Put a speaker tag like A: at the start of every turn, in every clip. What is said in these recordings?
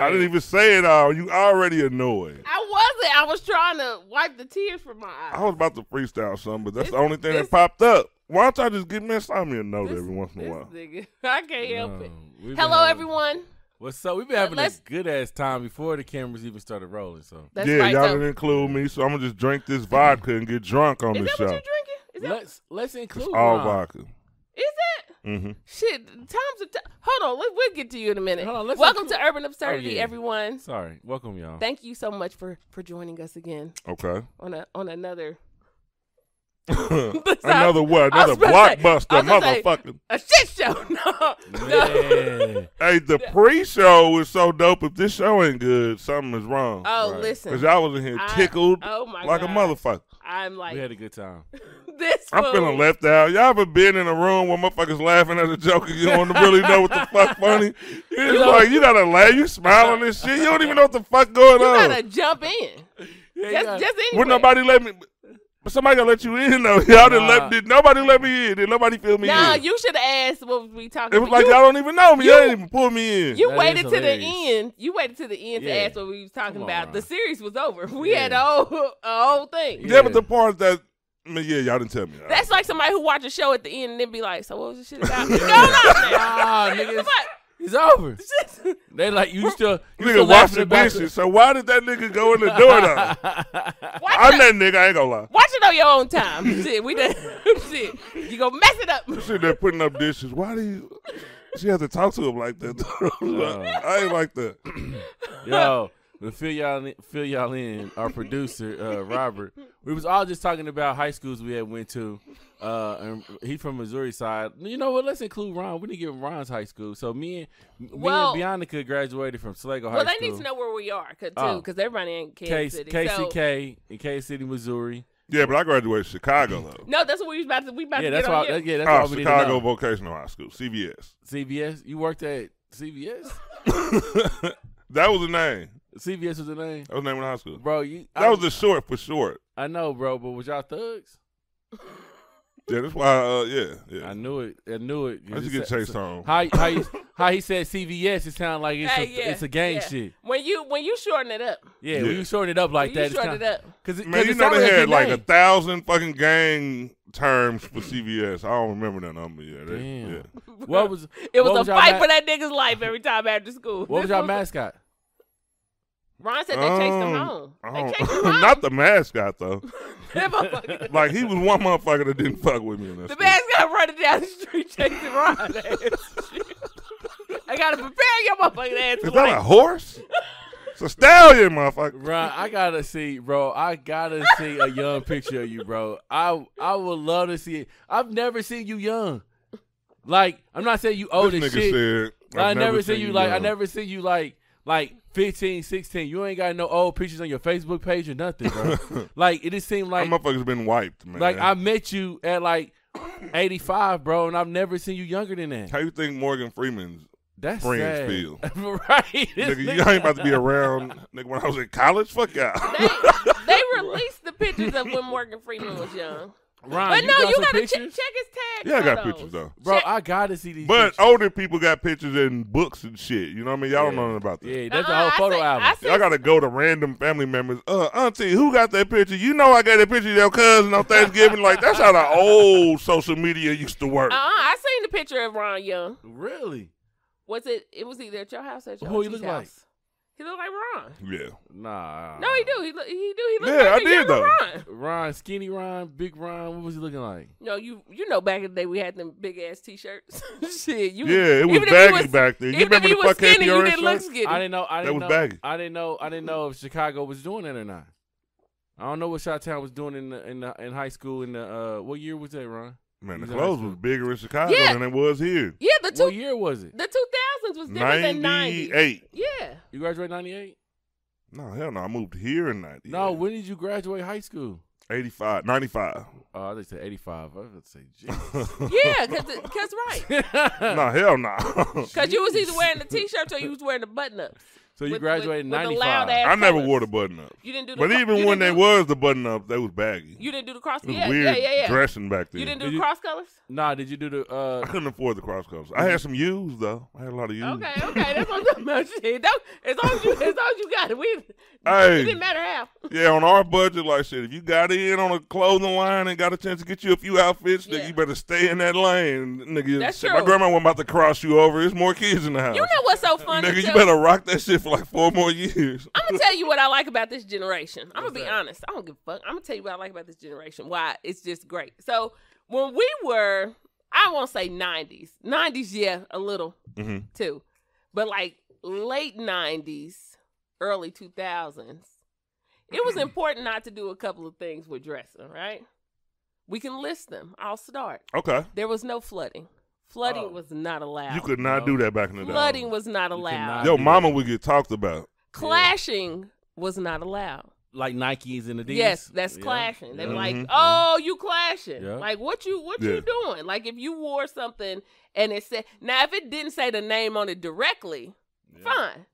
A: I didn't even say it all. You already annoyed.
B: I wasn't. I was trying to wipe the tears from my
A: I
B: eyes.
A: was about to freestyle something, but that's
B: This-
A: the only thing
B: this-
A: that popped up. Why don't y'all just give me Insomnia a note
B: This-
A: every once in a
B: This
A: while?
B: nigga, I can't help it.
C: Um, we've been
B: Hello,
C: having-
B: everyone.
C: What's up? We've been having a
B: Let's-
C: good ass time before the cameras even started rolling. So
B: That's
A: yeah,
B: right.
A: y'all
B: so,
A: didn't include me, so I'm gonna just drink this vodka and get drunk on
B: is
A: this
B: that
A: show.
B: what you're drinking? Is that,
C: let's let's include
A: it's all
C: Ron.
A: vodka.
B: is that?
A: Mm-hmm.
B: Shit, times are. T- Hold on, let, we'll get to you in a minute.
C: Hold on, let's
B: Welcome
C: include-
B: to Urban Absurdity,
C: Oh, yeah.
B: everyone.
C: Sorry, welcome y'all.
B: Thank you so much for for joining us again
A: Okay.
B: on a on another
A: another what?
B: I
A: Another
B: was about to say- I
A: blockbuster,
B: was gonna say-
A: motherfucking.
B: a shit show. No, no.
C: Yeah.
A: Hey, the pre-show is so dope. If this show ain't good, something is wrong.
B: Oh,
C: Right.
A: Cause
B: listen.
A: y'all was in here
B: I-
A: tickled
B: oh my
A: like a
B: God.
A: motherfucker.
B: I'm like
C: we had a good time.
B: this.
A: I'm
B: fool.
A: feeling left out. Y'all ever been in a room where motherfuckers laughing at a joke and you don't really know what the fuck funny? It's
B: know-
A: like you gotta laugh. You smiling and shit. You don't even know what the fuck going
B: You
A: on.
B: gotta jump in.
C: Yeah,
B: Just,
C: yeah.
B: just anyway.
A: Would nobody let me? But somebody gotta let you in though. Y'all didn't
C: Nah.
A: let. Did nobody let me in? Did nobody feel me
B: Nah,
A: in?
B: you should have asked what was we talking.
A: it was
B: about.
A: like
B: you,
A: y'all don't even know me.
B: you-
A: Y'all didn't even pull me in.
B: You
C: That is
B: waited to the
C: hilarious.
B: end. You waited to the end
C: Yeah.
B: to ask what we was talking
C: Come on,
B: about.
C: Ron.
B: The series was over. We had a
C: Yeah.
B: whole, a whole thing.
A: yeah. but the part that, I mean, yeah, y'all didn't tell me.
B: That's like somebody who watched a show at the end and then be like, "So what was the shit about?" Go on,
C: Nah, nigga, it's- it's over. They like you still you still
A: nigga
C: laughing
A: washing
C: about
A: dishes. So why did that nigga go in the door though?
B: watch,
A: I'm
B: it,
A: that nigga. I ain't gonna lie.
B: watch it on your own time. shit, we done. shit, you gonna mess it up.
A: Shit, they're putting up dishes. Why do you? She has to talk to him like that. I ain't like that.
C: Yo, to fill y'all in, fill y'all in, our producer uh, Robert, we was all just talking about high schools we had went to. Uh, and he from Missouri side. You know what? Let's include Ron. We didn't get Ron's high school. So me and
B: Well-
C: me and Bionica graduated from Sligo High
B: Well, they
C: School.
B: need to know where we are, cause, too,
C: Oh.
B: because everybody in
C: K-
B: Kansas City. So,
C: KCK in K City, Missouri.
A: Yeah, but I graduated Chicago though.
B: no, that's what we was about to. We about
C: Yeah,
B: to get
C: that's
B: on
C: why.
B: you.
C: That, yeah, that's why
A: Oh,
C: we need to
A: Chicago
C: know.
A: Vocational High School, CVS.
C: CVS. You worked at CVS.
A: that was the name.
C: CVS was the name,
A: That was the name of the high school.
C: bro. You. I,
A: That was the short for short.
C: I know, bro. But was y'all thugs?
A: Yeah, that's why. Uh, yeah,
C: I
A: yeah.
C: knew it. I knew it.
A: I used to get
C: It's a-
A: chased on.
C: How how you, how he said CVS? It sounded like it's
B: Hey,
C: a,
B: yeah,
C: it's a gang
B: yeah.
C: shit.
B: When you when you shorten it up,
C: Yeah,
A: Yeah.
C: when you shorten it up like
B: when
C: that,
B: you shorten it up.
C: Because
A: Man, you know they had like a thousand fucking gang terms for CVS. I don't remember that number. Yeah, they,
C: Damn.
A: yeah.
C: what was
B: It was
C: what
B: a
C: y'all
B: fight
C: ma-
B: for that nigga's life every time after school.
C: What was
B: This
C: y'all mascot?
B: Ron said they chased him
A: Um,
B: home.
A: I
B: They
A: don't-
B: chased him home.
A: Not the mascot though.
B: That motherfucker-
A: Like he was one motherfucker that didn't fuck with me in that
B: the
A: school.
B: man's got running down the street chasing Ron. I gotta prepare your motherfucking ass.
A: Is
B: for
A: that a
B: life.
A: horse? It's a stallion, motherfucker.
C: Ron, I gotta see, bro. I gotta see a young picture of you, bro. I I would love to see it. I've never seen you young. Like I'm not saying you old
A: this
C: as
A: nigga
C: Oh, shit.
A: said,
C: I never seen you like I
A: young."
C: never seen you like like 15, 16. You ain't got no old pictures on your Facebook page or nothing, bro. like it just seemed like
A: That motherfucker's been wiped, man.
C: like I met you at like 85, bro, and I've never seen you younger than that.
A: How you think Morgan Freeman's
C: That's
A: friends
C: sad.
A: feel?
C: right? This
A: nigga, you ain't about to be around nigga when I was in college. Fuck y'all.
B: They, they released the pictures of when Morgan Freeman was young.
C: Ron,
B: But
C: Uh, you
B: no,
C: got
B: you
C: some
B: gotta che- check
C: pictures?
B: his tag.
A: yeah, I got
B: photos.
A: pictures though.
C: bro.
B: check-
C: I gotta see these.
A: But oh.
C: pictures.
A: older people got pictures in books and shit. You know what I mean? Y'all don't
C: Yeah.
A: know nothing about that.
C: yeah,
B: Nuh-uh,
C: that's the whole
B: I
C: photo
B: see- I
C: album.
B: see-
A: Y'all gotta go to random family members. Uh, auntie, who got that picture? You know I got that picture of your cousin on Thanksgiving. like that's how the old social media used to work.
B: Uh, I seen the picture of Ron Young.
C: Really?
B: Was it? It was either at your house or at your
C: Who he
B: auntie's
C: look like?
B: house. He looked like Ron.
A: yeah.
C: Nah.
B: No, he do. He look, he do. He look
A: Yeah,
B: like
A: I
B: a
A: did,
B: younger
A: though.
B: Ron.
C: Ron, skinny Ron, big Ron. What was he looking like?
B: No, you you know back in the day we had them big ass t shirts. Shit, you
A: Yeah, it was
B: even if you
A: baggy
B: was-
A: back then. You
B: even if
A: remember
B: you
A: the
B: was
A: fuck
B: skinny, you
A: KPRS
B: didn't look
A: shirts?
B: skinny.
C: I didn't know. I didn't
A: was
C: know.
A: baggy.
C: I didn't know. I didn't know if Chicago was doing that or not. I don't know what Chi Town was doing in the, in the, in high school. In the uh, what year was that, Ron?
A: Man, the
C: Exactly.
A: clothes was bigger in Chicago
B: Yeah.
A: than it was here.
B: yeah, the two
C: What year was it?
B: the two thousands was different than ninety.
A: Ninety-eight.
B: Yeah,
C: You graduated ninety eight.
A: No, hell no. I moved here in ninety.
C: No, when did you graduate high school?
A: 85, 95.
C: Oh, I just said eighty five. I was about to say, Jesus.
B: yeah, cause it- cause right,
A: no, hell no.
B: cause you was either wearing the t shirts or you was wearing the button ups.
C: So you
B: With-
C: graduated in
B: with- with the
C: ninety
B: loud
C: five.
B: ass-
A: I never
B: colors.
A: wore the button up.
B: You didn't do the.
A: But
B: cro-
A: even
B: you
A: when they
B: didn't do-
A: was the button up, they was baggy.
B: you didn't do the cross.
A: It was
B: Yeah,
A: weird
B: yeah, yeah, yeah.
A: dressing back then.
B: You didn't do
C: Did
B: the
C: you-
B: cross colors.
C: Nah, did you do the
A: I
C: uh
A: couldn't afford the cross colors. I had some U's though. I had a lot of U's.
B: Okay, okay, that's what I'm talking about. Shit, don't- as long as you, as long as you got it, we.
A: Hey.
B: It didn't matter how.
A: Yeah, on our budget, like shit, if you got in on a clothing line and got a chance to get you a few outfits,
B: Yeah.
A: nigga, you better stay in that lane, nigga.
B: That's
A: shit, My
B: true.
A: grandma wasn't about to cross you over. There's more kids in the house.
B: You know what's so funny?
A: nigga, you
B: too?
A: better rock that shit for like four more years.
B: I'm gonna tell you what I like about this generation. I'm gonna be
C: that?
B: honest. I don't give a fuck. I'm gonna tell you what I like about this generation. Why it's just great. So when we were, I won't say 90s. 90s, yeah, a little
A: Mhm.
B: too, but like late 90s, early 2000s, it was important not to do a couple of things with dressing. Right? We can list them. I'll start.
A: Okay.
B: There was no flooding. Flooding
C: Oh.
B: was not allowed.
A: You could not
C: No.
A: do that back in the day.
B: flooding was not allowed.
C: cannot-
A: Yo, mama would get talked about.
B: Clashing was not allowed.
C: like Nikes and Adidas?
B: Yes, that's
C: Yeah.
B: clashing. They were
A: Yeah.
B: like,
A: Mhm.
B: "Oh, you clashing?
C: Yeah.
B: Like what you what
A: Yeah.
B: you doing? Like if you wore something and it said now if it didn't say the name on it directly, fine.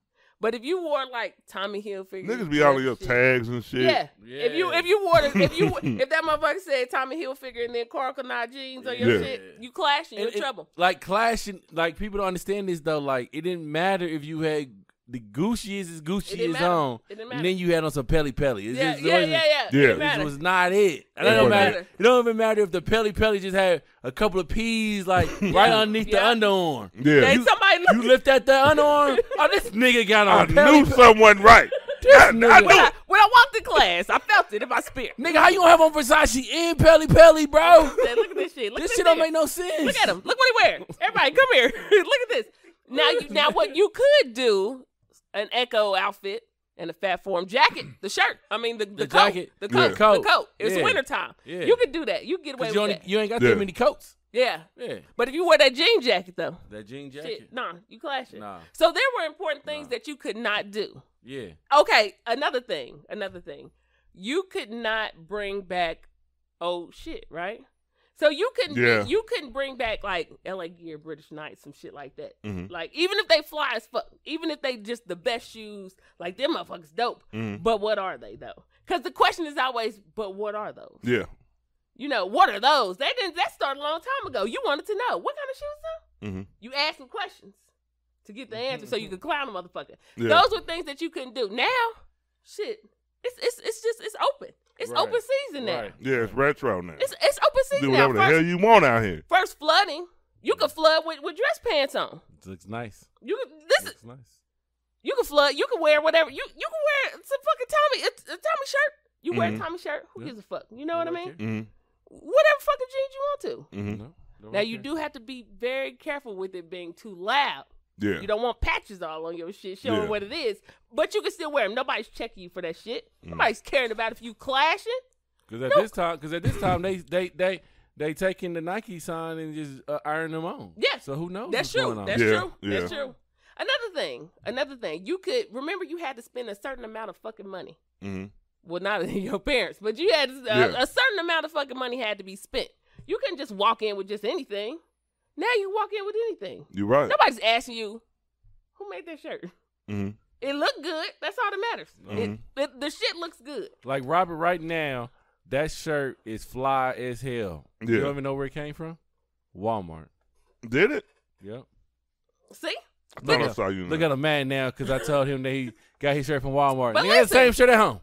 B: But if you wore like Tommy Hilfiger,
A: Niggas be all in your
B: shit-
A: tags and shit.
B: Yeah. If you if you wore the, if you if that motherfucker said Tommy Hilfiger and then Carl Kanai jeans or your
A: Yeah.
B: shit, you clashing, you
C: And
B: in
C: it-
B: trouble.
C: like clashing like people don't understand this though like it didn't matter if you had the Gucci is as
B: It
C: Gucci
B: didn't
C: is
B: matter.
C: on
B: It didn't
C: and
B: matter.
C: then you had on some Pelly Pelly it's
B: Yeah,
C: just, it
B: yeah, yeah,
C: wasn't-
B: yeah.
A: Yeah.
B: It
A: It
C: it just
B: matter.
C: was not it it
A: It
C: don't
A: wasn't
C: matter
B: it.
C: it don't even matter if the Pelly Pelly just had a couple of P's like right underneath
B: Yeah.
C: the underarm
A: Yeah.
B: They- somebody
C: you
B: looked-
C: lift at the underarm oh this nigga got
A: I
C: on Oh, Pelly
A: knew someone wasn't right. I, I
C: nigga.
A: knew.
B: when,
A: it.
B: I, when I walked in class, I felt it in my spirit.
C: Nigga, how you gonna have on Versace and Pelly Pelly, bro?
B: Said, look at this shit. Look
C: this
B: at
C: shit don't
B: this.
C: make no sense.
B: Look at him. Look what he wearing. Everybody, come here. Look at this. Now, you, now, what you could do, an echo outfit and a fat form jacket, the shirt. I mean, the, the,
C: The
B: coat,
C: jacket.
B: the
A: Yeah.
B: coat,
C: Coat.
B: the coat. It's
C: Yeah.
B: wintertime.
C: Yeah.
B: You could do that. You could get away
C: 'Cause
B: with
C: you, only,
B: that.
C: you ain't got
A: Yeah.
C: that many coats.
B: yeah,
C: Yeah.
B: but if you wear that jean jacket though,
C: That jean
B: shit, nah, you clash it.
C: Nah.
B: So there were important things
C: Nah.
B: that you could not do.
C: Yeah.
B: Okay, another thing, another thing. You could not bring back old shit, right? So you couldn't
A: Yeah.
B: you couldn't bring back like LA Gear, British Knights, some shit like that.
A: Mhm.
B: Like even if they fly as fuck, even if they just the best shoes, like them motherfuckers dope.
A: Mhm.
B: But what are they though? Because the question is always, but what are those?
A: Yeah.
B: You know, what are those? They didn't that started a long time ago. You wanted to know what kind of shoes though?
A: Mhm.
B: You asked some questions to get the answer
C: Mm-hmm.
B: so you could clown a motherfucker.
A: Yeah.
B: Those were things that you couldn't do. Now, shit, it's it's it's just it's open. It's
C: Right.
B: open season now.
C: Right.
A: yeah, it's retro now.
B: It's it's open
A: do
B: season now.
A: whatever the hell
B: First,
A: you want out here.
B: first flooding, you could flood with, with dress pants on.
C: looks nice.
B: You could- this is
C: looks nice.
B: you can flood. You can wear whatever you you can wear some fucking Tommy a, a Tommy shirt. You wear
A: Mhm.
B: a Tommy shirt. Who
C: Yeah.
B: gives a fuck? You know what I
C: Nobody
B: mean?
C: care.
A: hmm
B: Whatever fucking jeans you want to.
A: hmm
C: No, nobody
B: Now you
C: care.
B: do have to be very careful with it being too loud.
A: Yeah.
B: You don't want patches all on your shit showing
A: Yeah.
B: what it is, but you can still wear them. Nobody's checking you for that shit.
A: Mm.
B: Nobody's caring about if you clashing.
C: Cause at this time, cause at this time they they they they taking the Nike sign and just uh, iron them on.
B: Yeah.
C: So who knows?
B: That's
C: what's
B: true.
C: Going on.
B: That's
A: Yeah,
B: true. That's
A: yeah.
B: true. Another thing, another thing, you could remember you had to spend a certain amount of fucking money.
A: hmm
B: Well, not your parents, but you had a,
A: Yeah.
B: a certain amount of fucking money had to be spent. You couldn't just walk in with just anything. Now you walk in with anything.
A: You're right.
B: Nobody's asking you who made that shirt.
A: hmm
B: It looked good. That's all that matters.
A: Mhm.
C: Mm-hmm.
B: It, it, the shit looks good.
C: Like Robert, right now, that shirt is fly as hell.
A: Yeah.
C: You don't even know where it came from? Walmart.
A: Did it?
C: Yep.
B: See,
A: I thought I
C: at-
A: saw you. in
C: Look
A: there.
C: at him mad now because I told him that he got his shirt from Walmart.
B: But
C: He had the
B: listen.
C: same shirt at home.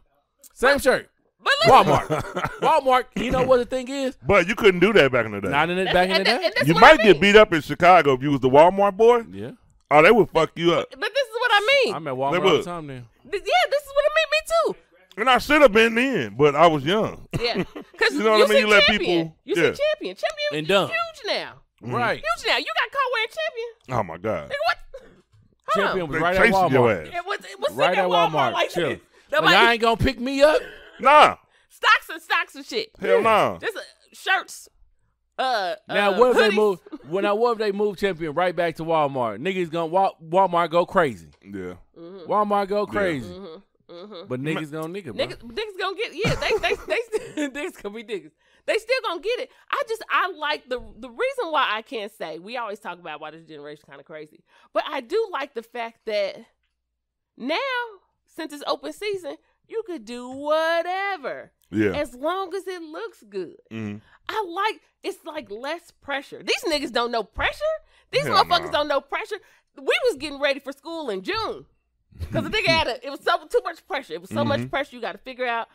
C: Same shirt.
B: but listen,
C: Walmart. Walmart. You know what the thing is?
A: But you couldn't do that back in the day.
C: Not in it
B: that's-
C: back in
B: and
C: the
B: that-
C: day.
B: and that's
A: you
B: what
A: might
B: I
A: get
B: mean.
A: beat up in Chicago if you was the Walmart boy.
C: Yeah.
A: Oh, they would fuck you up.
B: But this is what I mean.
C: I'm at
A: They
C: Walmart all
A: would.
C: the time now.
B: Th- yeah, this is what I mean. Me too.
A: And I should have been in, but I was young.
B: Yeah, because
A: You
B: you
A: know what I
B: see
A: mean? You let
B: champion.
A: people-
B: You
A: yeah.
B: see champion. Champion
C: And
B: and
C: dumb.
B: huge now.
A: Mm-hmm.
C: Right.
B: Huge now. You got caught wearing champion.
A: Oh my God.
B: Nigga, what? Hold
C: Champion
B: on.
A: They
C: was right at
A: chasing your
C: Walmart.
A: ass.
B: It was it was sitting
C: Right at Walmart.
B: like
C: Chill.
B: this.
C: Like,
B: Nobody
C: y'all ain't gonna pick me up.
A: Nah.
B: stocks and stocks and shit.
A: Hell no.
B: Just uh, shirts. Uh.
C: Now
B: uh,
C: what if they
B: hoodies.
C: move? When I what if they move champion right back to Walmart? Niggas gonna walk, Walmart go crazy.
A: Yeah.
B: Mm.
C: Walmart go crazy.
B: Mhm.
C: But niggas gonna nigga, bro.
B: Niggas, niggas gonna get yeah. They they they niggas gonna be niggas. They still gonna get it. I just I like the the reason why I can't say we always talk about why this generation kind of crazy, but I do like the fact that Now, since it's open season, you could do whatever
A: Yeah.
B: as long as it looks good.
A: hmm
B: I like it's like less pressure. These niggas don't know pressure. These
A: Hell
B: motherfuckers
A: nah.
B: don't know pressure. We was getting ready for school in June because the nigga had a, it was so too much pressure. It was so much pressure. You got to figure out.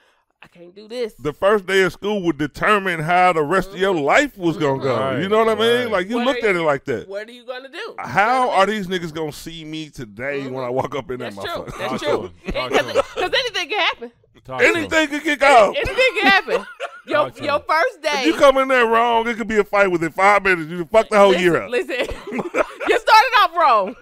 B: I can't do this.
A: The first day of school would determine how the rest of your life was gonna go.
C: Right,
A: you know what I mean?
C: right.
A: Like you
B: What
A: looked
B: are
A: at it like that.
B: what are you gonna do?
A: How are these niggas gonna see me today when I walk up in that
B: That's true.
A: motherfucker?
B: That's
C: Talk
B: true.
C: to 'em. Talk to 'em.
B: Because anything can happen.
C: Talk to 'em.
A: Anything could kick off.
B: Anything can happen. Your
C: Talk to 'em.
B: your first day.
A: If you come in there wrong, it could be a fight within five minutes. You fuck the whole
B: listen,
A: year up.
B: Listen, you started off wrong.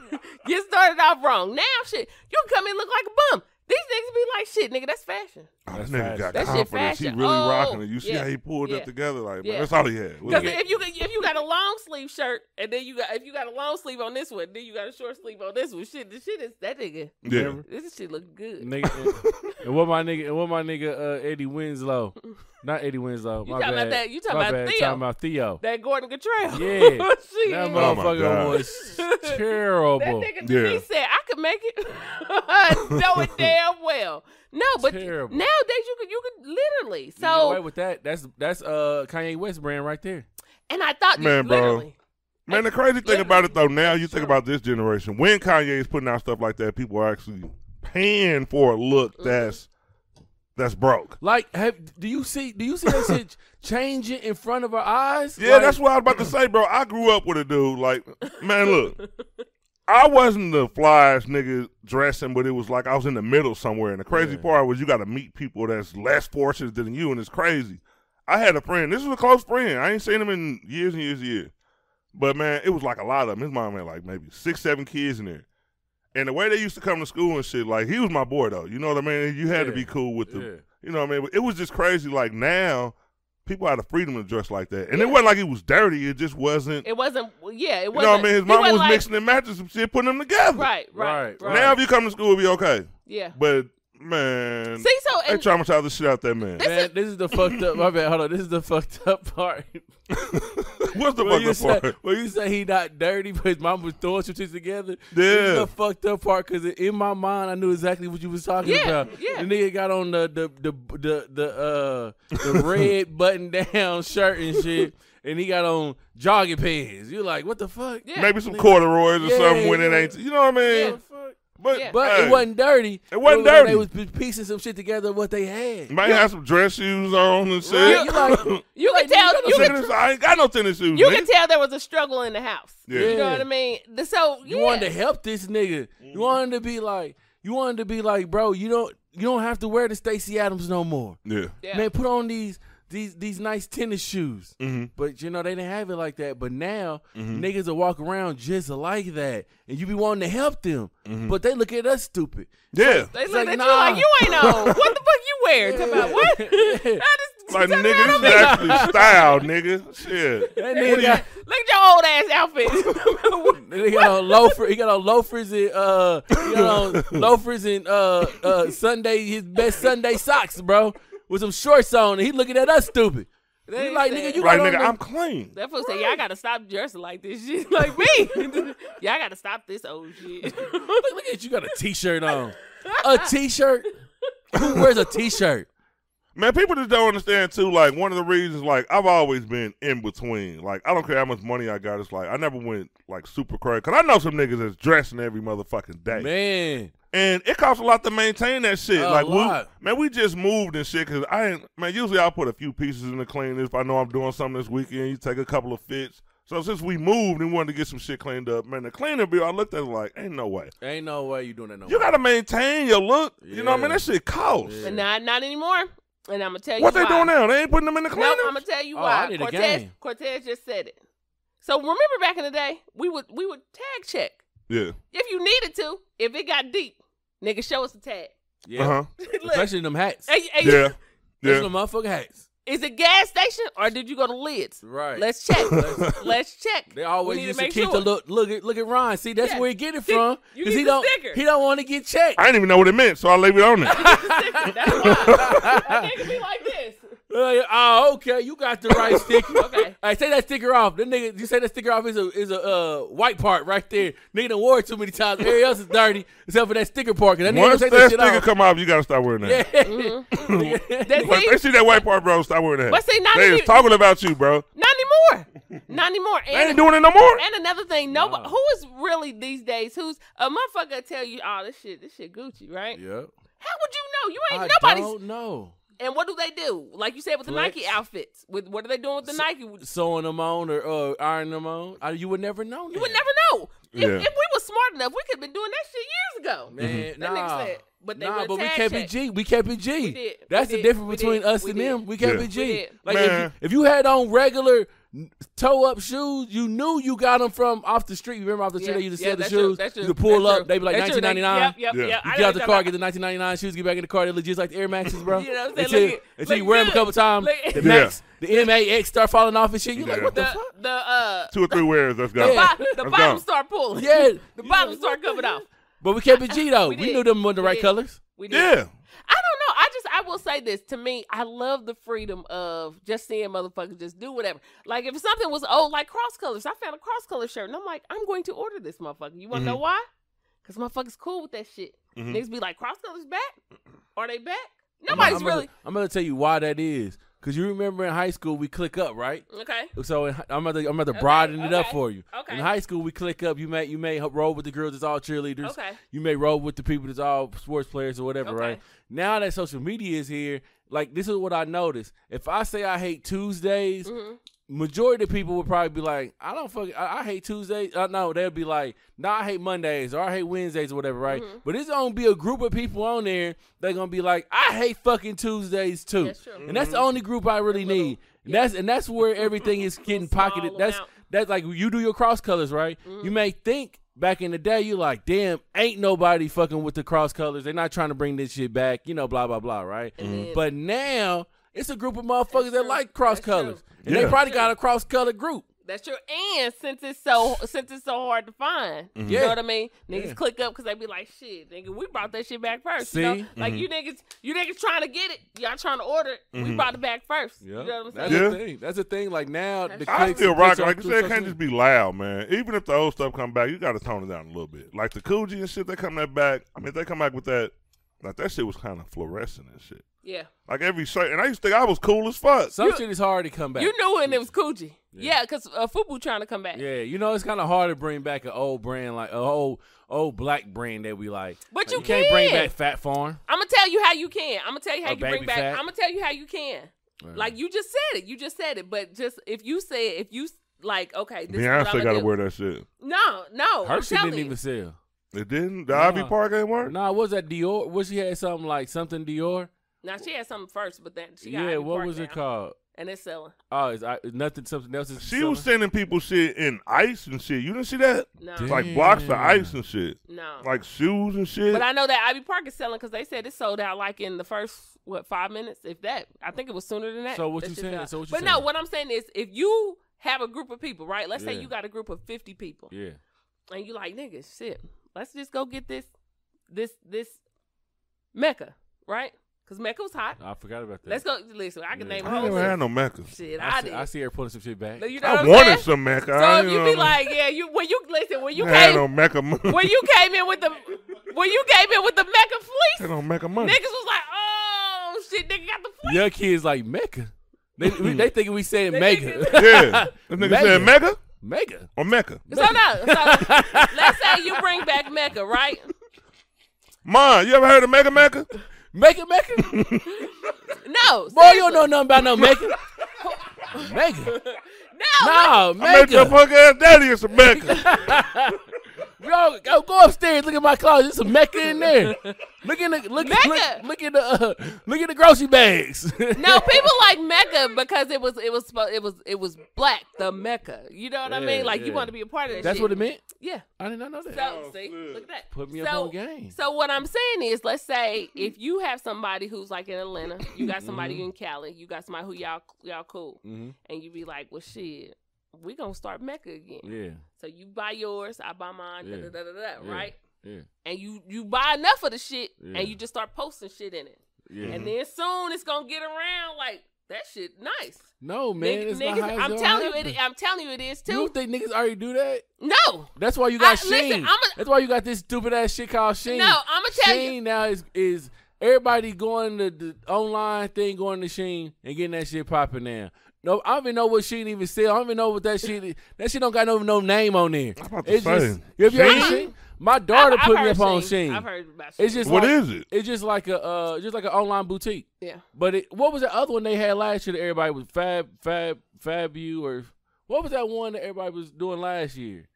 B: You started off wrong. Now shit, you come in look like a bum. These niggas be like shit, nigga. That's fashion.
A: Oh, this
C: That's
A: nigga got
C: fashion. That
B: shit
A: confidence. He
B: fashion.
A: really
B: Oh,
A: rocking it. You see
B: yeah,
A: how he pulled
B: yeah.
A: it together? Like, man,
B: Yeah.
A: that's all he had.
B: Because
A: Look at-
B: if you got- if you got a long sleeve shirt and then you got if you got a long sleeve on this one, then you got a short sleeve on this one. Shit, the shit is that nigga.
A: yeah.
C: Remember?
B: This shit look good.
C: Nigga, and- and what my nigga, and what my nigga, uh, Eddie Winslow, not Eddie Winslow.
B: You
C: my
B: talking
C: bad.
B: about that- you talking
C: my
B: about
C: bad,
B: Theo.
C: Talking about Theo.
B: That Gordon Cottrell.
C: Yeah.
B: Shit.
C: That
A: Oh, my
C: motherfucker
A: God.
C: was
B: That
C: terrible.
B: nigga,
A: Yeah.
B: he said, I could make it. know it damn well. No, but
C: Terrible.
B: nowadays you could you could literally.
C: You get away
B: So,
C: with that, that's that's uh Kanye West brand right there.
B: and I thought
A: Man, bro.
B: literally.
A: Man, the crazy thing about it though, now you think about this generation. When Kanye is putting out stuff like that, people are actually paying for a look
B: Mm-hmm.
A: that's that's broke.
C: Like, have, do you see do you see that shit changing in front of our eyes?
A: Yeah,
C: Like,
A: that's what I was about to say, bro. I grew up with a dude like, man, look, I wasn't the flyest nigga dressing, but it was like I was in the middle somewhere. And the crazy
C: Yeah.
A: part was you got to meet people that's less fortunate than you, and it's crazy. I had a friend. This was a close friend. I ain't seen him in years and years and years. But man, it was like a lot of them. His mom had like maybe six, seven kids in there. And the way they used to come to school and shit, like he was my boy though. You know what I mean? You had to
C: Yeah.
A: be cool with them.
C: Yeah.
A: You know what I mean? It was just crazy. Like now, people had the freedom to dress like that, and it wasn't like it was dirty. It just wasn't.
B: It wasn't, well, yeah,
A: you
B: it
A: know what I
B: wasn't.
A: mean? His
B: he
A: mama
B: wasn't
A: was
B: like-
A: mixing and matching some shit, putting them together.
B: Right, right,
C: Right,
B: right.
A: Now, if you come to school, it'll be okay.
B: yeah.
A: But man,
B: See, so,
A: they
B: and
A: traumatized the shit out that man.
B: This
C: Man,
B: is-
C: this is the fucked up. My bad. Hold on. This is the fucked up part.
A: What's the
C: Where
A: fucking
C: you, say,
A: part?
C: where you say he not dirty, but his mom was throwing some shit together. This is
A: Yeah.
C: the fucked up part because in my mind I knew exactly what you was talking
B: Yeah,
C: about.
B: yeah.
C: The nigga got on the the the the the, uh, the red button down shirt and shit, and he got on jogging pants. You like what the fuck?
B: yeah.
A: Maybe some corduroys or
C: Yeah,
A: something when it
C: yeah.
A: ain't. You know what I mean?
C: What the fuck?
A: But
B: Yeah.
C: But
A: hey,
C: it wasn't dirty.
A: It wasn't
C: like
A: dirty.
C: They was p- piecing some shit together what they had.
A: Might have some dress shoes on and
C: Right?
A: shit.
C: You like,
B: you can tell, you
A: Tennis-
B: can,
A: I ain't got no tennis shoes.
B: you
A: nigga.
B: can tell there was a struggle in the house.
A: Yeah.
B: You know what I mean? The- So,
C: You
B: yeah.
C: wanted to help this nigga.
A: Mm.
C: You wanted to be like, you wanted to be like, bro, you don't you don't have to wear the Stacy Adams no more.
A: yeah.
B: Yeah.
C: Man, put on these these these nice tennis shoes.
A: Mhm.
C: But you know, they didn't have it like that. But now
A: Mm-hmm.
C: niggas will walk around just like that. And you be wanting to help them.
A: Mm-hmm.
C: But they look at us stupid.
A: Yeah.
B: They look
C: like,
B: at
C: nah.
B: you like you ain't old. What the fuck you wear? Talk about what? I just-
A: Like
B: turn around
A: nigga,
B: and
A: this is actually style, nigga. Shit.
C: That nigga got,
B: Look at your old ass outfit.
C: that nigga got on loafer he got on loafers and uh he got on loafers and uh uh Sunday his best Sunday socks, bro. With some shorts on and he looking at us stupid.
B: They
C: We like,
B: said-
C: nigga, you
A: Like
C: got on
A: nigga,
C: the-
A: I'm clean.
B: that fool said, "Y'all gotta stop dressing like this shit, like me. Y'all gotta stop this old shit."
C: Look, look at you got a t-shirt on. A t-shirt? Who wears a t-shirt?
A: Man, people just don't understand too. Like one of the reasons, like I've always been in between. Like I don't care how much money I got. It's like I never went like super crazy because I know some niggas that's dressing every motherfucking day,
C: Man.
A: and it costs a lot to maintain that shit.
C: A
A: like
C: lot.
A: we, man, we just moved and shit. Cause I ain't man. Usually I'll put a few pieces in the clean if I know I'm doing something this weekend. You take a couple of fits. So since we moved and wanted to get some shit cleaned up, man, the cleaner bill I looked at it like ain't no way.
C: Ain't no way you doing that no
A: You
C: more.
A: gotta maintain your look. You know what I
C: Yeah.
A: mean? That shit costs.
C: Yeah.
B: but not, not anymore. And I'm gonna tell you
A: What they
B: why.
A: doing now? They ain't putting them in the cleaner.
B: No, I'm gonna tell you
C: Oh,
B: why.
C: I need a
B: Cortez,
C: game.
B: Cortez just said it. So remember back in the day, we would we would tag check
A: yeah.
B: if you needed to. If it got deep, nigga, show us the tag.
C: Yeah.
A: Uh huh.
B: Look,
C: Especially them hats.
B: hey, hey,
A: Yeah.
C: Especially
A: Yeah.
C: them motherfucking hats.
B: is it gas station or did you go to Lids?
C: Right.
B: Let's check. Let's check.
C: They
B: We
C: always
B: need
C: used
B: to
C: to
B: make
C: keep
B: sure.
C: the look. Look at look at Ron. See, that's
B: Yeah.
C: where he get it
B: See,
C: from.
B: you
C: Cause
B: need
C: he
B: the
C: don't
B: sticker.
C: he don't want to get checked.
A: I didn't even know what it meant, so I leave it on there.
B: That's why. That nigga be like this.
C: Uh, oh, okay. You got the right sticker.
B: Okay.
C: Hey, take that sticker off. That nigga, you say that sticker off is a is a uh, white part right there. Nigga done wore it too many times. Everything else is dirty except for that sticker part. 'cause that nigga
A: Once
C: take
A: that
C: that shit
A: sticker
C: off. Mm-hmm.
A: come off, you gotta stop wearing that. Once
B: That's
A: they
B: it.
A: see that white part, bro, stop wearing that.
B: But see, not
A: they
B: even-
A: is talking about you, bro.
B: Not anymore. Not anymore.
A: They ain't
B: And,
A: doing it no more.
B: and another thing, no,
C: Nah.
B: who is really these days? Who's a motherfucker? Tell you, oh, this shit, this shit, Gucci, right?
C: Yep.
B: How would you know? You ain't
C: I
B: nobody's.
C: don't know.
B: And what do they do? Like you said with the
C: Flex.
B: Nike outfits, with what are they doing with the
C: S-
B: Nike?
C: Sewing them on or uh, ironing them on. Uh, you would never know.
B: You would never know. If,
A: Yeah.
B: if we were smart enough, we could have been doing that shit years ago. That
C: Man, nah.
B: nigga said, but they
C: nah,
B: went
C: but we
B: tag
C: kept
B: check.
C: it G. We kept it G.
B: We did.
C: That's
B: We
C: the
B: did.
C: difference
B: We
C: between
B: did.
C: us
B: We
C: and
B: did.
C: them. We kept
A: Yeah.
C: it G.
B: We did.
C: Like if you,
A: Man.
C: if you had on regular toe up shoes, you knew you got them from off the street. You remember off the street they used to sell the
B: that's true,
C: shoes.
B: that's true,
C: You could pull
B: that's
C: up.
B: true.
C: They be like
B: That's true.
C: nineteen
B: They-
C: ninety nine.
B: Yep, yep,
A: Yeah.
B: yep.
C: You
B: I
C: get
B: know
C: out the
B: what
C: car,
B: you're
C: get the 1999 shoes, get back in the car. They're legit like the Air Maxes, bro.
B: You know what I'm saying?
C: Until,
B: Look at-
C: until you
B: look
C: wear them a
B: good.
C: couple times,
B: Look-
C: the
A: Yeah.
C: Max, the MAX start falling off and shit. You
A: Yeah.
C: like, what the,
B: The,
C: fuck?
B: the, uh,
A: Two or three wears. Let's go.
C: Yeah.
B: bo- the
A: Let's
B: bottoms
A: go.
B: start pulling.
C: Yeah.
B: The bottoms start coming off.
C: But we kept it G, though.
B: We
C: We,
B: did.
C: knew them wasn't the
B: We
C: right
B: did.
C: colors.
B: We did.
A: Yeah.
B: I don't know. I just I will say this to me. I love the freedom of just seeing motherfuckers just do whatever. Like if something was old, like cross colors, I found a cross color shirt and I'm like, I'm going to order this motherfucker. You want to
C: Mm-hmm.
B: know why? Because motherfuckers cool with that shit.
A: Mhm.
B: Niggas be like, cross colors back? Are they back? Nobody's
C: I'm
B: really
C: Gonna, I'm gonna tell you why that is. Cause you remember in high school we click up, right?
B: okay.
C: So in, hi- I'm about to I'm about to
B: Okay,
C: broaden it up
B: okay,
C: for you.
B: okay.
C: In high school we click up. You may you may h- roll with the girls that's all cheerleaders.
B: Okay.
C: You may roll with the people that's all sports players or whatever,
B: Okay.
C: right? Now that social media is here, like this is what I noticed. If I say I hate Tuesdays,
B: Mhm.
C: majority of people would probably be like, I don't fuck, I, I hate Tuesdays. Uh, no, they'll be like, nah, I hate Mondays or I hate Wednesdays or whatever, right?
B: Mm-hmm.
C: But it's gonna be a group of people on there that gonna be like, I hate fucking Tuesdays too,
B: That's true.
C: and that's the only group I really need. And that's and that's where everything is getting
B: Small
C: pocketed. That's
B: amount.
C: that's like you do your cross colors, right?
B: Mm-hmm.
C: You may think back in the day you like, damn, ain't nobody fucking with the cross colors. They're not trying to bring this shit back, you know, blah blah blah, right?
B: then-
C: But now it's a group of motherfuckers that
B: true.
C: like cross
B: That's
C: colors,
B: true.
C: and
A: Yeah.
C: they probably got a cross color group.
B: That's true. And since it's so since it's so hard to find, you know
C: Mm-hmm. Yeah.
B: what I mean. Niggas
C: Yeah.
B: click up because they be like, "Shit, nigga, we brought that shit back first.
C: See? Mm-hmm.
B: You know? Like you niggas, you niggas trying to get it, y'all trying to order it. We brought it back first. You know what I'm saying?
C: That's
A: Yeah.
C: the thing. That's the thing. Like now, the
A: I
C: clicks
A: still
C: and
A: rock
C: clicks
A: it.
C: are
A: like you
C: through
A: said. It
C: social
A: can't just be loud, man. Even if the old stuff come back, you gotta tone it down a little bit. Like the Coogee and shit, they come that back. I mean, if they come back with that. Like that shit was kind of fluorescent and shit.
B: Yeah.
A: Like every shirt, and I used to think I was cool as fuck.
C: Some
B: You-
C: shit is hard to come back.
B: You knew when it was Coogee. Yeah, because uh, Fubu trying to come back.
C: yeah, you know it's kind of hard to bring back an old brand like an old old black brand that we like.
B: But
C: Like,
B: you
C: can't bring
B: can.
C: back Fat Farm.
B: I'm gonna tell you how you can. I'm gonna tell you how
C: Or
B: you bring
C: Baby
B: back.
C: Fat.
B: I'm gonna tell you how you can. Like you just said it. You just said it. But just if you say it, if you s- like, okay, this is what
A: Beyonce
B: I'm
A: gotta
B: do.
A: wear that shit.
B: No, no.
C: her
B: I'm
C: shit
B: telling
C: didn't
B: you.
C: even sell.
A: It didn't. The
C: Nah.
A: Ivy Park ain't work.
C: Nah, was that Dior? Was she had something like something Dior?
B: Now she had something first, but then she got
C: yeah,
B: Ivy
C: what
B: Park
C: was
B: now,
C: it called?
B: And it's selling.
C: Oh, it's I, nothing. Something else is.
A: She
C: selling?
A: was sending people shit in ice and shit. You didn't see that?
B: No,
C: Damn.
A: Like blocks of ice and shit.
B: no.
A: Like shoes and shit.
B: but I know that Ivy Park is selling because they said it sold out like in the first what five minutes, if that. I think it was sooner than that.
C: So what
B: That
C: you
B: shit
C: saying?
B: sold out.
C: So what you
B: but no,
C: saying?
B: what I'm saying is, if you have a group of people, right? Let's say
C: Yeah.
B: you got a group of 50 people,
C: Yeah.
B: and you like niggas, shit. Let's just go get this, this, this Mecca, right? Because Mecca was hot.
C: I forgot about that.
B: Let's go. Listen, I can
C: Yeah.
B: name a
A: I ain't
B: whole
A: never had
B: list.
A: no Meccas.
B: Oh. shit. I,
C: I see,
B: did.
C: I see her pulling some shit back.
B: No, you know what
A: I
B: I'm
A: wanted
B: saying?
A: some Mecca. I
B: So if
A: ain't
B: you
A: know-
B: be like, yeah, you when you listen when you
A: I had
B: came
A: no Mecca.
B: when you came in with the when you came in with the Mecca
A: had
B: fleece,
A: no Mecca money.
B: niggas was like, oh shit, nigga got the fleece.
C: Your kids like Mecca. They, we-
A: Hmm.
C: they thinking we saying
B: They
C: Mega.
B: thinking-
A: Yeah. That nigga
C: Mega.
A: said Mecca
C: Mega.
A: or Mecca.
B: So no, so let's say you bring back Mecca, right?
A: Ma, you ever heard of Mecca Mecca?
C: Mega Mecca?
B: No,
C: Boy, you don't know nothing about no Mega. Mega.
B: no,
C: No,
A: I met your
C: Mega.
A: fuck ass daddy is a Mecca.
C: Yo, go, go upstairs. Look at my closet. There's some Mecca in there. Look in the look
B: Mecca.
C: look, look in the uh, look in the grocery bags.
B: no. People like Mecca because it was it was spo- it was it was black, the Mecca. You know what I
C: Yeah,
B: mean? Like
C: yeah.
B: you want to be a part of that.
C: That's
B: shit.
C: what it meant.
B: Yeah.
C: I did not know that.
B: So
A: Oh,
B: see,
A: shit.
B: look at that.
C: Put me
B: so,
C: up on game.
B: So what I'm saying is, let's say if you have somebody who's like in Atlanta, you got somebody
C: Mm-hmm.
B: in Cali, you got somebody who y'all y'all cool,
C: Mhm.
B: and you be like, well, shit, we gonna start Mecca again.
C: Yeah,
B: So you buy yours, I buy mine, da
C: Yeah.
B: da da da da,
C: Yeah.
B: right?
C: yeah,
B: And you you buy enough of the shit,
C: Yeah. Mm-hmm.
B: and you just start posting shit in it,
C: yeah.
B: and then soon it's gonna get around like. That shit nice.
C: No, man.
B: Nigg-
C: it's not
B: niggas,
C: how it's
B: I'm
C: gonna
B: telling you,
C: happen.
B: it, I'm telling you, it is
C: You
B: too.
C: think niggas already do that?
B: no,
C: That's why you got
B: I-
C: Sheen.
B: listen, I'ma-
C: That's why you got this stupid ass shit called Sheen.
B: no, I'm gonna tell
C: Sheen
B: you.
C: now is is everybody going to the online thing, going to Sheen and getting that shit popping now. No, I don't even know what Sheen even said. I don't even know what that shit. is. That shit don't got no no name on there.
A: I'm about to
C: It's just
A: say,
C: you ever heard of
A: Sheen?
C: Sheen? My daughter
B: I've- I've
C: put me
B: heard
C: up on
B: Sheen.
C: Sheen.
B: I've heard about Sheen.
C: It's just
A: What
C: like,
A: is it?
C: It's just like a uh, just like an online boutique.
B: yeah.
C: But it, what was the other one they had last year that everybody was Fab Fab Fab you or what was that one that everybody was doing last year?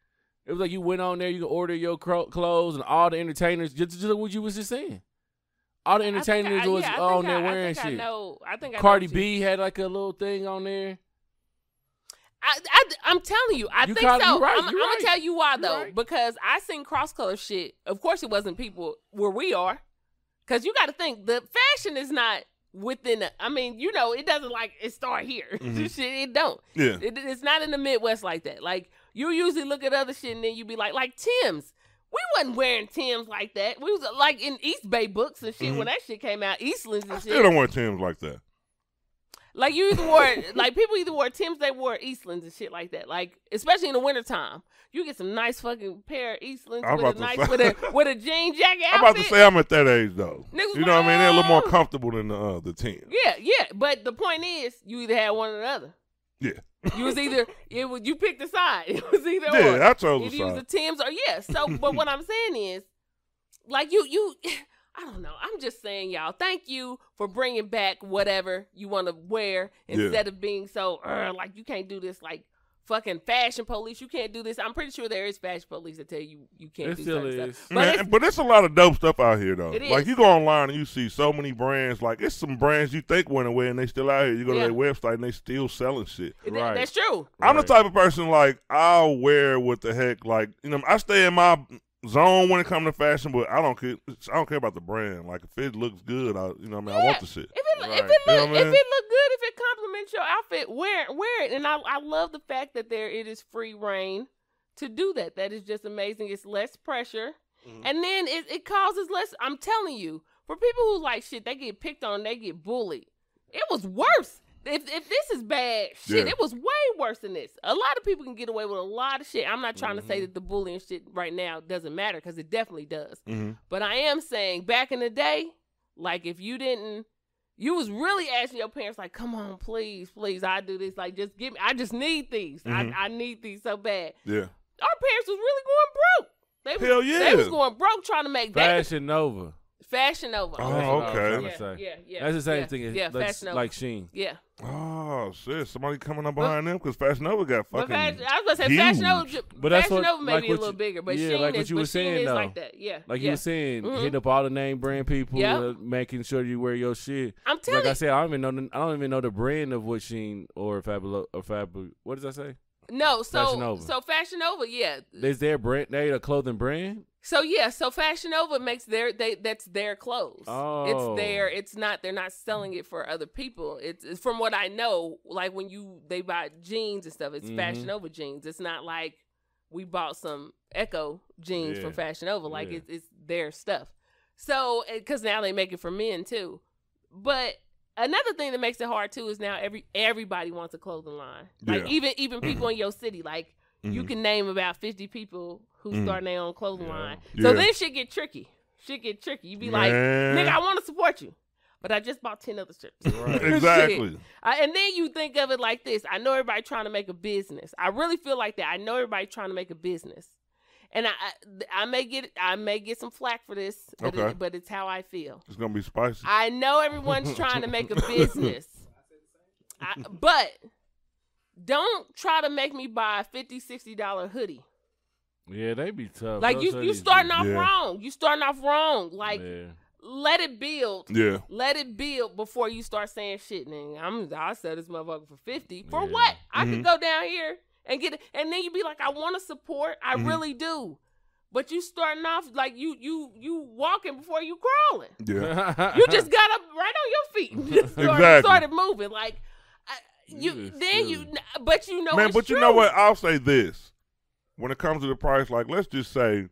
C: It was like you went on there, you can order your cro- clothes and all the entertainers. Just, just like what you was just saying, all the
B: I think
C: entertainers
B: I-
C: was
B: yeah, I
C: on
B: think
C: there
B: I-
C: wearing
B: I think I
C: shit.
B: know. I think I know
C: Cardi
B: what you-
C: B had like a little thing on there.
B: I, I, I'm telling you, I
C: You
B: think
C: got-
B: so.
C: you right,
B: I'm,
C: you
B: I'm
C: right.
B: gonna tell you why
C: You
B: though,
C: right.
B: because I seen cross color shit. Of course, it wasn't people where we are, because you got to think the fashion is not within. A, I mean, you know, it doesn't like it start here.
A: Mhm.
B: shit, it don't.
A: Yeah.
B: It, it's not in the Midwest like that. Like you usually look at other shit and then you be like, like Tim's. We wasn't wearing Tim's like that. We was like in East Bay books and shit
A: Mhm.
B: when that shit came out. Eastlands and
A: I
B: shit.
A: still don't wear Tim's like that.
B: Like you either wore like people either wore Tim's, they wore Eastlands and shit like that. Like especially in the wintertime, you get some nice fucking pair of Eastlands
A: I'm
B: with a
A: about
B: nice
A: to
B: with
A: say-
B: a with a jean jacket
A: I'm
B: outfit.
A: about to say I'm at that age though.
B: Niggas
A: You know what I mean? They're a little more
B: wild.
A: comfortable than the uh, the ten.
B: yeah, yeah. But the point is, you either had one or the other.
A: Yeah.
B: You was either it was you picked a side. It was either or.
A: Yeah, I chose
B: Either
A: the
B: you was a
A: side.
B: Tim's or yeah. So, but what I'm saying is, like you, you, I don't know. I'm just saying, y'all, thank you for bringing back whatever you want to wear
A: Yeah.
B: instead of being so uh, like you can't do this like fucking fashion police. You can't do this. I'm pretty sure there is fashion police that tell you you can't
C: It
B: do
C: still
B: certain
C: is.
B: stuff. But
A: Man,
B: it's-
A: but it's a lot of dope stuff out here though.
B: It
A: Like
B: is.
A: you go online and you see so many brands. Like it's some brands you think went away and they still out here. You go to
B: Yeah.
A: their website and they still selling shit.
B: th-
C: Right.
B: that's true.
A: I'm the
C: Right.
A: type of person like I'll wear what the heck. Like you know, I stay in my zone when it comes to fashion, but I don't care. I don't care about the brand. Like if it looks good, I you know what I mean. I want
B: Yeah.
A: the shit.
B: If it, look if it
C: Right.
B: look
A: You know what I
B: if
A: mean?
B: it look good, if it complements your outfit, wear it, wear it. And I I love the fact that there it is free reign to do that. That is just amazing. It's less pressure,
A: Mhm.
B: and then it it causes less. I'm telling you, for people who like shit, they get picked on, they get bullied. It was worse. If if this is bad shit,
A: Yeah.
B: it was way worse than this. A lot of people can get away with a lot of shit. I'm not trying to say
A: Mm-hmm.
B: that
C: Mhm.
B: the bullying shit right now doesn't matter because it definitely does.
A: hmm
B: But I am saying back in the day, like if you didn't, you was really asking your parents, like, come on, please, please, I do this. Like, just give me, I just need these.
C: Mm-hmm.
A: Mhm.
B: I, I need these so bad.
A: Yeah.
B: Our parents was really going broke. They was,
A: Hell yeah.
B: they was going broke trying to make that
C: Fashion Nova.
B: fashion over.
A: Oh,
C: That's what I was
A: okay.
C: trying to
B: Yeah,
C: say.
B: yeah, yeah.
C: That's the same
B: yeah,
C: thing as
B: Yeah,
C: like,
B: fashion over.
C: like Sheen.
B: yeah.
A: Oh shit! Somebody coming up
B: But-
A: behind them because Fashion Nova got
B: But
A: fucking.
B: fashion, I was gonna say fashion
A: huge.
B: over, ju-
C: But that's
B: fashion
C: what-
B: over
C: like
B: maybe a
C: what
B: little
C: you-
B: bigger, but
C: yeah,
B: Sheen
C: like what
B: is,
C: you
B: but
C: were saying,
B: Sheen is
C: though.
B: like that. Yeah,
C: Like you
B: yeah.
C: were saying,
B: Mhm.
C: hit up all the name brand people,
B: Yeah.
C: uh, making sure you wear your shit.
B: I'm telling
C: Like I
B: you,
C: said, I don't even know. The, I don't even know the brand of what Sheen or Fabulo or Fabu. What does I say?
B: no.
C: Fashion
B: So
C: Nova.
B: so fashion over, yeah.
C: Is their brand? They a clothing brand?
B: So yeah, so Fashion Nova makes their they that's their clothes.
C: Oh.
B: It's their it's not they're not selling it for other people. It's, it's from what I know, like when you they buy jeans and stuff, it's
C: Mhm.
B: Fashion Nova jeans. It's not like we bought some Echo jeans
C: Yeah.
B: from Fashion Nova. Like
C: Yeah.
B: it's it's their stuff. So because now they make it for men too. But another thing that makes it hard too is now every everybody wants a clothing line. Like
A: Yeah.
B: even even people in your city, like you can name about 50 people who
A: Mhm.
B: start their own clothing
C: Mm-hmm. Mm. Yeah.
B: line.
A: Yeah.
B: So then shit get tricky. Shit get tricky. You be like, nigga, I want to support you, but I just bought 10 other shirts.
C: Right.
B: Shit.
A: exactly.
B: I, and then you think of it like this. I know everybody trying to make a business. I really feel like that. I know everybody trying to make a business. And I, I, I may get I may get some flack for this, but,
A: Okay.
B: it, but it's how I feel.
A: It's gonna be spicy.
B: I know everyone's trying to make a business, I, but don't try to make me buy a 50 dollar hoodie.
C: Yeah, they be tough.
B: Like
C: Those
B: you, you
C: hoodies
B: starting
C: be-
B: off
A: Yeah.
B: wrong. You starting off wrong. Like
C: Yeah.
B: let it build.
A: yeah.
B: Let it build before you start saying shit. Nigga, I'm I sell this motherfucker for fifty. For
C: Yeah.
B: what? I
A: Mhm.
B: could go down here and get it, and then you be like, I want to support. I
A: Mhm.
B: really do. But you starting off like you you you walking before you crawling.
A: Yeah.
B: You just got up right on your feet. and just started,
A: Exactly.
B: started moving like I, you.
C: You just
B: then you,
C: silly.
B: but you know,
A: Man,
B: it's
A: but you
B: true.
A: know what? I'll say this. When it comes to the price, like let's just say,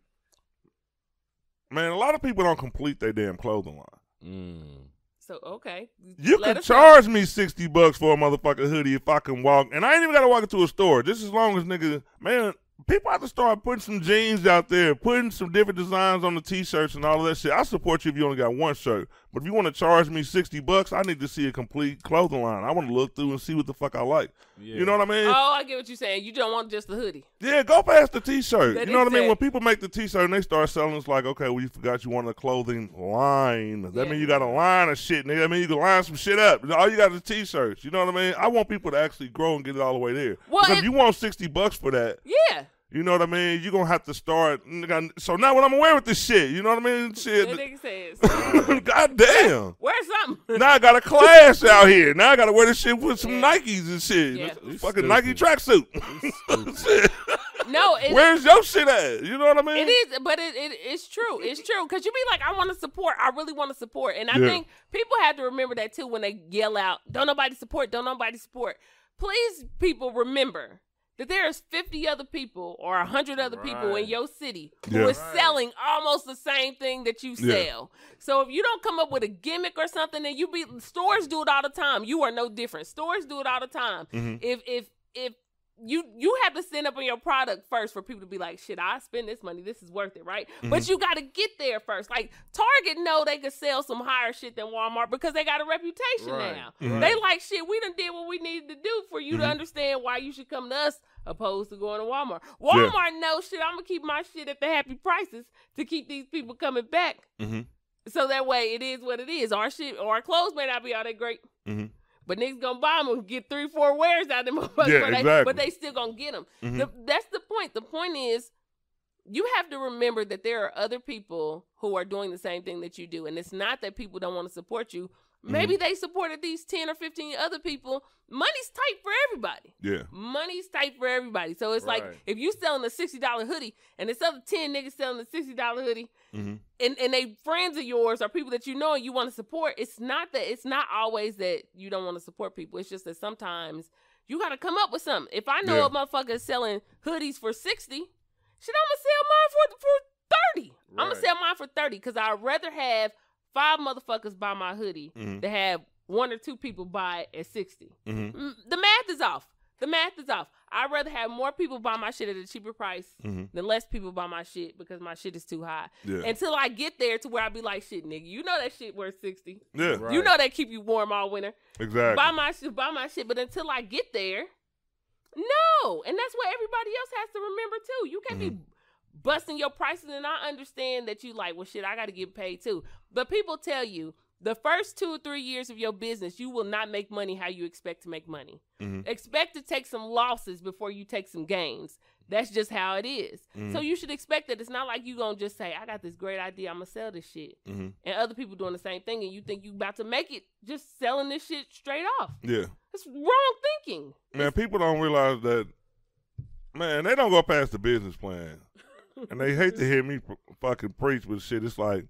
A: man, a lot of people don't complete their damn clothing line.
C: Mm.
B: So okay,
A: You
B: Let
A: can
B: us know.
A: charge me sixty bucks for a motherfucking hoodie if I can walk, and I ain't even gotta walk into a store. Just as long as nigga, man, people have to start putting some jeans out there, putting some different designs on the t-shirts and all of that shit. I support you if you only got one shirt, but if you want to charge me sixty bucks, I need to see a complete clothing line. I want to look through and see what the fuck I like. You know what I mean?
B: Oh, I get what you're saying. You don't want just the hoodie.
A: Yeah, go past the t-shirt.
B: That
A: you know what I mean?
B: is
A: When
B: it.
A: people make the t-shirt and they start selling, it's like, okay, well, you forgot you wanted a clothing line. Does that
B: Yeah.
A: mean you got a line of shit, nigga? I mean, you can line some shit up. All you got is t-shirts. You know what I mean? I want people to actually grow and get it all the way there.
B: Well,
A: because
B: it-
A: if you want 60 bucks for that,
B: Yeah,
A: you know what I mean? You're going to have to start. nigga, So now what I'm going to wear with this shit? You know what I mean?
B: that
A: Shit.
B: nigga says.
A: God damn.
B: Wear something.
A: Now I got a clash out here. Now I got to wear this shit with some
B: Yeah.
A: Nikes and shit.
B: Yeah.
A: This
C: You
A: Fucking Nike tracksuit. Shit.
B: No, it,
A: Where's your shit at? You know what I mean?
B: It is, but it, it it's true. It's true because you be like, I want to support. I really want to support, and I
A: Yeah.
B: think people have to remember that too when they yell out, "Don't nobody support! Don't nobody support!" Please, people, remember that there is fifty other people or hundred other people
C: Right.
B: in your city who
A: Yeah.
B: is selling almost the same thing that you
A: Yeah.
B: sell. So if you don't come up with a gimmick or something, then you be stores do it all the time. You are no different. Stores do it all the time.
A: Mhm.
B: If if if you you have to stand up on your product first for people to be like, shit, I spend this money, this is worth it, right? But you got to get there first. Like Target, know they could sell some higher shit than Walmart because they got a reputation
C: Right,
B: now.
A: Mhm.
B: They like shit. We done did what we needed to do for you to
A: Mhm.
B: understand why you should come to us opposed to going to Walmart. Walmart knows shit. I'm gonna keep my shit at the happy prices to keep these people coming back.
A: Mhm.
B: So that way, it is what it is. Our shit, our clothes may not be all that great.
A: Mhm.
B: But niggas gonna buy them and get three, four wears out of them. motherfuckers,
A: Yeah,
B: but they-
A: exactly.
B: But they still gonna get them.
A: Mhm.
B: The, that's the point. The point is, you have to remember that there are other people who are doing the same thing that you do, and it's not that people don't want to support you. Maybe they supported these ten or fifteen other people. Money's tight for everybody.
A: Yeah.
B: Money's tight for everybody. So it's like
C: Right.
B: if you selling a sixty dollar hoodie and this other ten niggas selling a sixty dollar hoodie,
A: Mm-hmm.
B: and and they friends of yours or people that you know and you want to support it's not that it's not always that you don't want to support people it's just that sometimes you got to come up with something if i know
A: Yeah.
B: a motherfucker is selling hoodies for 60 shit i'm gonna sell mine for for 30 i'm
C: Right.
B: gonna sell mine for 30 because i'd rather have five motherfuckers buy my hoodie
A: Mhm.
B: than have one or two people buy it at 60
A: Mm-hmm.
B: Mm, the math is off the math is off i'd rather have more people buy my shit at a cheaper price
A: Mm-hmm.
B: than less people buy my shit because my shit is too high
A: Yeah.
B: until I get there to where I be like, shit, nigga, you know that shit worth sixty.
A: yeah.
C: Right.
B: You know that keep you warm all winter.
A: Exactly.
B: Buy my shit, buy my shit. But until I get there, no. And that's what everybody else has to remember too. You can't be busting your prices, and I understand that you like, well, shit, I got to get paid too. But people tell you. The first two or three years of your business, you will not make money how you expect to make money.
A: Mhm.
B: Expect to take some losses before you take some gains. That's just how it is.
A: Mhm.
B: So you should expect that it's not like you gonna just say, I got this great idea, I'm gonna sell this shit.
A: mm-hmm.
B: And other people doing the same thing and you think you about to make it just selling this shit straight off.
A: Yeah.
B: That's wrong thinking.
A: Man, people don't realize that. Man, they don't go past the business plan, and they hate to hear me p- fucking preach with shit. It's like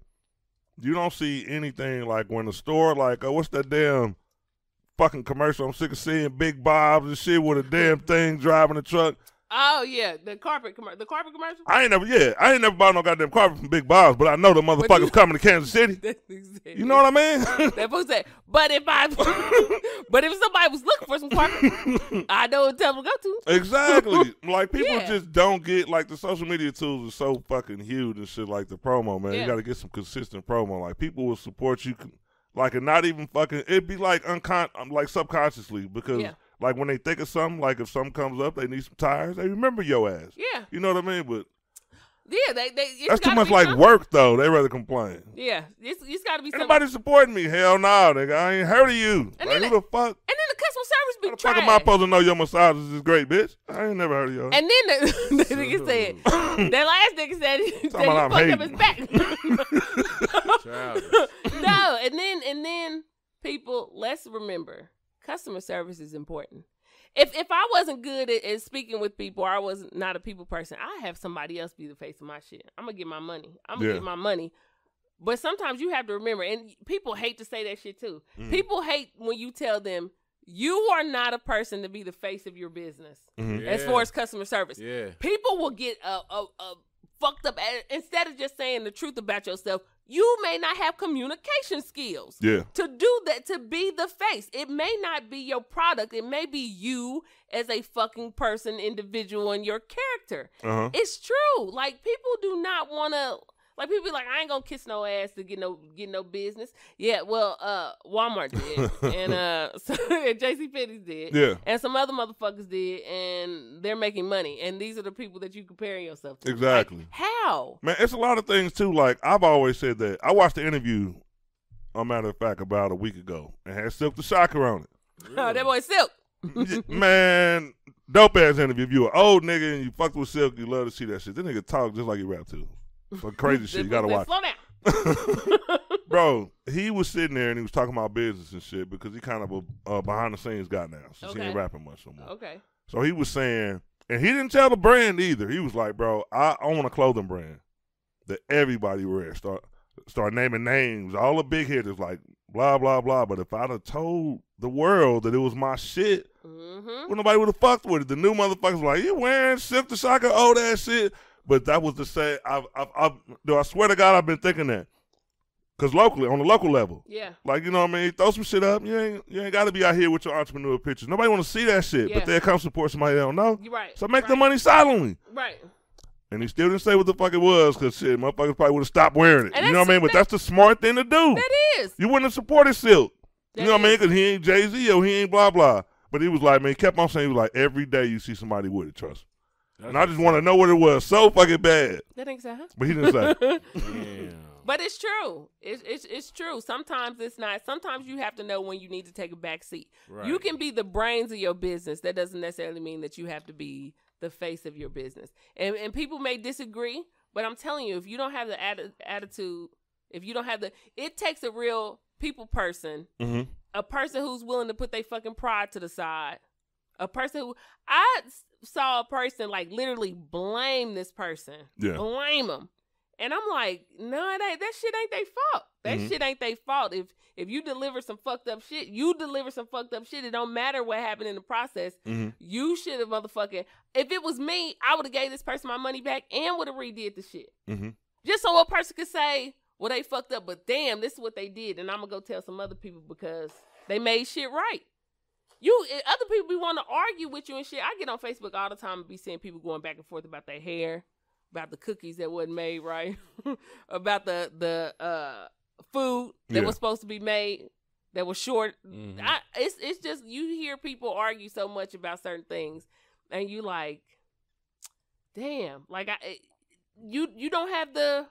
A: you don't see anything like when a store like, oh, what's that damn fucking commercial? I'm sick of seeing big bobs and shit with a damn thing driving a truck.
B: Oh yeah, the carpet commercial. The carpet commercial.
A: I ain't never, yeah, I ain't never bought no goddamn carpet from Big Bob's, but I know the motherfuckers
B: you-
A: coming to Kansas City.
B: That's exactly.
A: You know what I mean?
B: that fool said. But if I, but if somebody was looking for some carpet, I know what tell them to go to.
A: Exactly. like people
B: Yeah.
A: just don't get like the social media tools are so fucking huge and shit. Like the promo, man,
B: Yeah.
A: you got to get some consistent promo. Like people will support you, con- like and not even fucking. It'd be like uncon, um, like subconsciously because
B: Yeah.
A: like when they think of something, like if something comes up, they need some tires. They remember your ass.
B: Yeah,
A: You know what I mean? But
B: yeah. They, they. it's
A: that's too
B: gotta
A: much
B: be
A: like
B: something.
A: work though. They rather complain.
B: Yeah, it's, it's got to be
A: Ain't
B: somebody.
A: nobody supporting me. Hell no, nigga. I ain't heard of you.
B: And
A: like
B: then
A: who the fuck?
B: And then the customer service be
A: How the
B: trash.
A: fuck am I supposed to know your massages is great, bitch? I ain't never heard of y'all.
B: And then the, the nigga said, that last nigga said, he said
A: Talking about
B: he
A: I'm
B: fucked up his back.
C: Childish.
B: no, and then and then people, let's remember, customer service is important. If if I wasn't good at, at speaking with people, or I was not a people person, I have somebody else be the face of my shit. I'm gonna get my money. I'm gonna
A: Yeah.
B: get my money. But sometimes you have to remember, and people hate to say that shit too.
A: Mm.
B: People hate when you tell them you are not a person to be the face of your business
A: Mhm.
B: as far as customer service.
C: yeah.
B: People will get a, a, a fucked up. And Instead of just saying the truth about yourself, you may not have communication skills
A: Yeah.
B: to do that to be the face it may not be your product it may be you as a fucking person individual and your character
A: Uh huh.
B: it's true like people do not want to like people be like i ain't gonna kiss no ass to get no get no business yeah well uh walmart did and uh so, and jc Penney's did
A: Yeah.
B: and some other motherfuckers did and they're making money and these are the people that you comparing yourself to
A: Exactly.
B: how
A: Man, it's a lot of things too. Like I've always said that. I watched the interview, a matter of fact, about a week ago, and had Silk the Shocker on
B: that boy silk
A: it. Man, dope ass interview. If you an old nigga and you fucked with Silk, you love to see that shit. This nigga talk just like he rap too. Some crazy shit. You gotta watch.
B: slow down
A: Bro, he was sitting there and he was talking about business and shit because he kind of a uh, behind the scenes guy now since he ain't
B: Okay.
A: rapping much no more.
B: okay
A: So he was saying, and he didn't tell the brand either. He was like, "Bro, I own a clothing brand that everybody wears." Start start naming names, all the big hitters, like blah blah blah. But if I'd have told the world that it was my shit,
B: mm-hmm
A: well, nobody would have fucked with it. The new motherfuckers were like, "You wearing Silk the Shocker, old ass shit." But that was the same. I've, I've, I've, dude, I swear to God, I've been thinking that. Cause locally, on the local level,
B: Yeah.
A: Like you know what I mean? Throw some shit up. You ain't you ain't gotta be out here with your entrepreneur pictures. Nobody wanna see that shit.
B: Yeah.
A: But they'll come support somebody they don't know.
B: You're right.
A: So make
B: right,
A: the money silently.
B: Right.
A: And he still didn't say what the fuck it was, cause shit, motherfuckers probably would have stopped wearing it.
B: And
A: you know what I
B: that's-
A: mean? But that's the smart thing to do.
B: That is.
A: You wouldn't have supported Silk.
B: That
A: you know what I mean?
B: is.
A: Cause he ain't Jay Z or he ain't blah blah. But he was like, man, he kept on saying he was like, every day you see somebody with it, trust me. And I just want to know what it was so fucking bad.
B: That ain't so, huh?
A: But he didn't say.
C: Damn.
B: But it's true. It's, it's it's true. Sometimes it's not. Sometimes you have to know when you need to take a back seat. You
C: Right.
B: can be the brains of your business. That doesn't necessarily mean that you have to be the face of your business. And and people may disagree, but I'm telling you, if you don't have the atti- attitude, if you don't have the, it takes a real people person
A: mm-hmm.
B: a person who's willing to put their fucking pride to the side. A person who I s- saw a person like literally blame this person,
A: Yeah.
C: Oh.
B: blame him, and I'm like, no, it ain't. That shit ain't their fault. That
A: Mhm.
B: shit ain't their fault. If if you deliver some fucked up shit, you deliver some fucked up shit. It don't matter what happened in the process.
A: Mm-hmm.
B: You should have motherfucking. If it was me, I would have gave this person my money back and would have redid the shit
A: Mhm.
B: just so a person could say, "Well, they fucked up, but damn, this is what they did," and I'm gonna go tell some other people because they made shit right. You eh, other people be want to argue with you and shit. I get on Facebook all the time and be seeing people going back and forth about their hair, about the cookies that wasn't made right, about the the uh, food that
A: Yeah.
B: was supposed to be made that was short.
C: Mhm.
B: I, it's it's just you hear people argue so much about certain things, and you like, damn, like I, it- you you don't have the,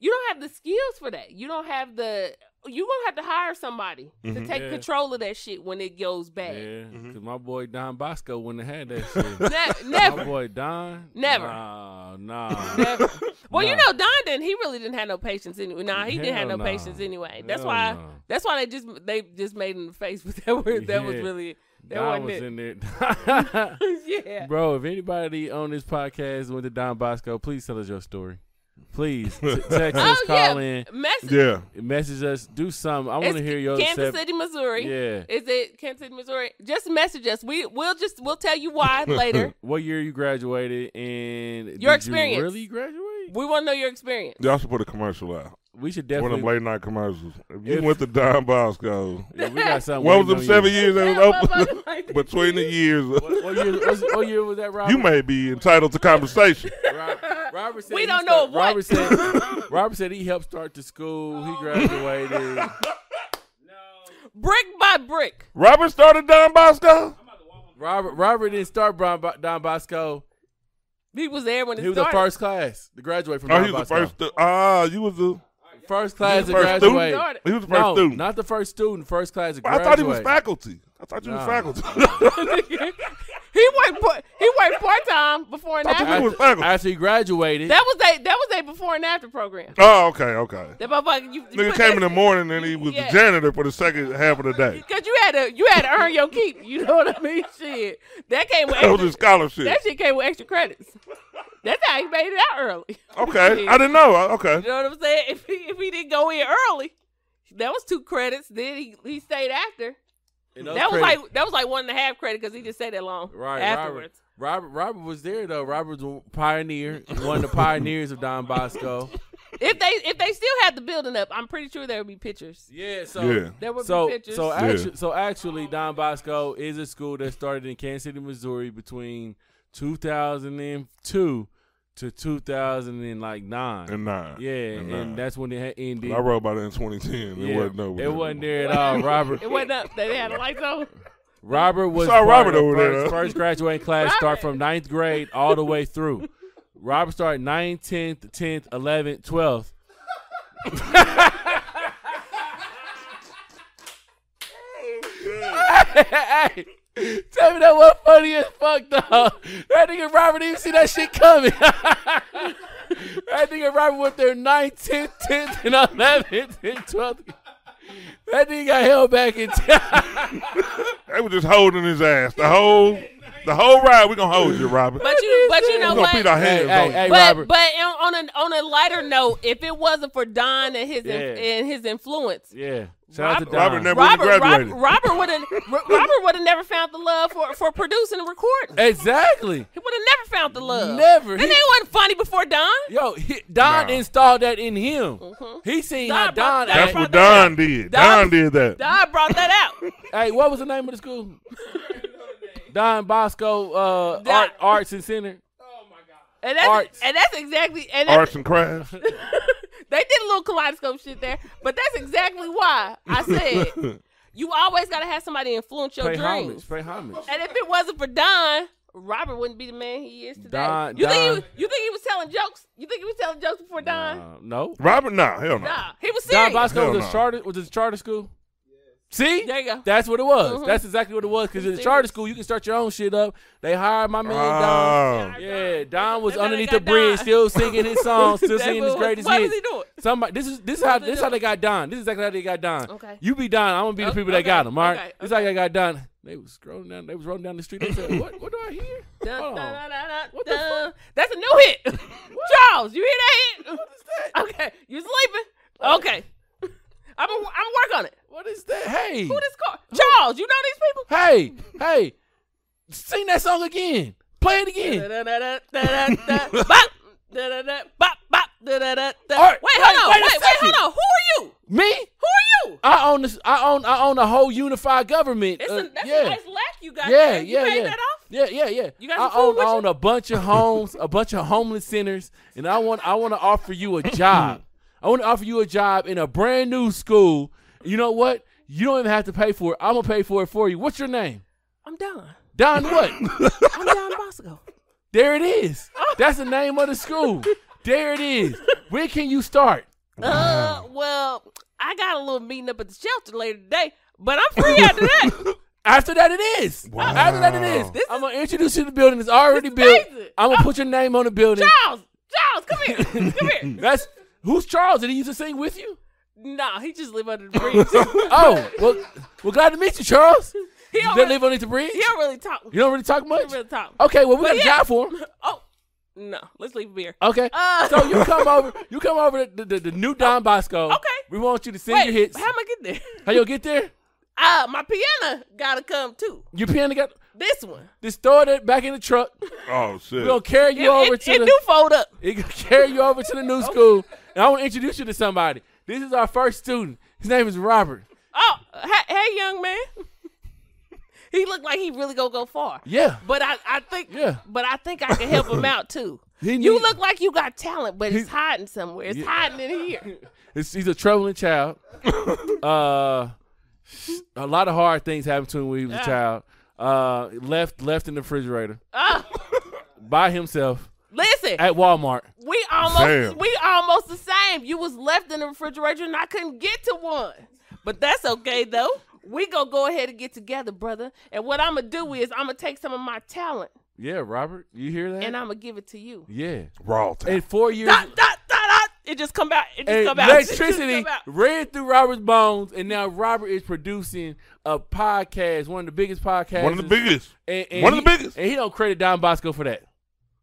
B: you don't have the skills for that. You don't have the. You gonna have to hire somebody to
A: Mhm.
B: take
C: Yeah.
B: control of that shit when it goes
C: Yeah,
B: bad.
A: Mhm.
C: cause my boy Don Bosco wouldn't have had that shit.
B: Ne-
C: My
B: never,
C: boy Don.
B: Never.
C: Nah, nah.
B: never. Well, you
C: Nah.
B: know, Don didn't. He really didn't have no patience anyway. Nah, he didn't have no
C: Hell nah.
B: patience anyway. That's
C: Hell
B: why.
C: nah.
B: That's why they just they just made him the face, but that was that was
C: Yeah.
B: really that
C: Don
B: wasn't
C: was
B: it.
C: in there.
B: yeah.
C: Bro, if anybody on this podcast went to Don Bosco, please tell us your story. Please t- text us,
B: Oh,
C: call
B: yeah. Message.
A: Yeah.
C: in, message us, do something. I want to
B: It's
C: hear your
B: Kansas
C: sep-
B: City, Missouri.
C: Yeah.
B: Is it Kansas City, Missouri? Just message us. We we'll just we'll tell you why later.
C: What year you graduated and did
B: experience.
C: You really graduate?
B: We want to know your experience.
A: Y'all should put a commercial out.
C: We should
A: One of them
C: definitely.
A: late night commercials. If you
C: If-
A: went to Don Bosco,
C: Yeah, we got something.
A: what was
C: waiting
A: them
C: on
A: seven
C: you.
A: years that was open between the years?
C: What, what year, what's- what year was that, Robert?
A: You may be entitled to conversation.
C: Rob, Robert said
B: We
C: he
B: don't
C: start-
B: know what. Oh.
C: Robert said, Robert said he helped start the school. He graduated.
B: brick by brick.
A: Robert started Don Bosco.
C: Robert Robert didn't start Bron- Bo- Don Bosco.
B: He was there when it
C: He was the
B: started.
C: first class to graduate from
A: Oh,
C: Don
A: he was the
C: Bosco.
A: first. stu- Ah, you was the.
C: First
A: he
C: class
A: was the
C: to
A: first
C: graduate.
A: student. He was the first
C: no,
A: student.
C: not the first student. First class to
A: I
C: graduate.
A: thought he was faculty. I thought you
C: No.
A: was faculty.
B: he worked part, he worked part time before and
A: Thought you
B: after.
A: was faculty.
C: After he graduated,
B: That was a that was a before and after program.
A: oh, okay, okay.
B: That motherfucker you, you
A: Nigga
B: put
A: came
B: that-
A: in the morning and he was
B: Yeah.
A: the janitor for the second half of the day.
B: Cause you had to you had to earn your keep. You know what I mean? Shit, that came with
A: That was
B: extra,
A: his scholarship.
B: that shit came with extra credits. That's how he made it out early.
A: Okay,
B: Shit.
A: I didn't know.
B: You
A: Okay,
B: know what I'm saying? If he if he didn't go in early, that was two credits. Then he, he stayed after.
C: And
B: That
C: those
B: was
C: credits-
B: like that was like one and a half credit because he just stayed that long.
C: Right, Robert.
B: afterwards.
C: Robert Robert was there though. Robert was a pioneer, one of the pioneers of Don Bosco.
B: If they if they still had the building up, I'm pretty sure there would be pictures.
C: Yeah, so
A: yeah.
B: There would
C: so
B: be pictures.
C: so
A: Yeah.
C: actually, so actually, Don Bosco is a school that started in Kansas City, Missouri, between 2002 to 2009.
A: And nine.
C: yeah, and,
A: nine.
C: that's when it had ended.
A: I wrote about it in 2010. It
C: Yeah,
A: wasn't over.
C: it wasn't there at all. Robert
B: it wasn't up. They had the lights on.
C: Robert was
A: Sorry,
C: part
A: Robert
C: of the
A: over there,
C: first,
A: huh?
C: first graduating class. Start
B: Robert.
C: from ninth grade all the way through. Robert started 9th, 10th, 10th, 11th, 12th. hey, hey, tell me that was funny as fuck though. That nigga Robert didn't even see that shit coming. that nigga Robert went there 9th, 10th, 10th, and 11th, and 12th. That nigga got held back in time.
A: They were just holding his ass the whole the whole ride. We gonna hold you, Robert.
B: But you but you know
A: we gonna beat our
B: what?
A: hands on
C: Hey, hey,
A: you.
C: hey,
B: But
C: Robert.
B: but on on a on a lighter note, if it wasn't for Don and his in-
C: Yeah.
B: and his influence,
C: Yeah. Shout out to
A: Robert
B: Robert-
C: Don.
A: never- would've
B: Robert Robert,
A: graduated.
B: Robert would have Robert would have never found the love for for producing and recording.
C: Exactly.
B: He would have never found the love.
C: Never.
B: And
C: He-
B: they wasn't funny before Don.
C: Yo, he, Don
A: Nah.
C: installed that in him. He
B: Mm-hmm.
C: seen
B: Don
C: how
B: brought that
C: Don.
A: That's
C: Hey,
B: from-
A: what Don did. Don
B: Don-
A: did that.
B: Don brought that out.
C: hey, what was the name of the school? Don Bosco uh,
B: Don-
C: Art, Arts and Center.
B: And that's
C: Arts.
B: and that's exactly and that's,
A: Arts and crafts.
B: they did a little kaleidoscope shit there. But that's exactly why I said you always gotta have somebody influence your
C: Pay
B: dreams.
C: homage. Pay homage.
B: And if it wasn't for Don, Robert wouldn't be the man he is today.
C: Don-
B: you think he
C: Don-
B: was, you think he was telling jokes? You think he was telling jokes before Don?
C: Uh, no.
A: Robert, nah, hell no.
B: Nah, he was serious.
C: Don Bosco
A: Hell
C: was a
A: no.
C: charter. Was a charter school. See,
B: There you go.
C: that's what it was.
B: Mhm.
C: That's exactly what it was. Because in the
B: Serious.
C: charter school, you can start your own shit up. They hired my man Don.
A: Oh,
C: Yeah, Don was
B: They better
C: underneath the
B: got
C: bridge,
B: Don.
C: still singing his songs, still
B: That
C: singing
B: fool
C: his
B: was-
C: greatest
B: What
C: hits.
B: was he doing?
C: Somebody, this is this is how
B: they
C: this how
B: doing?
C: they got done. This is exactly how they got done.
B: Okay.
C: You be done. I'm gonna be the
B: Oh,
C: people that
B: okay,
C: got them. All right.
B: okay,
C: This is how they got done. They was scrolling down. They was rolling down the street. They said, "What? What do I hear?
B: Dun,
C: Hold
B: dun,
C: on.
B: dun, dun, dun,
C: What the
B: dun. That's a new hit. Charles, you hear that hit? Okay, you sleeping? Okay, I'm gonna I'm gonna work on it.
C: What is that? Hey,
B: Who this car? Charles, you know these people?
C: hey, hey! Sing that song again. Play it again.
B: Da-da-da-da-da-da, bop, da-da-da, bop, bop, da-da-da-da.
C: All
B: Wait,
C: right, wait,
B: hold on.
C: wait
B: Wait,
C: a
B: wait,
C: second. Uh,
B: hold on. Who are you?
C: Me?
B: Who are you?
C: I own this. I own. I own a whole unified government.
B: It's
C: Uh,
B: a, that's
C: yeah.
B: a nice lack you got.
C: yeah,
B: there. You
C: yeah,
B: paid
C: yeah.
B: that off?
C: Yeah, yeah, yeah.
B: You got
C: I
B: some food
C: own,
B: with
C: I
B: you?
C: own a bunch of homes, a bunch of homeless centers, and I want I want to offer you a job. I want to offer you a job in a brand new school. You know what? You don't even have to pay for it. I'm gonna pay for it for you. What's your name?
B: I'm Don.
C: Don what?
B: I'm Don Bosco.
C: there it is. That's the name of the school. There it is. When can you start?
B: Uh, well, I got a little meeting up at the shelter later today, but I'm free after that.
C: After that, it is.
A: Wow.
C: After that, it is.
B: This
C: I'm gonna introduce you to the building. It's already
B: is
C: built.
B: amazing.
C: I'm gonna put your name on the building.
B: Charles, Charles, come here, come here.
C: That's who's Charles? Did he used to sing with you?
B: Nah, he just live under the bridge.
C: Oh, well, well, glad to meet you, Charles.
B: He
C: You
B: don't,
C: don't
B: really,
C: live Oh. underneath the bridge?
B: he don't really talk. He
C: You don't really talk
B: don't
C: much?
B: really talk.
C: Okay, well, we got a
B: yeah.
C: job for him.
B: Oh, no, let's leave him here.
C: Okay.
B: Uh, Oh,
C: So you come over, you come over to the, the, the new Don Bosco.
B: Okay.
C: We want you to sing
B: wait,
C: your hits.
B: how am I getting there?
C: How you get there?
B: Uh, my piano gotta come too.
C: Your piano got,
B: This one.
C: just throw it back in the truck.
A: oh shit.
C: We're going to carry you
B: It-
C: over
B: it,
C: to
B: it
C: the,
B: do fold up.
C: it gonna carry you over to the new school. And I want to introduce you to somebody. This is our first student. His name is Robert.
B: Oh, hey, hey young man. he looked like he really gonna go far.
C: Yeah.
B: But I, I think
C: Yeah.
B: but I think I can help him out too.
C: He
B: you
C: need-
B: look like you got talent, but it's
C: He-
B: hiding somewhere. It's
C: Yeah.
B: hiding in here.
C: It's, he's a troubling child. uh, a lot of hard things happened to him when he was a
B: Yeah.
C: child. Uh, left left in the refrigerator
B: Oh,
C: by himself
B: listen,
C: at Walmart.
B: we almost
A: Damn.
B: we almost the same. You was left in the refrigerator and I couldn't get to one. But that's okay though. We gonna go ahead and get together, brother. And what I'ma do is I'ma take some of my talent
C: Yeah, Robert, you hear that?
B: and I'ma give it to you.
C: yeah.
A: Raw time.
C: And four years.
B: Dot, dot, dot, dot. It just come out. It just
C: and
B: come out. It just
C: electricity
B: come out.
C: ran through Robert's bones, and now Robert is producing a podcast, one of the biggest podcasts.
A: One of the biggest.
C: And, and
A: one of the
C: he-
A: biggest.
C: And he don't credit Don Bosco for that.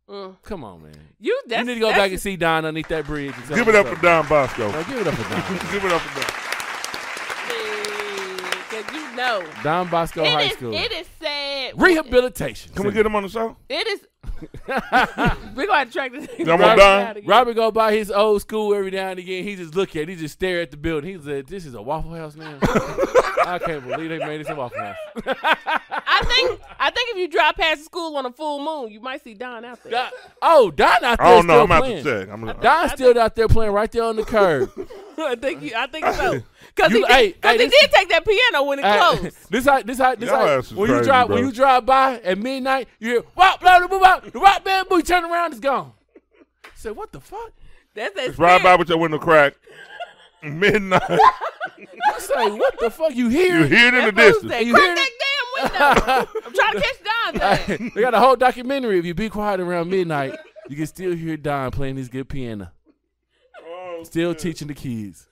B: Mm.
C: Come on, man.
B: You, that's,
C: you need to go
B: that's-
C: back and see Don underneath that bridge. and tell
A: Give
C: him
A: it up
C: what's
A: for Don Bosco.
C: No, give it up for Don.
A: Give it up for Don.
B: Yeah, 'cause you No.
C: Don Bosco
B: It
C: High
B: is-
C: School.
B: It is sad.
C: Rehabilitation.
A: Can we get him on the show?
B: It is. We're going to track this.
A: Come
C: on,
A: Don.
C: Robert go by his old school every now and again. He just look at it. He just stare at the building. He's like, this is a Waffle House now. I can't believe they made this a Waffle House.
B: I think I think if you drive past the school on a full moon, you might see Don out there.
C: Don- oh, Don out there
A: I don't know.
C: still
A: I'm gonna
C: playing.
A: have to check. I'm gonna,
C: Don's still out there playing right there on the curb.
B: I think you, I think so. Because
C: You-
B: he, did,
C: hey,
B: 'cause
C: hey,
B: he
C: this-
B: did take that piano when it
C: Hey,
B: closed.
C: this how this how this
A: Y'all
C: how,
A: ass is
C: when you
A: crazy,
C: drive when
A: bro.
C: you drive by at midnight, you hear wop blah blah blah bop, the rock band boy turn around, it's gone. You say what the fuck?
B: That's that
A: Drive by
B: spirit.
A: with your window crack. Midnight.
C: You say what the fuck? You hear?
A: you
C: it?
A: hear it in the
B: That fool's
A: distance.
B: that.
C: You hear
B: Crack that damn window. I'm trying to catch Don. back.
C: they got a whole documentary. If you be quiet around midnight, you can still hear Don playing his good piano, still teaching the kids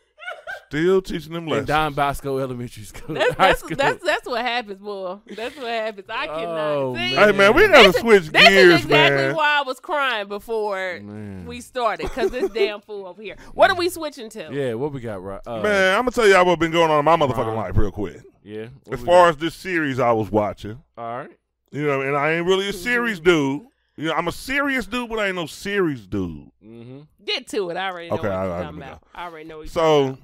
A: Still teaching them
C: in
A: lessons.
C: Don Bosco Elementary School,
B: That's,
C: high
B: that's,
C: school.
B: that's, that's what happens, boy. That's what happens. I cannot.
C: Oh,
B: see,
C: man.
A: hey man, we gotta switch
B: This
A: gears,
B: is exactly
A: man.
B: why I was crying before
C: Man.
B: we started, because this damn fool over here. What are we switching to?
C: yeah, what we got, right? Uh,
A: Man, I'm gonna tell y'all what been going on in my motherfucking
C: Ron.
A: life real quick.
C: yeah. what
A: As
C: we
A: far as this series I was watching,
C: got? all right,
A: you know, and I ain't really a series dude. You know, I'm a serious dude, but I ain't no series dude.
C: mm-hmm.
B: Get to it. I already know
A: Okay,
B: what
A: I-
B: you're
A: I
B: talking
A: know.
B: about. I already know what you're talking
A: So,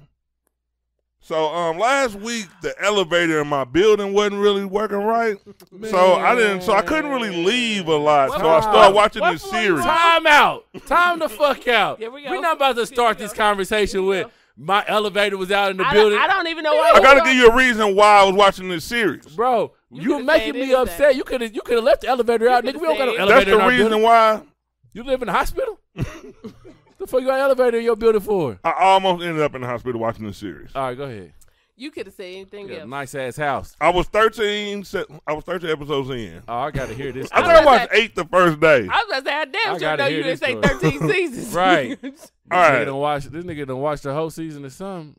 A: so um, last week the elevator in my building wasn't really working right, so I didn't, so I couldn't really leave a lot. So I started watching
B: What
A: this
B: floor you
A: series.
B: on?
C: Time out. Time the fuck out.
B: Here we go.
C: are not about to start this conversation with my elevator was out in the
B: about. I don't,
C: building.
B: I don't even know why.
A: I gotta give you a reason why I was watching this series.
C: Bro, you,
B: could've
C: were making
B: said
C: me
B: anything.
C: upset. You could have you could have left the elevator out, nigga.
B: could've
C: We don't got no
B: said-
A: That's
C: elevator in
A: the
C: our
A: reason
C: building.
A: why
C: You live in the hospital? the fuck you got an elevator in your building for?
A: I almost ended up in the hospital watching this series.
C: All right, go ahead.
B: You could have said anything
C: Yeah,
B: else.
C: nice ass house.
A: I was 13. se- I was 13 episodes in.
C: Oh, I gotta hear this.
A: I
C: story.
A: think I watched eight the first day.
B: I was about to say, I damn
C: I
B: sure
C: gotta
B: know
C: hear
B: you didn't
C: this
B: say
C: story.
B: 13 seasons.
A: All
C: Right. this nigga
A: right,
C: done watch this nigga done watch the whole season of something.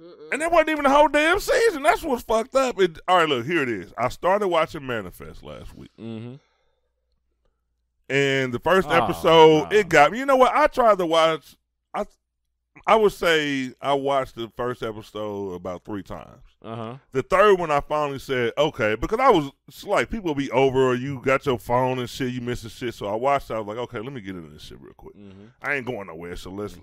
B: Mm-mm.
A: and that wasn't even the whole damn season. That's what's fucked up. It, all right, look here it is. I started watching Manifest last week.
C: Mm-hmm.
A: and the first
C: Oh,
A: episode
C: no.
A: it got me. You know what? I tried to watch. I I would say I watched the first episode about three times.
C: Uh-huh.
A: The third one, I finally said okay because I was it's like, people be over, or you got your phone and shit, you missing shit. So I watched. I was like, okay, let me get into this shit real quick.
C: Mm-hmm.
A: I ain't going nowhere, so let's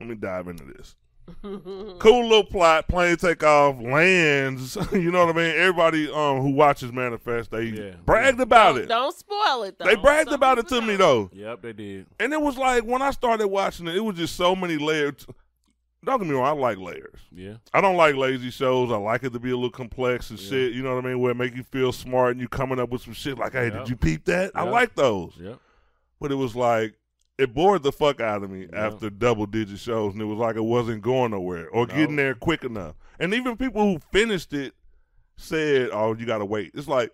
A: let me dive into this.
B: Mhm.
A: Cool little plot. Plane takeoff lands. you know what I mean? Everybody um who watches Manifest, they
C: Yeah.
A: bragged about it.
B: Don't spoil it, though.
A: They bragged
B: Some
A: about it
B: people
A: to me
B: don't.
A: though.
C: Yep, they did.
A: And it was like when I started watching it, it was just so many layers. Don't get me wrong, I like layers.
C: Yeah.
A: I don't like lazy shows. I like it to be a little complex and
C: Yeah.
A: shit. You know what I mean? Where it make you feel smart and you coming up with some shit like, hey,
C: Yeah.
A: did you peep that? I
C: Yeah.
A: like those.
C: Yep.
A: But it was like it bored the fuck out of me
C: Yeah.
A: after double digit shows, and it was like it wasn't going nowhere or
C: No.
A: getting there quick enough. And even people who finished it said, "Oh, you gotta wait." It's like,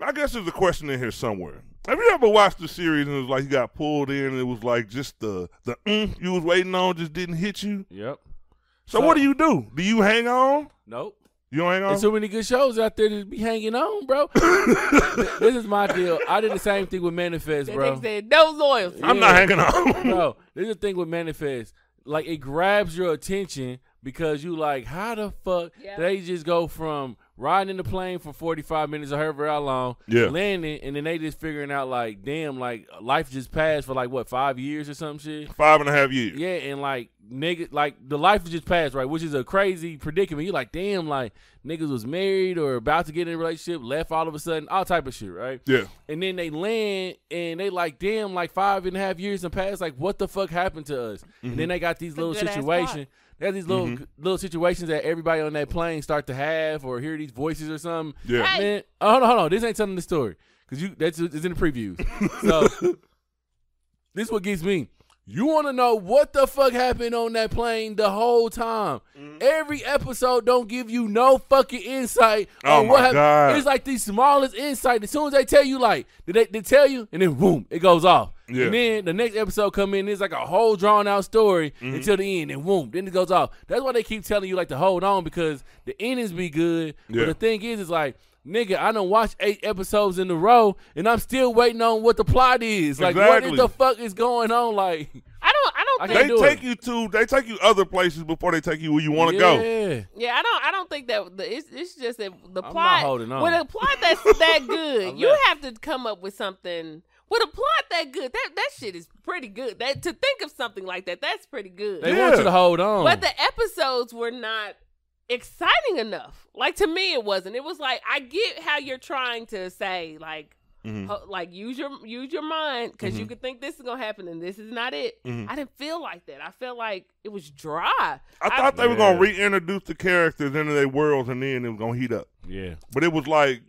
A: I guess there's a question in here somewhere. Have you ever watched the series and it was like you got pulled in, and it was like just the the mm you was waiting on just didn't hit you?
C: Yep.
A: So,
C: So-
A: what do you do? Do you hang on?
C: Nope.
A: You don't hang on.
C: There's so many good shows out there to be hanging on, bro. this is my deal. I did the same thing with Manifest,
B: That
C: bro.
B: nigga said, no loyalty.
A: I'm
C: Yeah.
A: not hanging on.
C: bro, this is the thing with Manifest. Like it grabs your attention because you like, how the fuck
B: Yeah.
C: they just go from riding in the plane for 45 minutes or however how long,
A: Yeah.
C: landing, and then they just figuring out like, damn, like life just passed for like what five years or some shit.
A: Five and a half years.
C: Yeah, and like niggas, like the life was just passed, right? Which is a crazy predicament. You like, damn, like niggas was married or about to get in a relationship, left all of a sudden, all type of shit, right?
A: Yeah.
C: And then they land and they like, damn, like five and a half years and past, like what the fuck happened to us? And then they got these little
B: good-ass
C: situations. They got these little little situations that everybody on that plane start to have or hear these voices or something.
A: Yeah.
B: Hey.
C: Man, oh, hold on, hold on. This ain't telling the story because you that's it's in the previews. So this what gets me. You want to know what the fuck happened on that plane the whole time?
A: Mm-hmm.
C: Every episode don't give you no fucking insight.
A: Oh
C: on what
A: my
C: hap-
A: God.
C: It's like the smallest insight. As soon as they tell you, like did they, they tell you, and then boom, it goes off.
A: Yeah.
C: And then the next episode come in, it's like a whole drawn out story
A: Mm-hmm.
C: until the end, and boom, then it goes off. That's why they keep telling you like to hold on because the endings be good,
A: Yeah.
C: but the thing is, is like, nigga, I don't watch eight episodes in a row, and I'm still waiting on what the plot is. Like, what
A: Exactly.
C: is the fuck is going on? Like,
B: I don't. I don't
C: I
B: think.
A: They
C: can't do it.
A: take you to they take you other places before they take you where you want to go.
C: Yeah.
B: Yeah, I don't. I don't think that the, it's, it's just that the
C: not
B: plot.
C: holding on.
B: With a plot that's that good,
C: I
B: you
C: left.
B: have to come up with something. With a plot that good, that that shit is pretty good. That to think of something like that, that's pretty good.
C: They
A: Yeah.
C: want you to hold on.
B: But the episodes were not exciting enough. Like to me, it wasn't. It was like I get how you're trying to say like
A: Mhm.
B: ho- like use your use your mind because you could think this is gonna happen and this is not it.
A: Mhm.
B: I didn't feel like that. I felt like it was dry.
A: I
B: I-
A: thought they were gonna
C: Yeah.
A: reintroduce the characters into their worlds and then it was gonna heat up.
C: yeah,
A: But it was like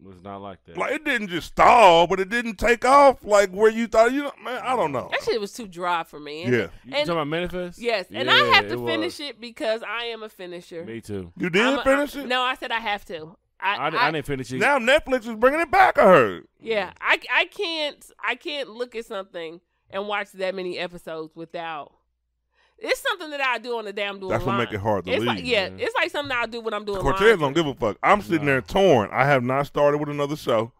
C: was not like that.
A: like it didn't just stall, but it didn't take off like where you thought. You know, man, I don't know.
B: That shit was too dry for me. And-
A: Yeah,
B: and-
C: you talking about manifest?
B: Yes, and
C: Yeah,
B: I have to
C: it was.
B: finish it because I am a finisher.
C: Me too.
A: you did
B: I'm a-
A: finish it.
B: No, I said I have to.
C: I,
B: I,
C: di- I didn't finish it.
A: Now Netflix is bringing it back. I heard.
B: Yeah,
A: Mm-hmm.
B: I, I can't I can't look at something and watch that many episodes without. It's something that I do on the day I'm doing.
A: That's what
B: laundry.
A: make it hard to
B: it's
A: leave.
B: Like, yeah,
C: man.
B: it's like something I do when I'm doing.
A: Cortez don't
B: laundry.
A: give a fuck. I'm sitting
C: No.
A: there torn. I have not started with another show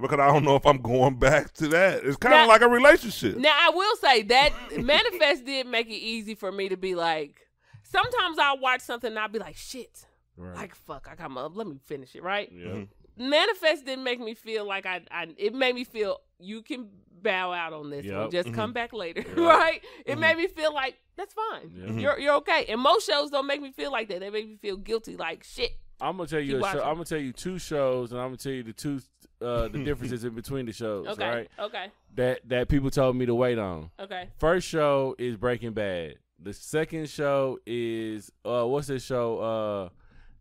A: because I don't know if I'm going back to that. It's kind
B: Now-
A: of like a relationship.
B: Now I will say that manifest did make it easy for me to be like. Sometimes I'll watch something and I'll be like, shit,
C: Right.
B: like fuck, I got my. Let me finish it right.
C: yeah.
A: Mhm.
B: manifest didn't make me feel like I, I it made me feel you can bow out on this one
C: Yep.
B: just come
A: Mhm.
B: back later
C: Yep.
B: right it
A: Mhm.
B: made me feel like that's fine
C: Yeah.
A: Mhm.
B: you're you're okay and most shows don't make me feel like that they make me feel guilty like shit
C: I'm gonna tell
B: Keep
C: you. A show,
B: watching.
C: I'm gonna tell you two shows, and I'm gonna tell you the two uh, the differences in between the shows.
B: okay
C: Right.
B: okay
C: That that people told me to wait on.
B: okay
C: First show is Breaking Bad. The second show is uh, what's this show uh,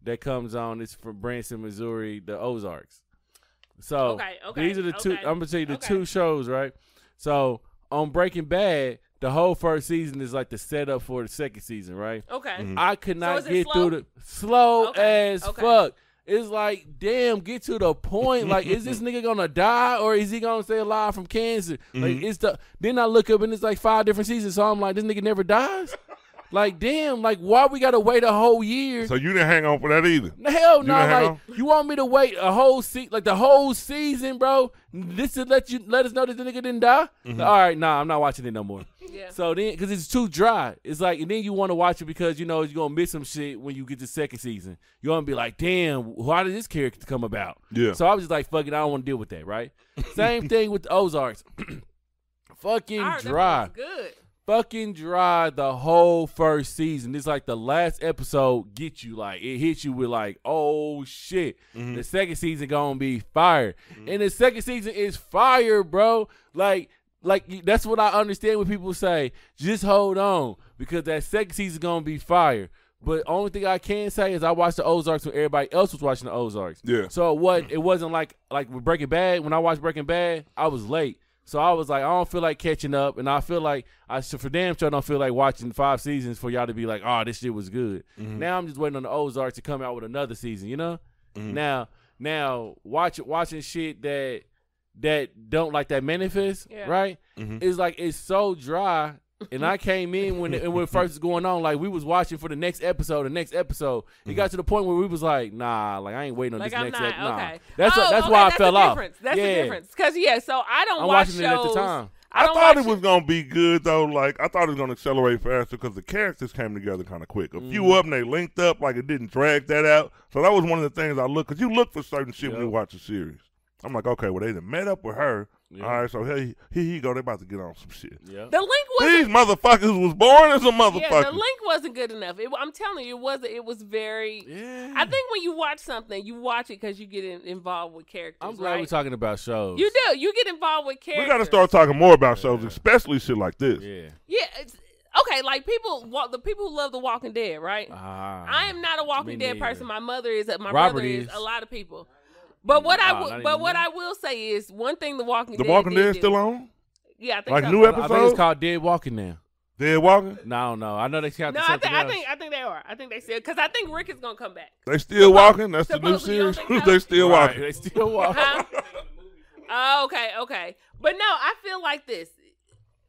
C: that comes on? It's from Branson, Missouri, the Ozarks. So
B: okay okay
C: these are the two.
B: okay.
C: I'm gonna tell you the
B: okay.
C: two shows, right? So on Breaking Bad, the whole first season is like the setup for the second season, right?
B: okay
A: Mhm.
C: I could not
B: is it
C: get
B: slow?
C: through the slow
B: Okay,
C: as
B: okay.
C: fuck. It's like, damn, get to the point. Like, is this nigga gonna die or is he gonna stay alive from cancer?
A: Mm-hmm.
C: Like, it's the. Then I look up and it's like five different seasons. So I'm like, this nigga never dies. like, damn, like why we gotta wait a whole year?
A: So you didn't hang on for that either.
C: Hell
A: You
C: no!
A: done had
C: Like you want me to wait a whole se- like the whole season, bro? This to let you let us know that the nigga didn't die.
A: Mm-hmm.
C: All right, nah, I'm not watching it no more.
B: yeah
C: So then, because it's too dry, it's like, and then you want to watch it because you know you're gonna miss some shit when you get to second season. You're gonna be like, damn, why did this character come about?
A: Yeah.
C: So I was just like, fuck it, I don't want to deal with that, right? Same thing with the Ozarks.
B: I
C: Fucking
B: heard that
C: dry
B: was good
C: fucking dry the whole first season. It's like the last episode get you like it hits you with like oh shit. The second season gonna be fire, and the second season is fire, bro. Like like you- that's what I understand when people say just hold on because that second season gonna be fire. But only thing I can say is I watched the Ozarks when everybody else was watching the Ozarks.
A: Yeah.
C: So what? It wasn't like like with Breaking Bad. When I watched Breaking Bad, I was late, so I was like, I don't feel like catching up, and I feel like I should, for damn sure don't feel like watching five seasons for y'all to be like, oh, this shit was good. Now I'm just waiting on the Ozark to come out with another season. You know. Now, now watch watching shit that that don't like that manifest,
B: Yeah.
C: right?
A: Mhm.
C: It's like it's so dry. And I came in when it, when it first was going on, like we was watching for the next episode, the next episode. It
A: Mm-hmm.
C: got to the point where we was like, nah, like I ain't waiting on
B: like
C: this
B: I'm
C: next
B: not
C: episode. Nah.
B: okay
C: That's
B: oh,
C: that's
B: okay,
C: why I
B: that's
C: fell
B: the
C: off.
B: difference. that's
C: yeah.
B: the difference because yeah so I don't
C: I'm
B: watch
C: watching
B: shows
C: it at the time.
A: I,
B: I don't
A: thought
B: watch
A: it was gonna be good though. Like I thought it was gonna accelerate faster because the characters came together kind of quick. A
B: Mm.
A: few of them they linked up. Like it didn't drag that out. So that was one of the things I look because you look for certain shit when you
C: Yeah.
A: watch a series. I'm like, okay, well they done met up with her.
C: Yeah.
A: All right, so here, he- here he go. They about to get on some shit.
C: Yeah.
B: the link was
A: These motherfuckers was born as a
B: yeah the
A: motherfucker.
B: link wasn't good enough it, I'm telling you it wasn't it was very
C: yeah.
B: I think when you watch something, you watch it because you get in, involved with characters.
C: I'm glad
B: right?
C: we're talking about shows.
B: You do. You get involved with characters.
A: we gotta start talking more about shows, especially shit like this.
C: Yeah.
B: Yeah. It's, okay. Like people, walk, the people who love The Walking Dead, right?
C: Ah.
B: I am not a Walking
C: me
B: Dead
C: neither.
B: person. My mother is. My
C: Robert
B: brother is.
C: is.
B: A lot of people. But what I
C: Nah,
B: w-
C: not
B: but
C: even
B: what
C: me.
B: I will say is one thing The Walking
A: The
B: Dead.
A: Walking
B: did
A: Dead
B: do-
A: still on?
B: Yeah, I think
A: Like
B: so.
A: new
C: I think
A: episodes?
C: it's called Dead Walking now.
A: Dead Walking?
C: No, I don't know. I know they got
B: No,
C: to
B: I
C: something
B: think I
C: else.
B: think I think they are. I think they still because I think Rick is gonna come back.
A: They still walking? That's the new
B: supposedly you
A: series?
B: don't think so?
A: they still
C: Right,
A: walking.
C: They still walking.
B: Huh? Oh, okay, okay. But no, I feel like this.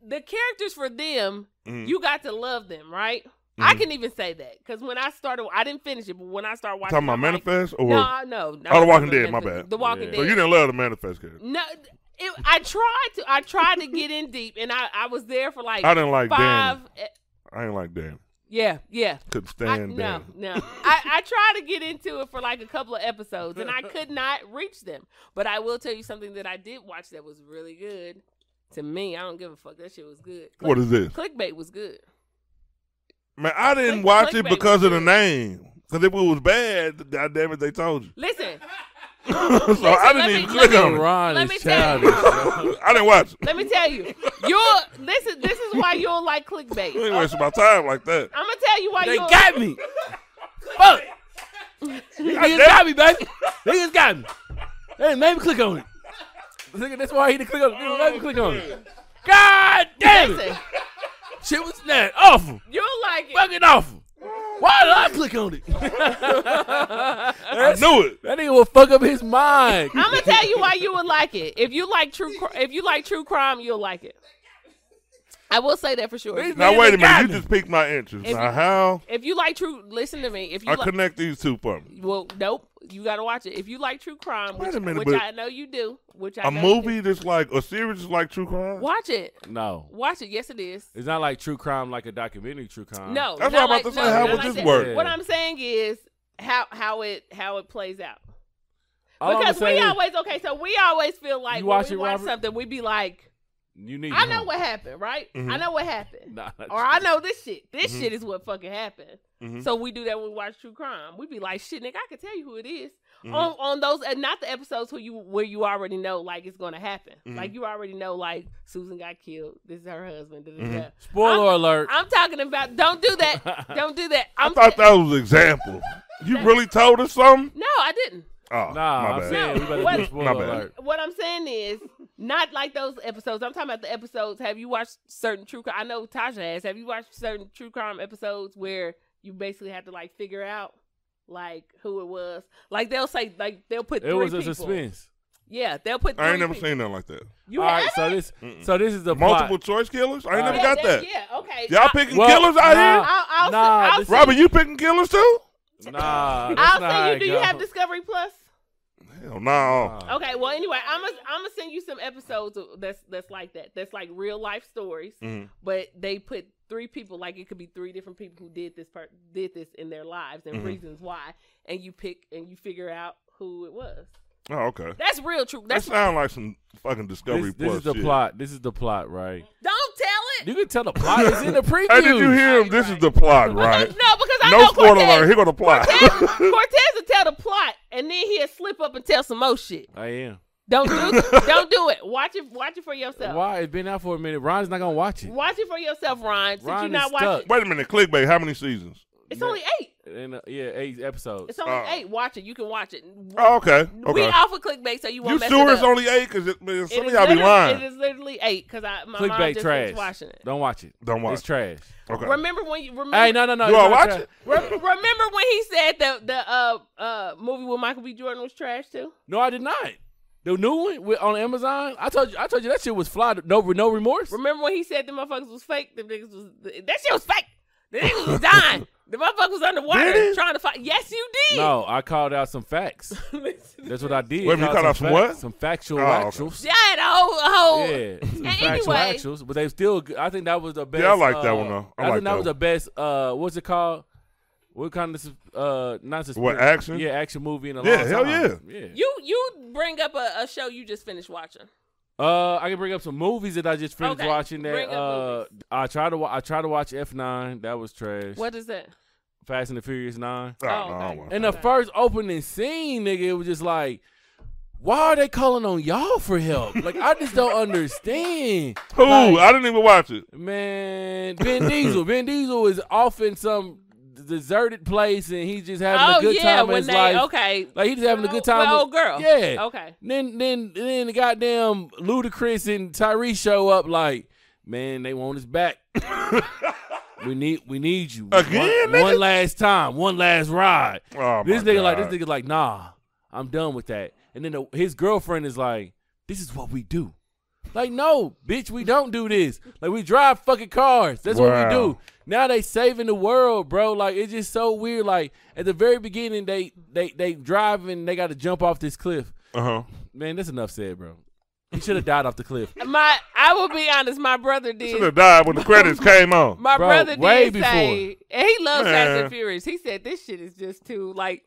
B: The characters for them,
A: Mhm.
B: you got to love them, right?
A: Mm-hmm.
B: I can even say that because when I started, I didn't finish it, but when I started watching,
A: Talking about
B: I'm like,
A: Manifest? Or
B: no, no, no,
A: Oh, The Walking
B: no,
A: Dead, my
B: no,
A: bad.
B: The Walking
C: Yeah.
B: Dead.
A: So you didn't love the Manifest character?
B: no, it, I tried to. I tried to get in deep, and I, I was there for like
A: I didn't like
B: five.
A: Dan.
B: eh,
A: I didn't like Dan.
B: Yeah, yeah.
A: Couldn't
B: I,
A: stand
B: no,
A: Dan.
B: no. I, I tried to get into it for like a couple of episodes, and I could not reach them. But I will tell you something that I did watch that was really good. To me, I don't give a fuck. That shit was good.
A: What is this?
B: Clickbait was good.
A: Man, I didn't
B: Click-
A: watch it
B: clickbait
A: because of the
B: was good.
A: name. Because if it was bad, god damn it, they told you.
B: Listen,
A: so I
B: let
A: didn't
B: me-
A: even
B: let
A: click
B: me-
A: on it.
C: Ron
B: Let me
C: is
B: tell
C: childish.
B: you.
C: bro.
A: I didn't watch it.
B: let me tell you. You'll listen. This is why you don't like clickbait.
A: I ain't wasting my time like that.
B: I'm gonna tell you why
C: They
B: you don't-
C: got me. Fuck. Niggas got me, baby. Niggas got me. They didn't make me click on it. Nigga, that's why he didn't click on it. They didn't make me click on it. God damn it.
B: listen.
C: Shit was that awful.
B: You'll like it.
C: Fucking awful. Why did I click on it?
A: I knew it.
C: That nigga will fuck up his mind.
B: I'm gonna tell you why you would like it. If you like true, cr- if you like true crime, you'll like it. I will say that for sure.
C: These
A: Now
C: niggas
A: wait a minute,
C: got
A: you
C: me.
A: just piqued my interest.
B: If
A: Now
B: you-
A: how
B: If you like true, listen to me. If you
A: I
B: like,
A: connect these two for me?
B: well, nope, you gotta watch it. If you like true crime,
A: Wait
B: which,
A: a minute,
B: which
A: but-
B: I know you do, which I
A: A
B: know you do,
A: movie that's like a series that's like true crime.
B: watch it,
C: No.
B: watch it. Yes, it is.
C: It's not like true crime, like a documentary true crime.
B: No,
A: Uh, That's
B: not
A: what I'm
B: like,
A: about to say.
B: no,
A: How
B: not
A: would
B: like
A: this
B: that.
A: work?
B: What I'm saying is how how it how it plays out.
C: All I'm
B: because we
C: saying is,
B: always okay, so we always feel like
C: You
B: when
C: watch
B: we
C: it,
B: watch
C: Robert?
B: something, we be like.
C: you need.
B: I know
C: help.
B: what happened, right?
A: Mhm.
B: I know what happened.
C: Nah, that's-
B: Or I know this shit. This
A: Mhm.
B: shit is what fucking happened.
A: Mhm.
B: So we do that when we watch true crime. We be like, shit, nigga, I can tell you who it is.
A: Mhm.
B: on on those, and not the episodes who you where you already know like it's gonna happen.
A: Mhm.
B: Like you already know like Susan got killed. This is her husband. da, da,
A: Mhm.
B: da.
C: Spoiler alert.
B: I'm talking about. Don't do that. don't do that.
A: I
B: I'm
A: thought that was an example. You really told us something?
B: no, I didn't.
A: Oh,
C: nah,
A: my
C: I'm
A: bad.
C: saying we better
B: What-
C: do spoiler
A: My bad.
C: alert.
B: What I'm saying is not like those episodes. I'm talking about the episodes. Have you watched certain true crime? I know Tasha has. Have you watched certain true crime episodes where you basically have to like figure out like who it was? Like they'll say like they'll put
C: It
B: three
C: was a
B: people.
C: suspense.
B: Yeah, they'll put. Three
A: I ain't never
B: people.
A: seen nothing like that.
B: You
C: All right,
B: haven't?
C: so this,
A: Mm-mm.
C: so this is the
A: Multiple
C: Plot.
A: choice killers? I ain't
C: All
A: never
C: right.
A: got that.
B: Yeah. Okay.
A: Y'all picking
C: Well,
A: killers out
C: nah.
A: here?
B: I'll, I'll,
C: Nah,
B: I'll,
C: this
B: send-
A: Robert, you picking killers too?
C: Nah, that's
B: I'll
C: not
B: send
C: how
B: you.
C: it
B: Do you
C: go.
B: have Discovery Plus?
A: Hell no.
C: Nah.
B: Okay. Well, anyway, I'm gonna I'm gonna send you some episodes of- that's that's like that. That's like real life stories.
A: Mhm.
B: but they put three people like it could be three different people who did this part did this in their lives and
A: Mhm.
B: reasons why and you pick and you figure out who it was
A: Oh, okay.
B: that's real true
A: That
B: that's
A: sound like some fucking Discovery
C: This, this
A: Plus
C: is the
A: shit.
C: plot. This is the plot, right?
B: don't tell it
C: You can tell the plot is in the preview.
A: Hey, did you hear him? This is the plot,
B: no
A: right?
B: because i
A: No
B: know
A: spoiler
B: cortez,
A: alert. Here go the plot.
B: cortez, cortez will tell the plot and then he'll slip up and tell some more shit
C: I am.
B: don't do don't do it watch it watch it for yourself
C: Why? It's been out for a minute. Ron's not gonna watch it.
B: watch it for yourself ron since
C: Ron
B: you're
C: is
B: not
C: stuck.
B: watching
A: Wait a minute. Clickbait. How many seasons?
B: it's only eight
C: And, uh, yeah, eight episodes.
B: it's only
A: Oh.
B: eight watch it you can watch it
A: Oh, okay.
B: we
A: Okay.
B: off of clickbait so you won't
A: You
B: mess
A: sure
B: it
A: it's
B: up.
A: only eight? Because man,
B: It
A: some of
B: is
A: y'all be
B: literally-
A: lying.
B: It is literally eight because I my mom
C: Clickbait
B: just
C: trash.
B: was watching it.
C: Don't watch it.
A: Don't watch.
C: It's trash.
A: Okay.
B: Remember when you remember?
C: Hey, no, no, no.
A: You
C: it's
A: all
C: not
A: watch
C: trash.
A: it?
B: re- remember when he said the the uh uh movie with Michael B. Jordan was trash too?
C: No, I did not. The new one with, on Amazon. I told you. I told you that shit was fly. No, no remorse.
B: Remember when he said the motherfuckers was fake? The niggas was that shit was fake. The niggas was dying. The motherfuckers
A: Did
B: was
A: he?
B: underwater trying to fight. Yes, you did.
C: No, I called out some facts. That's what I did.
A: Wait a minute, you called out some what?
C: facts, Some factual
A: Oh, okay.
C: actuals.
B: Yeah, the whole, the whole
C: Yeah, some
B: And
C: factual
B: anyway-
C: actuals, but they still. good. I think that was the best.
A: I like that
C: uh,
A: one, though. I
C: I,
A: like
C: think that,
A: that
C: was
A: one.
C: the best. Uh, what's it called? What kind of sus- uh not suspense?
A: What, action?
C: Yeah, action movie in a
A: Yeah,
C: long
A: hell
C: time. yeah, yeah.
B: You you bring up a, a show you just finished watching.
C: Uh, I can bring up some movies that I just finished
B: Okay,
C: watching. That
B: bring up
C: uh, I tried to wa- I tried to watch F nine. That was trash.
B: What is that?
C: Fast and the Furious nine.
A: Oh,
B: Oh,
A: no, I
B: okay.
A: don't want
C: And the
B: Okay.
C: first opening scene, nigga, it was just like, why are they calling on y'all for help? Like I just don't understand.
A: Who?
C: Like-
A: I didn't even watch it.
C: Man, Ben Diesel. Ben Diesel is off in some deserted place, and he's just having a
B: oh
C: good
B: yeah,
C: time in
B: when
C: his
B: they
C: life.
B: okay.
C: Like he's just having a good
B: Well,
C: time.
B: well,
C: with-
B: girl.
C: Yeah.
B: Okay.
C: Then, then, then the goddamn Ludacris and Tyree show up. Like, man, they want us back. we need, we need you
A: Again,
C: One,
A: nigga?
C: one last time, one last ride.
A: Oh,
C: this
A: my
C: nigga like,
A: God.
C: this nigga like, nah, I'm done with that. And then the, his girlfriend is like, this is what we do. Like, no, bitch, we don't do this. Like, we drive fucking cars. That's what we
A: Wow.
C: do. Now they saving the world, bro. Like, it's just so weird. Like, at the very beginning, they they they driving, they got to jump off this cliff.
A: Uh huh.
C: Man, that's enough said, bro. He should have died off the cliff.
B: My, I will be honest. My brother
A: Should
B: did.
A: have died when the credits came on.
B: My
C: Bro,
B: brother did
C: way
B: say, and he loves Fast
A: Man.
B: and Furious. He said this shit is just too like.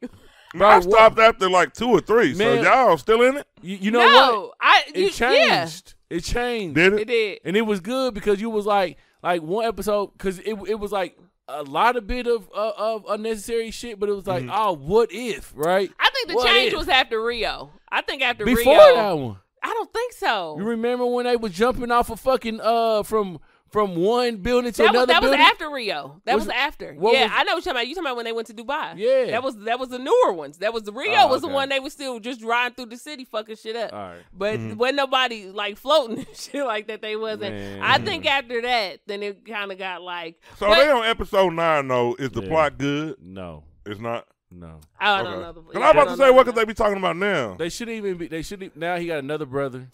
A: Man, I stopped after like two or three. So
C: Man.
A: y'all still in it?
C: You, you know
B: no,
C: what?
B: I.
C: It
B: You, Yeah,
C: changed. It changed.
A: Did
B: it
A: it?
B: did.
C: and it was good because you was like like one episode because it it was like a lot of bit of uh, of unnecessary shit, but it was like oh what if right
B: I think the
C: What
B: change
C: if?
B: was after Rio. I think after
C: before
B: Rio.
C: that one.
B: I don't think so.
C: You remember when they was jumping off a fucking uh from from one building to
B: that was,
C: another
B: that was
C: building?
B: after Rio. That was,
C: Was-
B: after.
C: what
B: Yeah,
C: was-
B: I know what you're talking about. You talking about when they went to Dubai.
C: Yeah.
B: That was that was the newer ones. That was the Rio
C: Ah,
B: was the
C: okay.
B: one they were still just riding through the city fucking shit up.
C: All right.
B: But
A: Mm-hmm.
B: when nobody like floating and shit like that, they wasn't.
C: Man.
B: I think after that, then it kind of got like.
A: So
B: but-
A: they on episode nine though. Is the
C: Yeah.
A: plot good?
C: No,
A: It's not.
C: no.
B: I
A: Okay.
B: don't know.
A: Cause
B: the-
A: I'm about
B: I
A: to
B: don't
A: say
B: know
A: what
B: the-
A: could they be talking about now?
C: They should even be. They should even, now. He got another brother.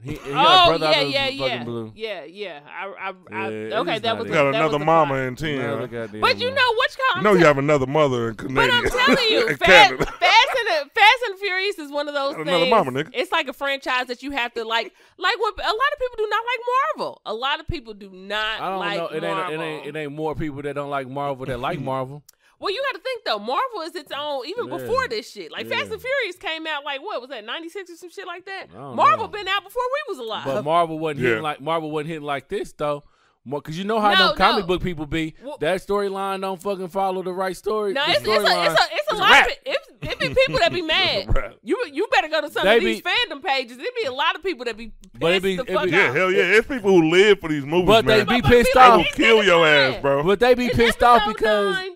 C: He, he got a
B: Oh
C: brother out
B: yeah,
C: of the
B: yeah,
C: fucking
B: yeah,
C: blue.
B: yeah, yeah. I, I, I
C: Yeah,
B: okay,
C: it's
B: that
C: not
B: was
C: it.
A: You got
B: the- that was
A: another
B: the
A: mama
B: plot.
A: in ten.
C: Another
A: huh?
C: goddamn
B: But you
C: one.
B: know what? you
A: You
B: I'm
A: know
B: tell-
A: you have another mother in
B: But
A: Canada.
B: I'm telling you,
A: in
B: Fast,
A: Canada.
B: Fast and the Fast and the Furious is one of those
A: Another
B: things.
A: mama, nigga.
B: It's like a franchise that you have to like. Like what a lot of people do not like Marvel. A lot of people do not
C: I don't
B: like
C: know. It ain't,
B: Marvel.
C: it ain't. It ain't more people that don't like Marvel that like Marvel.
B: well, you got to think though. Marvel is its own even
C: Yeah.
B: before this shit. Like Fast
C: Yeah.
B: and Furious came out like what was that ninety six or some shit like that.
C: I don't
B: Marvel
C: know.
B: been out before we was alive.
C: But Marvel wasn't
A: Yeah.
C: hitting like Marvel wasn't hitting like this though. Because you know how
B: No,
C: them comic
B: no.
C: book people be.
B: Well-
C: that storyline don't fucking follow the right story.
B: no,
C: the
B: it's, it's, a, it's
C: storyline.
B: a it's a lot. Of, it, it be people that be
A: a
B: mad.
A: wrap.
B: You you better go to some
C: They
B: of these
C: be-
B: fandom pages. It be a lot of people that be pissed
C: But it be-
B: the
C: it be-
B: fuck
C: Yeah,
A: Yeah,
B: off.
A: hell yeah. It's people who live for these movies,
C: But they
A: man.
C: be
B: But
C: pissed
A: They
B: people be
A: will
C: off.
B: like,
A: kill
B: "These
A: your
B: niggas
A: ass, bro.
C: But they be
B: It's
C: pissed off
B: episode
C: because
B: nine.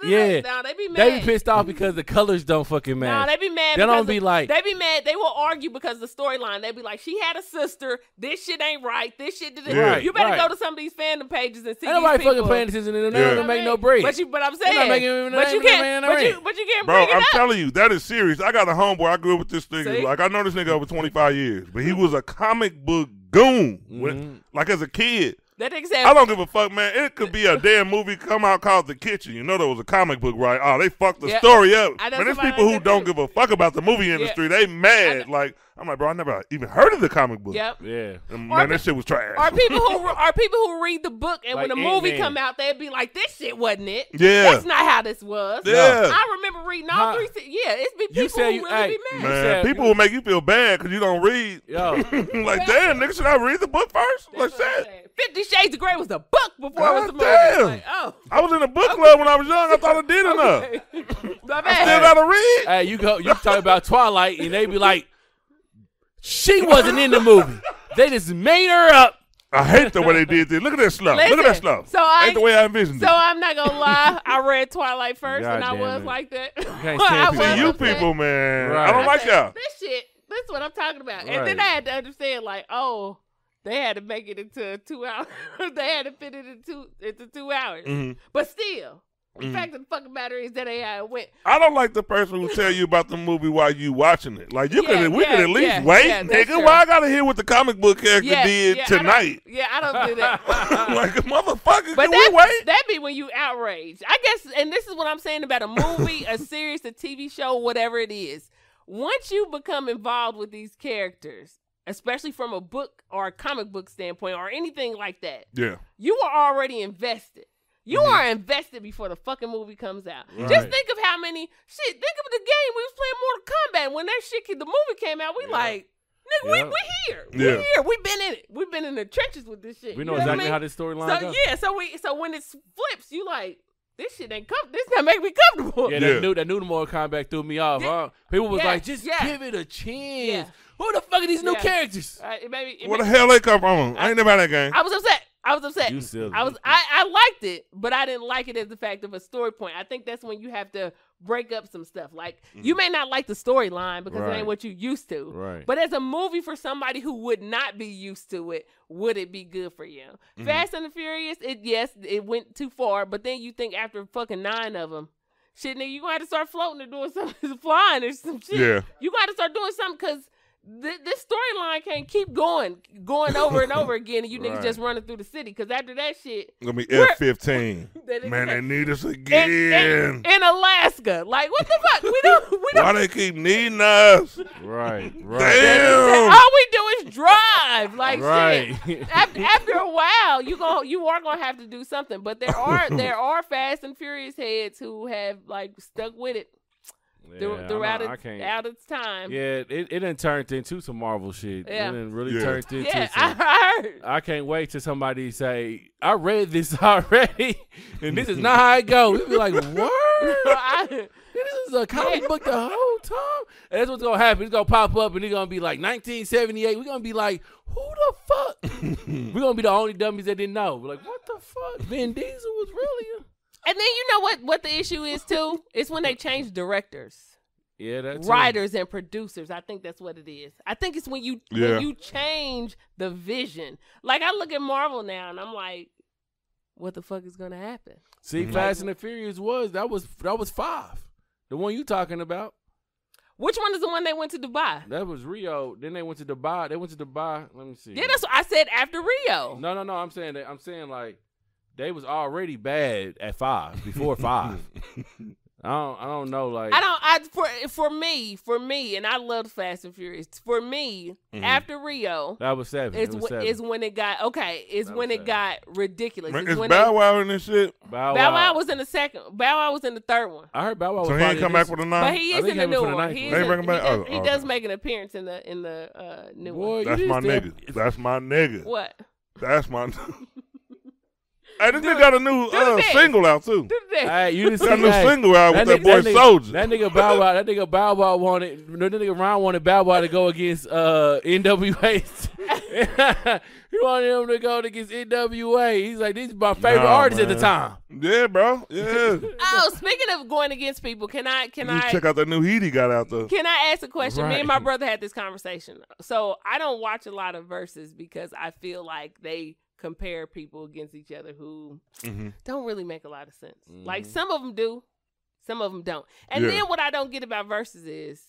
B: Da-da-da-da-da.
C: yeah,
B: Nah, they be mad.
C: they be pissed off because the colors don't fucking
B: Nah,
C: match.
B: they be mad.
C: They don't
B: because
C: be
B: of-
C: like-
B: they be mad. They will argue because the storyline. They be like, she had a sister. This shit ain't right. This shit didn't.
A: Yeah.
B: You better
C: Right,
B: go
C: right.
B: to some of these fandom pages and see.
C: Ain't nobody
B: these people.
C: fucking paying attention to them. They
A: Yeah.
C: don't
B: You know what
C: make
B: I
C: no
B: mean?
C: bread.
B: But you, but I'm
C: not
B: saying,
C: making-
B: but you
C: they ain't
B: can't,
C: making no
B: but you,
C: rent.
B: but you can't
A: Bro,
B: bring it
A: I'm
B: up.
A: telling you, that is serious. I got a homeboy. I grew up with this nigga.
B: See?
A: Like I know this nigga over 25 years, but he was a comic book goon.
C: Mm-hmm.
A: When, like as a kid,
B: that nigga said,
A: I don't give a fuck, man. It could be a damn movie come out called The Kitchen. You know there was a comic book, right? Oh, they fucked the
B: Yeah.
A: story up.
B: I know
A: Man, there's
B: somebody
A: people
B: like
A: who
B: that
A: don't
B: too.
A: give a fuck about the movie industry. They mad. Like I'm like, bro, I never even heard of the comic book.
B: "Yep."
C: yeah.
A: And,
B: Or
A: Man,
B: pe-
A: that shit was trash.
B: Are people who are people who read the book and
C: Like
B: when the movie
C: Ant-Man.
B: come out, they'd be like, "This shit wasn't it.
A: Yeah.
B: that's not how this was."
A: Yeah.
B: I remember reading all
C: Huh.
B: three. se- Yeah, it's be people
C: You said
B: who
C: you-
B: really
C: hey,
B: be mad.
A: Man,
C: said-
A: people will make you feel bad because you don't read.
C: Yo.
A: like, damn, nigga, should I read the book first? Like, shit.
B: Fifty Shades of Grey was the book before it was the movie.
A: Goddamn.
B: Like, oh,
A: I was in a book club when I was young. I thought I did enough.
B: my
A: I still
B: bad.
A: gotta read.
C: Hey, you go. You talk about Twilight, and they be like, she wasn't in the movie. They just made her up.
A: I hate the way they did this. Look at that stuff. Look at
B: Listen,
A: that stuff.
B: so I-
A: ain't the way I envisioned
B: So
A: it.
B: I'm not gonna lie, I read Twilight first, and I
C: Goddamn
B: was
C: it.
B: like that.
C: stand
B: I
C: for
B: was
A: See, you
B: upset.
A: people, man.
C: Right.
A: I don't
B: I
A: like
B: said,
A: y'all.
B: This shit. This is what I'm talking about. And then
C: Right.
B: I had to understand, like, oh, they had to make it into a two hour. they had to fit it into into two hours.
A: Mhm.
B: But still, the
A: Mhm.
B: fact of the fucking matter is that AI went.
A: I don't like the person who tell you about the movie while you watching it. Like you
B: Yeah,
A: could, we
B: yeah,
A: could at least
B: yeah,
A: wait,
B: yeah,
A: nigga.
B: that's true.
A: Why I gotta hear what the comic book character
B: Yeah,
A: did
B: yeah, I don't-
A: tonight?
B: yeah, I don't do that.
A: like motherfucker, can
B: But
A: we
B: that
A: wait?
B: that be when you outraged. I guess, and this is what I'm saying about a movie, a series, a TV show, whatever it is. Once you become involved with these characters, especially from a book or a comic book standpoint or anything like that,
A: yeah,
B: you are already invested. You are invested before the fucking movie comes out. Just
C: Mm-hmm. Right.
B: think of how many shit. Think of the game we was playing Mortal Kombat when that shit ca- the movie came out. We like, nigga,
C: Yeah.
B: we we here.
A: Yeah.
B: We here. We been in it. We've been in the trenches with this shit.
C: We
B: You
C: know
B: what I
C: exactly
B: mean?
C: how this storyline
B: So
C: goes.
B: yeah, so we so when it flips, you like this shit ain't com- This not make me comfortable.
C: Yeah,
A: Yeah.
C: that new that new Mortal Kombat threw me off. huh? People was
B: yeah,
C: like, just
B: yeah.
C: give it a
B: Yeah.
C: chance. Who the fuck are these new
B: Yeah.
C: characters?
B: Uh, it made me- it
A: where
B: made-
A: the hell they come from? I ain't never had that game.
B: I was upset. I was upset.
C: You silly.
B: I was I, I liked it, but I didn't like it as the fact of a story point. I think that's when you have to break up some stuff. Like you may not like the storyline because it
C: Mm-hmm. Right.
B: ain't what you used to.
C: Right.
B: But as a movie for somebody who would not be used to it, would it be good for you?
C: Mm-hmm.
B: Fast and the Furious, it yes, it went too far, but then you think after fucking nine of them, shit, nigga, you gonna have to start floating or doing something, flying or some shit.
A: Yeah.
B: You got to start doing something because th- this storyline can't keep going, going over and over again, and you niggas
C: Right.
B: just running through the city. Because after that shit,
A: Gonna be
B: Where-
A: F fifteen.
B: That it-
A: Man, they need us
B: in,
A: again.
B: in, in Alaska. Like what the fuck? We don't. We don't.
A: Why they keep needing us?
C: Right, right,
A: Damn.
B: All we do is drive. Like shit.
C: right.
B: After, after a while, you going you are gonna have to do something. But there are there are Fast and Furious heads who have like stuck with it through,
C: Yeah, I
B: throughout
C: don't- I
B: its,
C: can't-
B: out its time.
C: Yeah, it, it done turned into some Marvel shit.
B: Yeah.
C: It done really
A: Yeah.
C: turned into
B: Yeah,
C: some.
B: I heard.
C: I can't wait till somebody say, I read this already, and this is not how it goes. We'll be like, what?
B: I-
C: This is a comic book the whole time. And that's what's gonna happen. It's gonna pop up and it's gonna be like 1978. We're gonna be like, who the fuck? We're gonna be the only dummies that didn't know. We're like, what the fuck? Vin Diesel was really
B: and then you know what what the issue is too? It's when they change directors.
C: a Yeah, that's
B: writers and producers. I think that's what it is. I think it's when you
A: Yeah.
B: when you change the vision. Like I look at Marvel now and I'm like, what the fuck is gonna happen?
C: See,
A: Mhm.
C: Fast and the Furious was that was that was five. The one you talking about.
B: Which one is the one they went to Dubai?
C: That was Rio. Then they went to Dubai. They went to Dubai. Let me see.
B: Yeah, that's what I said after Rio.
C: No, no, no. I'm saying that. I'm saying like they was already bad at five before five. I don't. I don't know. Like
B: I don't. I for for me, for me, and I loved Fast and Furious. For me,
A: Mhm.
B: after Rio,
C: Mm-hmm. that was seven.
B: it's
C: it was
B: wh-
C: seven.
B: is when it got okay. Is
C: That
B: when
C: was
B: it
C: seven.
B: got ridiculous.
A: Man,
B: It's
A: it's
B: Oh, when
A: Bow
B: they-
A: Wow and this shit.
C: Bow,
B: Bow Wow was in the second. Bow Wow was in the third one.
C: I heard Bow Wow was.
A: So he ain't
C: probably
A: come
C: in
A: back
C: this-
A: with a
B: But
A: nine.
B: he
C: I
B: is
C: think
B: in the
C: they
B: new
C: went for the
B: one.
C: ninth
B: He,
C: one.
A: Um,
B: is
A: They
B: in-
A: bring him back?
B: he does,
A: Oh,
B: he
A: oh,
B: does
A: okay.
B: make an appearance in the in the uh, new
C: Boy,
B: one.
C: you
A: That's my
C: just did-
A: nigga. That's my nigga.
B: What?
A: That's my. hey, this nigga got a new
B: do
A: uh,
B: this.
A: single out too.
C: Hey, you didn't see
A: Got a new
C: hey,
A: single out with that boy
C: nigga,
A: Soldier.
C: That nigga Bow Wow, that nigga Bow Wow wanted, no, that nigga Ron wanted Bow Wow to go against uh, NWA. he wanted him to go against NWA. He's like, these is my favorite
A: Nah,
C: artist at the
A: man.
C: time.
A: Yeah, bro. Yeah.
B: Oh, speaking of going against people, can I can
A: you
B: I
A: check out that new heat he got out though.
B: can I ask a question? Me and my
C: Right.
B: brother had this conversation. So I don't watch a lot of verses because I feel like they compare people against each other who
A: Mhm.
B: don't really make a lot of sense. Like
C: Mhm.
B: some of them do, some of them don't. And
A: Mm-hmm. Yeah.
B: then what I don't get about verses is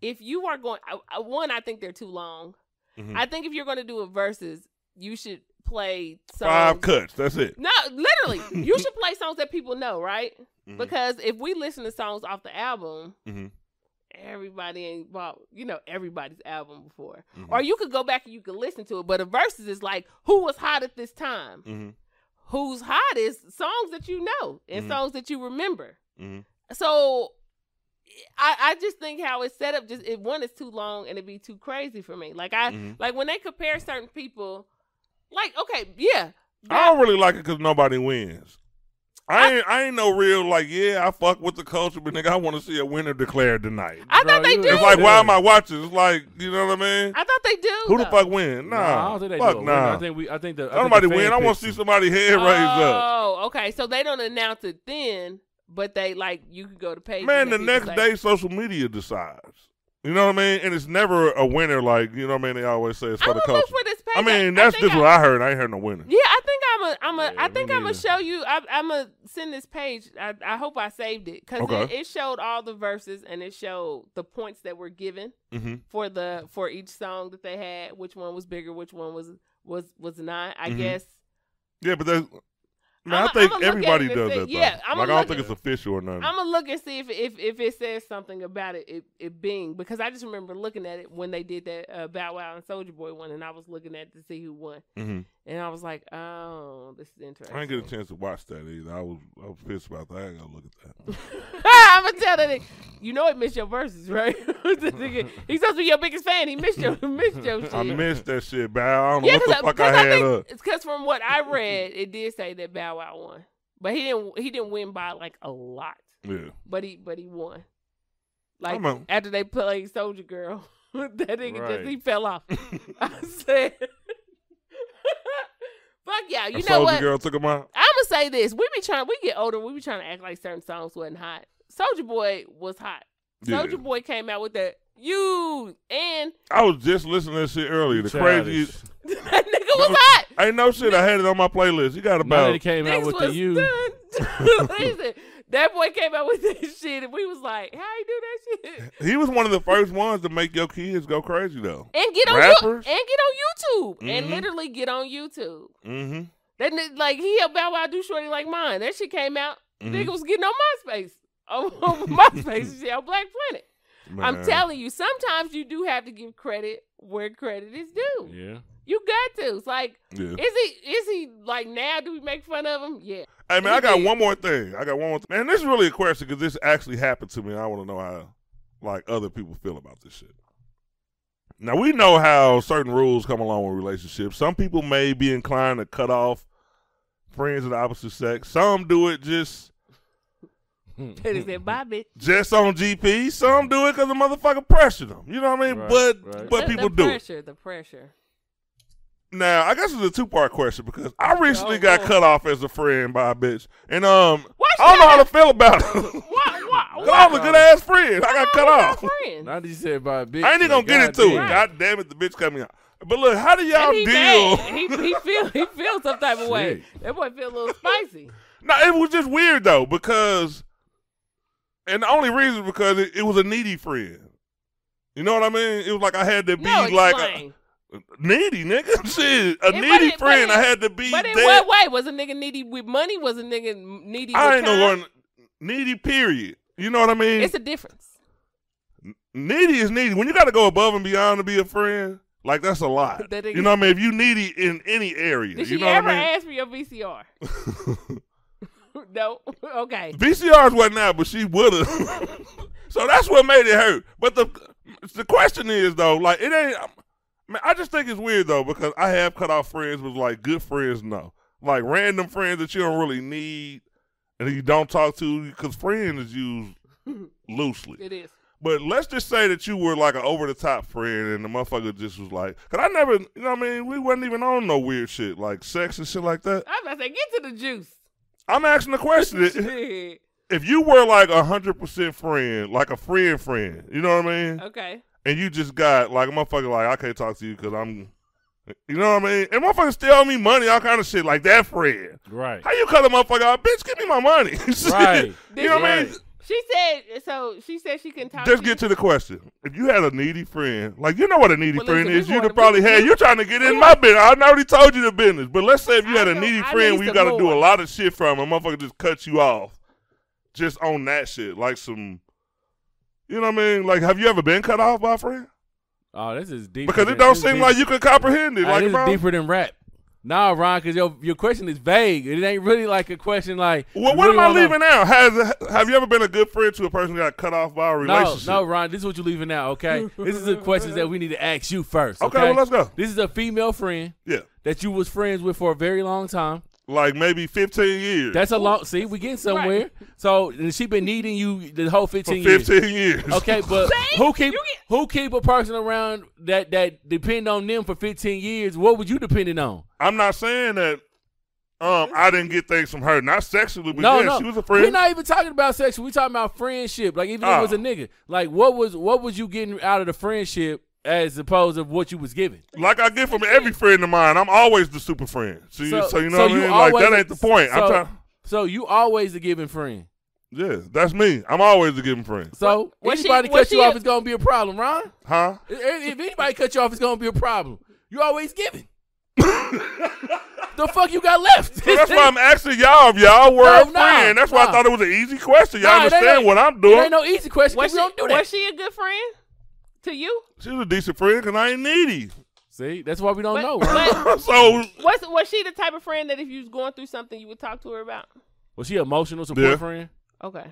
B: if you are going I, I, one, I think they're too long.
A: Mhm.
B: I think if you're going to do a verses, you should play songs.
A: Five cuts. That's it.
B: No, literally, you should play songs that people know, right?
A: Mhm.
B: Because if we listen to songs off the album,
A: Mhm.
B: everybody ain't bought, you know, everybody's album before.
A: Mhm.
B: Or you could go back and you could listen to it, but the verses is like, who was hot at this time?
A: Mhm.
B: Who's hot is songs that you know and
A: Mhm.
B: songs that you remember.
A: Mhm.
B: So I, I just think how it's set up just it one is too long and it'd be too crazy for me. Like I
A: Mhm.
B: like when they compare certain people, like, okay, yeah.
A: I don't really like it because nobody wins. I ain't, I ain't no real like yeah I fuck with the culture but nigga I want to see a winner declared tonight.
B: I
C: Bro,
B: thought they
C: you-
B: do.
A: It's like why am I watching? It's like you know what I mean.
B: I thought they do.
A: Who the
B: though.
A: fuck win?
C: No,
A: Nah,
C: I don't think they
A: fuck
C: do. it.
A: nah.
C: I think we, I think the. I
A: Don't
C: think
A: nobody
C: the
A: win.
C: fan
A: I want
C: picks
A: to see
C: them.
A: somebody head raised up.
B: Oh, okay. So they don't announce it then, but they like you could go to page.
A: Man, the next day social media decides. You know what I mean? And it's never a winner. Like you know what I mean? They always say it's
B: I'm
A: for the
B: gonna look
A: culture.
B: for this page.
A: I mean that's
B: think
A: just what I heard. I ain't heard no winner.
B: Yeah, I think I'm a. I'm a.
C: Yeah,
B: I
C: me
B: think I'm gonna
C: neither.
B: show you. I, I'm gonna send this page. I, I hope I saved it because
A: Okay.
B: it, it showed all the verses and it showed the points that were given
A: Mm-hmm.
B: for the for each song that they had. Which one was bigger? Which one was was was not? I
A: Mhm.
B: guess.
A: Yeah, but that's. Man,
B: I'ma-
A: I think
B: I'ma look at
A: everybody
B: it and
A: does
B: see-
A: that. though.
B: yeah, I'ma
A: like I don't
B: look
A: think
B: at-
A: it's official or nothing.
B: I'm gonna look and see if if if it says something about it, it it being because I just remember looking at it when they did that uh, Bow Wow and Soldier Boy one, and I was looking at it to see who won,
A: hmm
B: and I was like, oh, this is interesting.
A: I didn't get a chance to watch that either. I was I was pissed about that. I ain't gonna look at that.
B: I'm gonna tell that nigga, you know it missed your verses, right? This nigga, He's supposed to be your biggest fan. He missed your missed your shit.
A: I missed that shit, man. I don't know
B: yeah,
A: what the fuck I had up.
B: it's because from what I read, it did say that Bow Wow won, but he didn't he didn't win by like a lot,
A: Yeah.
B: but he but he won. Like
A: I'm out.
B: after they played Soldier Girl, that nigga
C: Right.
B: just he fell off. I said, "Fuck yeah!" You
A: A
B: know
A: soldier
B: what?
A: girl took him out.
B: I'm gonna say this: we be trying, we get older, we be trying to act like certain songs wasn't hot. Soldier Boy was hot.
A: Yeah.
B: Soldier Boy came out with that you and
A: I was just listening to that shit earlier. The
C: Childish.
A: craziest.
B: that nigga was hot.
A: Ain't no shit. I had it on my playlist. You got
C: Now that he
A: about.
C: came out
B: Niggas
C: with the
B: was
C: U.
B: done. Listen, that boy came out with this shit, and we was like, "How you do that shit?"
A: He was one of the first ones to make your kids go crazy though.
B: And get on you-
A: Rappers?
B: and get on YouTube, and
A: Mhm.
B: literally get on YouTube.
A: Mm-hmm.
B: That ni- like he a Bow Wow do shorty like mine. That shit came out.
A: Mhm.
B: Nigga was getting on MySpace. On, on MySpace, and shit, on Black Planet. I'm
A: Mm-hmm. Man.
B: telling you, sometimes you do have to give credit where credit is due.
C: Yeah.
B: You got to. It's like,
A: Yeah.
B: is he is he like now? Do we make fun of him? Yeah.
A: Hey man, I got one more thing. I got one more. Th- man, this is really a question because this actually happened to me. and I want to know how, like, other people feel about this shit. Now we know how certain rules come along with relationships. Some people may be inclined to cut off friends of the opposite sex. Some do it just
B: And he said, "Bye, bitch."
A: just on GP. Some do it because the motherfucker pressured them. You know what I mean?
C: Right,
A: but
C: right.
A: but
B: The-
A: people
B: the
A: do it.
B: pressure, The pressure.
A: Now I guess it's a two part question because I recently
B: Oh,
A: got
B: Lord.
A: cut off as a friend by a bitch, and um,
B: Why
A: I don't
B: should
A: know
B: I-
A: how to feel about it.
B: Why? Why?
A: Cause I was a good ass friend. I got cut off.
B: Friend.
C: Now that you said by a bitch.
A: I ain't even gonna
C: like,
A: get into it.
C: goddamn.
A: God damn it, the bitch cut me out. But look, how do y'all
B: And he mad. He,
A: deal?
B: he feel he feel some type of way.
C: Shit.
B: That boy feel a little spicy.
A: no, it was just weird though because, and the only reason because it, it was a needy friend. You know what I mean? It was like I had to be
B: No,
A: like a,
B: explain.
A: needy nigga. Shit, a
B: but
A: needy
B: it- but
A: friend.
B: it-
A: I had to be
B: but in
A: that.
B: what way was a nigga needy with money? Was a nigga needy?
A: I
B: with
A: ain't no
B: time?
A: one needy. Period. You know what I mean?
B: It's a difference.
A: needy is needy. When you got to go above and beyond to be a friend, like that's a lot.
B: That is-
A: you know what I mean? If you needy in any area,
B: Did
A: you
B: she
A: know what
B: ever
A: I mean?
B: ask for your VCR? no. Okay.
A: VCRs wasn't out, but she would have. so that's what made it hurt. But the the question is though, like it ain't. Man, I just think it's weird though because I have cut off friends with like good friends. No, like random friends that you don't really need and you don't talk to because friend is used loosely.
B: It is.
A: But let's just say that you were like an over the top friend and the motherfucker just was like, because I never, you know what I mean? We wasn't even on no weird shit like sex and shit like that.
B: I was about to say, get to the juice.
A: I'm asking the question.
B: Shit.
A: if you were like a hundred percent friend, like a friend friend, you know what I mean,
B: Okay.
A: and you just got like a motherfucker, like I can't talk to you because I'm, you know what I mean, and motherfuckers still owe me money, all kind of shit, like that friend.
C: Right.
A: How you cut a motherfucker out, bitch? Give me my money. Shit.
C: Right.
A: You know what I mean?
C: Right.
B: She said so. She said she can talk.
A: Just
B: to
A: get to
B: you.
A: the question. If you had a needy friend, like you know what a needy
B: Well,
A: friend
B: listen, we
A: is, you'd
B: wanna-
A: have probably
B: we-
A: had.
B: we-
A: You're trying to get in
B: we
A: my business. I already told you the business, but let's say if you
B: I
A: had a
B: know-
A: needy
B: I
A: friend,
B: need
A: where you
B: some
A: got to do
B: more.
A: a lot of shit from, a motherfucker just cut you off, just on that shit, like some. You know what I mean? Like, have you ever been cut off by a friend?
C: Oh, this is deep.
A: Because it don't seem like you can comprehend it. Like,
C: this
A: bro,
C: is deeper than rap. Nah, Ron, because your your question is vague. It ain't really like a question like.
A: well,
C: you
A: what am
C: really
A: I
C: wanna know-
A: leaving out? Has have you ever been a good friend to a person who got cut off by a
C: No,
A: relationship?
C: no, Ron, this is what you're leaving out. Okay, this is the questions that we need to ask you first.
A: Okay,
C: Okay,
A: well, let's go.
C: This is a female friend
A: Yeah,
C: that you was friends with for a very long time.
A: like maybe fifteen years.
C: That's a long. See, we getting somewhere. So and she been needing you the whole
A: for
C: 15 years.
A: fifteen years.
C: Okay, but
B: See?
C: who keep
B: You get-
C: who keep a person around that that depend on them for 15 years? What were you depending on?
A: I'm not saying that um I didn't get things from her, not sexually, but
C: no,
A: yeah,
C: no,
A: she was a
C: we're
A: friend.
C: not even talking about sex. We're talking about friendship. Like even if it was
A: Oh.
C: a nigga, like what was what was you getting out of the friendship as opposed to what you was giving?
A: like I get from every friend of mine, I'm always the super friend. So, you- so you know what I mean? like that
C: always-
A: ain't the point.
C: So,
A: I'm trying.
C: so you always the giving friend.
A: Yeah, that's me. I'm always the giving friend.
C: So
B: Was she-
C: anybody
B: was
C: cut you
B: she-
C: off, it's gonna be a problem, Ron.
A: Huh?
C: If- If anybody cut you off, it's gonna be a problem. You always giving. the fuck you got left?
A: So that's why I'm asking y'all if y'all were a
C: No, no,
A: friend. that's why
C: no.
A: I thought it was an easy question. Y'all
C: Nah, it ain't
A: understand
C: no-
A: what I'm
C: It ain't
A: doing.
C: no easy question. 'cause
B: Was she,
C: We don't do that.
B: was she a good friend to you?
A: She was a decent friend because I ain't needy.
C: See, that's why we don't
B: But,
C: know. Ron.
B: but
A: so
B: was was she the type of friend that if you was going through something, you would talk to her about?
C: Was she emotional support
A: Yeah.
C: friend?
B: Okay.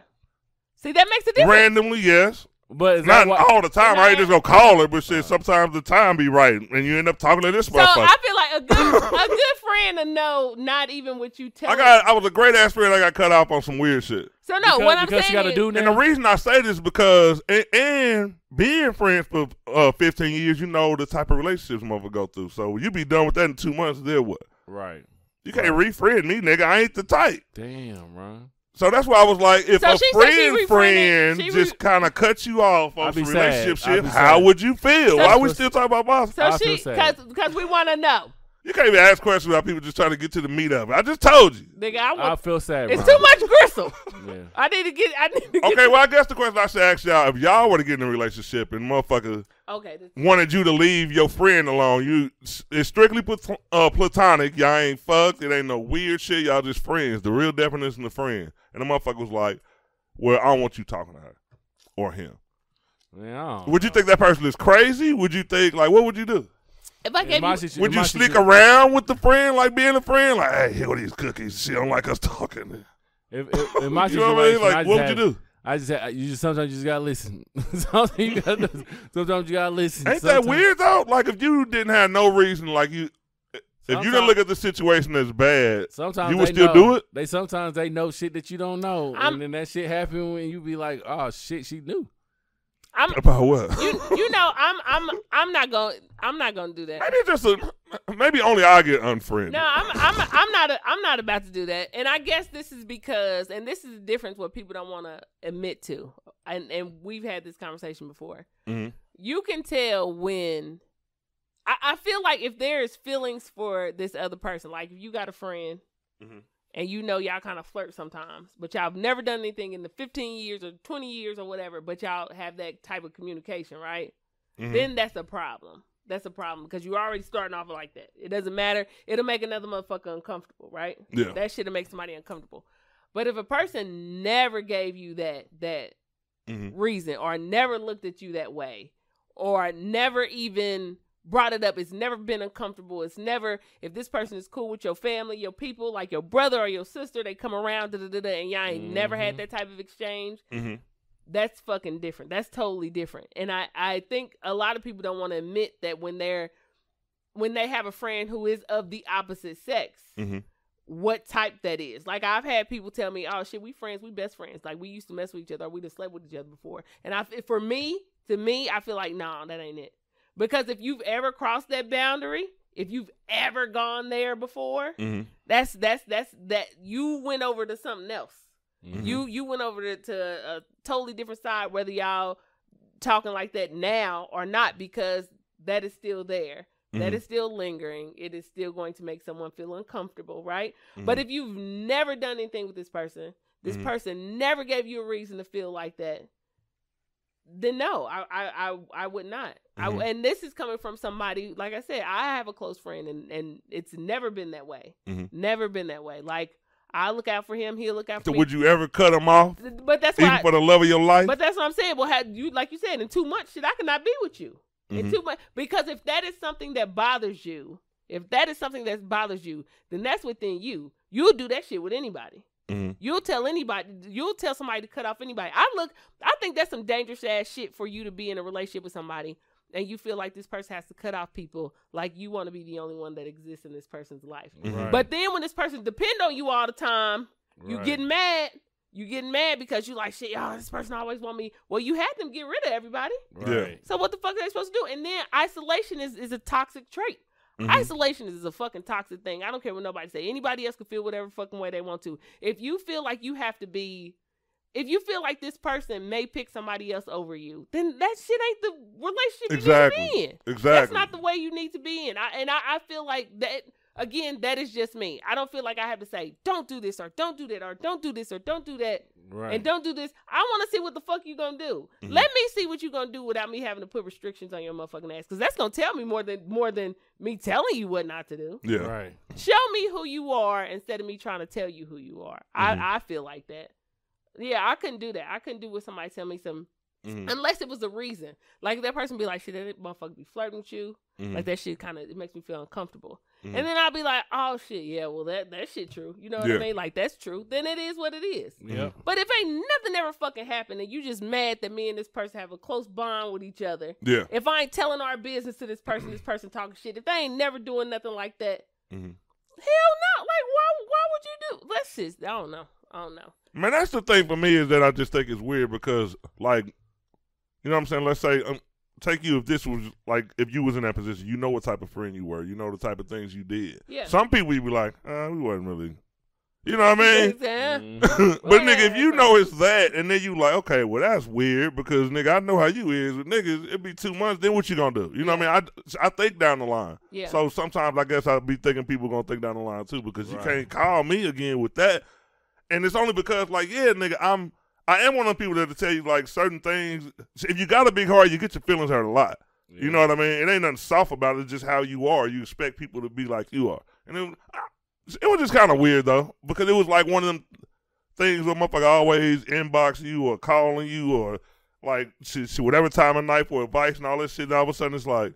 B: See, that makes a difference.
A: randomly, yes.
C: But is
A: Not
C: that why?
A: all the time.
B: Nah.
A: I ain't just gonna call her, but shit, sometimes the time be right, and you end up talking to this
B: so
A: motherfucker.
B: I feel like a good a good friend to know not even what you tell.
A: I
B: her.
A: got I was a great ass friend. I got cut off on some weird shit.
B: So no,
C: because,
B: what I'm
C: because
B: saying
C: she got a
B: is,
C: dude
A: And the
C: now.
A: reason I say this because and, and being friends for uh, 15 years, you know the type of relationships motherfucker go through. So you be done with that in two months. Then what?
C: Right.
A: You can't refriend me, nigga. I ain't the type.
C: Damn, Ron.
A: So that's why I was like, if
B: So
A: a
B: she said she
A: friend
B: refriended-
A: friend
B: she
A: just
B: re-
A: kind of cut you off
C: I'd
A: on
C: be
A: some
C: sad.
A: relationship
C: I'd
A: shit,
C: be
A: how
C: sad.
A: would you feel?
B: So-
A: Why we still talking about boss?
B: So
C: I
B: she
C: feel sad.
B: because we want to know.
A: You can't even ask questions about people just trying to get to the meat of it. I just told you.
B: Nigga, I
C: I
B: want.
C: feel sad.
B: It's
C: Rob.
B: too much gristle.
C: Yeah.
B: I need to get. I need to get.
A: Okay, well, I guess the question I should ask y'all if y'all were to get in a relationship and motherfucker
B: Okay. This,
A: wanted you to leave your friend alone, you it's strictly plat- uh, platonic. Y'all ain't fucked. It ain't no weird shit. Y'all just friends. The real definition of friend. And the motherfucker was like, "Well, I don't want you talking to her or him."
C: Yeah, I don't
A: Would you
C: know.
A: think that person is crazy? Would you think like, what would you do?
B: if I
C: In
B: gave
C: my
B: you,
C: situ-
A: Would
C: in
A: you
C: my
A: sneak
C: situ-
A: around with the friend, like being a friend, like, hey, here are these cookies. She don't like us talking.
C: If, if, in my
A: you know what I mean?
C: situation, I
A: Like,
C: just
A: what would
C: had-
A: you do?
C: I just had, you just sometimes you just gotta listen. sometimes you gotta sometimes you gotta listen.
A: Ain't
C: Sometimes-
A: that weird though? Like if you didn't have no reason, like you, if you didn't
C: Sometime-
A: look at the situation as bad,
C: Sometimes
A: You would
C: they
A: still
C: know-
A: do it?
C: They sometimes they know shit that you don't know,
B: I'm-
C: and then that shit happen when you be like, "Oh shit, she knew."
B: I'm.
A: about what?
B: You, you know, I'm. I'm. I'm not going. to I'm not going to do that.
A: maybe it's just a, maybe only I get unfriended.
B: No, I'm I'm I'm not a, I'm not about to do that. And I guess this is because and this is the difference what people don't want to admit to. And and we've had this conversation before.
A: Mhm.
B: You can tell when I, I feel like if there is feelings for this other person, like if you got a friend
A: Mhm.
B: and you know y'all kind of flirt sometimes, but y'all have never done anything in the 15 years or 20 years or whatever, but y'all have that type of communication, right?
A: Mhm.
B: then that's a problem. That's a problem because you're already starting off like that. It doesn't matter. It'll make another motherfucker uncomfortable, right?
A: Yeah.
B: That shit'll make somebody uncomfortable. But if a person never gave you that that
A: Mhm.
B: reason or never looked at you that way or never even brought it up, it's never been uncomfortable. It's never if this person is cool with your family, your people, like your brother or your sister, they come around, da da da, da and y'all ain't never had
C: Mhm.
B: that type of exchange
A: Mhm.
B: that's fucking different. That's totally different. And I I think a lot of people don't want to admit that when they're when they have a friend who is of the opposite sex,
A: Mhm.
B: what type that is. Like I've had people tell me, "Oh shit, we friends, we best friends. Like we used to mess with each other, or we just slept with each other before." And I for me, to me, I feel like, "Nah, that ain't it." Because if you've ever crossed that boundary, if you've ever gone there before,
A: Mhm.
B: that's that's that's that you went over to something else.
A: Mm-hmm.
B: You you went over to, to a totally different side, whether y'all talking like that now or not, because that is still there. That
A: Mhm.
B: is still lingering. It is still going to make someone feel uncomfortable, right?
A: Mm-hmm.
B: But if you've never done anything with this person, this
A: Mhm.
B: person never gave you a reason to feel like that, then no, I I I, I would not.
A: Mhm.
B: I, and this is coming from somebody, like I said, I have a close friend, and and it's never been that way.
A: Mhm.
B: Never been that way. Like I look out for him, he'll look out for
A: So
B: me.
A: would you ever cut them off,
B: But that's
A: even
B: why.
A: for the love of your life?
B: but that's what I'm saying. Well, had you like you said in two months, shit, I cannot be with you in
A: Mhm.
B: two months because if that is something that bothers you, if that is something that bothers you, then that's within you. You'll do that shit with anybody.
A: Mhm.
B: You'll tell anybody. You'll tell somebody to cut off anybody. I look. I think that's some dangerous ass shit for you to be in a relationship with somebody and you feel like this person has to cut off people like you want to be the only one that exists in this person's life.
A: Right.
B: But then when this person depend on you all the time, you getting mad. You getting mad because you like shit. Oh, this person always want me. Well, you had them get rid of everybody.
C: right.
B: So what the fuck are they supposed to do? And then isolation is is a toxic trait.
A: Mhm.
B: Isolation is a fucking toxic thing. I don't care what nobody say. Anybody else can feel whatever fucking way they want to. If you feel like you have to be, if you feel like this person may pick somebody else over you, then that shit ain't the relationship you need to
A: Exactly.
B: be in. That's
A: exactly.
B: not the way you need to be in. I, and I, I feel like that again. That is just me. I don't feel like I have to say don't do this or don't do that or don't do this or don't do that
C: Right.
B: and don't do this. I want to see what the fuck you gonna do.
A: Mhm.
B: Let me see what you gonna do without me having to put restrictions on your motherfucking ass, because that's gonna tell me more than more than me telling you what not to do.
A: yeah.
C: Right.
B: Show me who you are instead of me trying to tell you who you are.
A: Mhm.
B: I I feel like that. Yeah, I couldn't do that. I couldn't do what somebody tell me some
A: Mhm.
B: unless it was a reason. Like that person be like, shit, that motherfucker be flirting with you.
A: Mhm.
B: Like that shit kind of it makes me feel uncomfortable.
A: Mhm.
B: And then I'll be like, oh shit, yeah, well that that shit true. You know what
A: Yeah.
B: I mean? Like that's true. Then it is what it is.
A: Mm-hmm.
C: Yep.
B: But if ain't nothing ever fucking happened and you just mad that me and this person have a close bond with each other,
A: Yeah.
B: if I ain't telling our business to this person, this person talking shit, if they ain't never doing nothing like that,
A: Mhm.
B: hell no. Like why why would you do let's just I don't know. I don't know.
A: Man, that's the thing for me is that I just think it's weird because, like, you know what I'm saying? Let's say, um, take you if this was like if you was in that position, you know what type of friend you were, you know the type of things you did.
B: Yeah.
A: Some people you be like, uh, we wasn't really You know what I mean?
B: Yeah.
A: but
B: Well,
A: nigga, if you
B: yeah.
A: know it's that, and then you like, okay, well that's weird because nigga, I know how you is with niggas. It be two months, then what you gonna do? You know what I mean? I I think down the line.
B: Yeah.
A: So sometimes I guess I'll be thinking people gonna think down the line too because
C: Right.
A: you can't call me again with that. And it's only because like, yeah, nigga, I'm I am one of them people that'll tell you like certain things. If you got a big heart, you get your feelings hurt a lot. You know what I mean? It ain't nothing soft about it. It's just how you are. You expect people to be like you are. And it, was- it was just kind of weird, though, because it was like one of them things where motherfucker always inbox you or calling you or like she, she, whatever time of night for advice and all this shit. And all of a sudden it's like,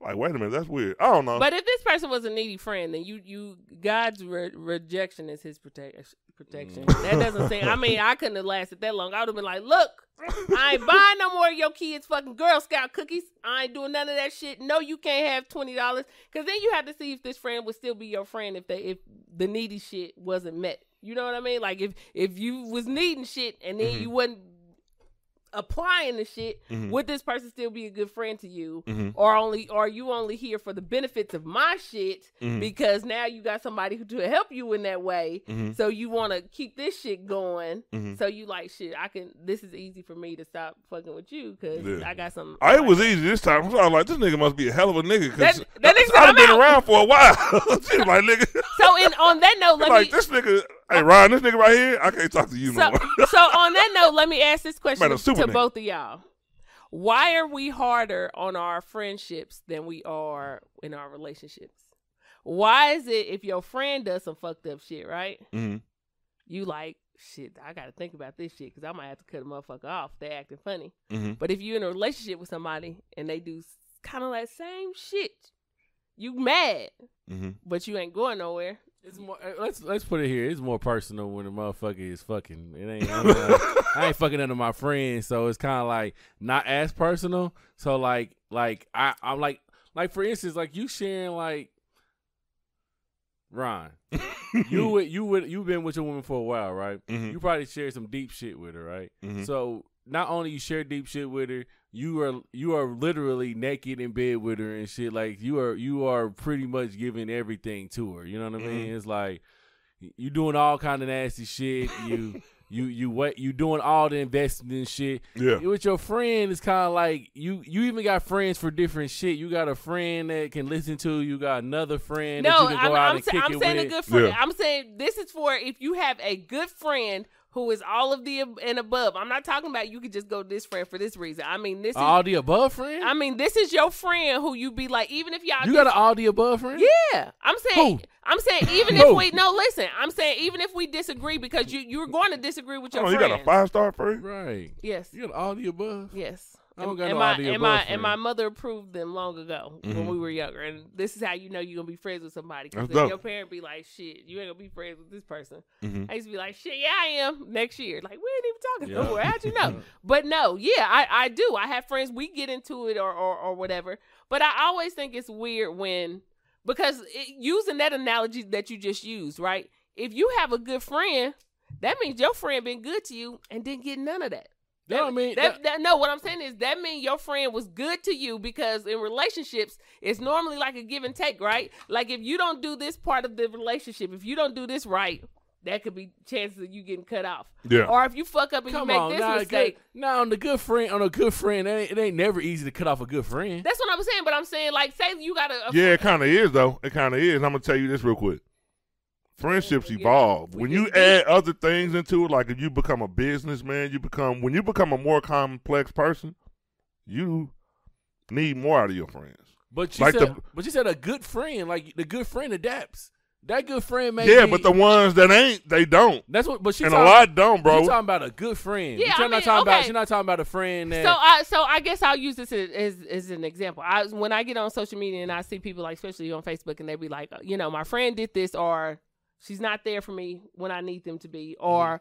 A: like, wait a minute, that's weird. I don't know.
B: But if this person was a needy friend, then you you God's re- rejection is His protection. Protection. That doesn't seem. I mean, I couldn't have lasted that long. I would have been like, look, I ain't buying no more of your kids' fucking Girl Scout cookies. I ain't doing none of that shit. No, you can't have twenty dollars. Cause then you have to see if this friend would still be your friend if they if the needy shit wasn't met. You know what I mean? Like if if you was needing shit and then
A: Mhm.
B: you wasn't applying the shit,
A: Mhm.
B: would this person still be a good friend to you?
A: Mhm.
B: Or only are you only here for the benefits of my shit
A: Mhm.
B: because now you got somebody who to help you in that way.
A: Mhm.
B: So you want to keep this shit going.
A: Mhm.
B: So you like shit. I can. This is easy for me to stop fucking with you because
A: Yeah.
B: I got some.
A: Oh, it was easy this time. So I was like, this nigga must be a hell of a nigga because
B: That- that nigga said,
A: I've
B: "I'm
A: been
B: out."
A: around for a while. She's like, nigga,
B: So in on that note, let
A: like
B: me.
A: this nigga, hey, Ryan, this nigga right here, I can't talk to you no
B: So,
A: more.
B: so on that note, let me ask this question
A: Man, a
B: to
A: Superman.
B: both of y'all. Why are we harder on our friendships than we are in our relationships? Why is it if your friend does some fucked up shit, right?
A: Mhm.
B: You like shit. I got to think about this shit because I might have to cut a motherfucker off. They acting funny.
A: Mhm.
B: But if you're in a relationship with somebody and they do kind of that same shit, you mad,
A: Mm-hmm.
B: but you ain't going nowhere.
C: It's more, uh, let's let's put it here. It's more personal when the motherfucker is fucking. It ain't. I, don't know. I ain't fucking under my friends, so it's kind of like not as personal. So like like I I'm like like for instance like you sharing like Ron,
A: Hmm.
C: you would you would you've been with your woman for a while, right?
A: Mhm.
C: You probably shared some deep shit with her, right?
A: Mhm.
C: So not only you share deep shit with her, you are you are literally naked in bed with her and shit. Like you are you are pretty much giving everything to her. You know what I mean? It's like you doing all kind of nasty shit. You you you what you doing all the investing in shit.
A: Yeah.
C: With your friend, it's kind of like you you even got friends for different shit. You got a friend that can listen to. You got another friend that
B: no,
C: you can
B: I'm,
C: go out
B: I'm,
C: and
B: sa-
C: kick
B: I'm
C: it
B: saying
C: with.
B: a good friend.
A: Yeah.
B: I'm saying this is for if you have a good friend who is all of the ab- and above. I'm not talking about you could just go to this friend for this reason. I mean this is.
C: all the above friend.
B: I mean this is your friend who you be like even if y'all
C: you got an all the above friend.
B: Yeah, I'm saying.
C: Who?
B: I'm saying even
C: Who?
B: if we no listen, I'm saying even if we disagree because you you're going to disagree with your
A: Oh, you
B: friend.
A: got a five star friend?
C: Right.
B: Yes.
C: You got all the above.
B: Yes.
C: I don't
B: And-
C: got
B: and
C: no
B: my,
C: idea
B: and
C: about
B: my
C: friends. Mm-hmm.
B: and my mother approved them long ago when
A: Mhm.
B: we were younger, and this is how you know you're gonna be friends with somebody. Because
A: That's dope.
B: your parent be like, "Shit, you ain't gonna be friends with this person."
A: Mhm.
B: I used to be like, "Shit, yeah, I am." Next year, like we ain't even talking
C: Mm-hmm. Yeah.
B: no more. How'd you know? but no, yeah, I I do. I have friends. We get into it or or, or whatever. But I always think it's weird when because it, using that analogy that you just used, right? If you have a good friend, that means your friend been good to you and didn't get none of that.
C: You know what I mean?
B: That, that, no, what I'm saying is that means your friend was good to you because in relationships, it's normally like a give and take, right? Like if you don't do this part of the relationship, if you don't do this right, that could be chances of you getting cut off.
A: Yeah.
B: Or if you fuck up and you
C: come
B: make
C: on,
B: this
C: nah,
B: mistake.
C: Good, nah, on the good friend, on a good friend, it ain't, it ain't never easy to cut off a good friend.
B: That's what I'm saying, but I'm saying like say you got a, a
A: Yeah, it kind of is, though. It kind of is. I'm going to tell you this real quick. Friendships
B: We get-
A: evolve.
B: we
A: When
B: get
A: you
B: deep.
A: add other things into it, like if you become a businessman, you become, when you become a more complex person, you need more out of your friends.
C: But you
A: Like
C: said,
A: the-
C: but you said a good friend, like the good friend adapts. That good friend may
A: yeah,
C: be-
A: but the ones that ain't, they don't.
C: that's what. But she
A: and
C: talking,
A: a lot don't, bro.
C: She talking about a good friend.
B: Yeah,
C: You're
B: I
C: not
B: mean,
C: talking about.
B: okay.
C: She not talking about a friend that.
B: So I so I guess I'll use this as, as, as an example. I when I get on social media and I see people like especially on Facebook and they be like, you know, my friend did this or she's not there for me when I need them to be
C: Mm-hmm.
B: or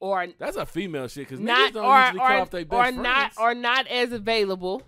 B: or
C: that's a female shit because
B: not
C: niggas don't
B: or
C: usually cut
B: or,
C: off their
B: or
C: best
B: not
C: friends.
B: or not as available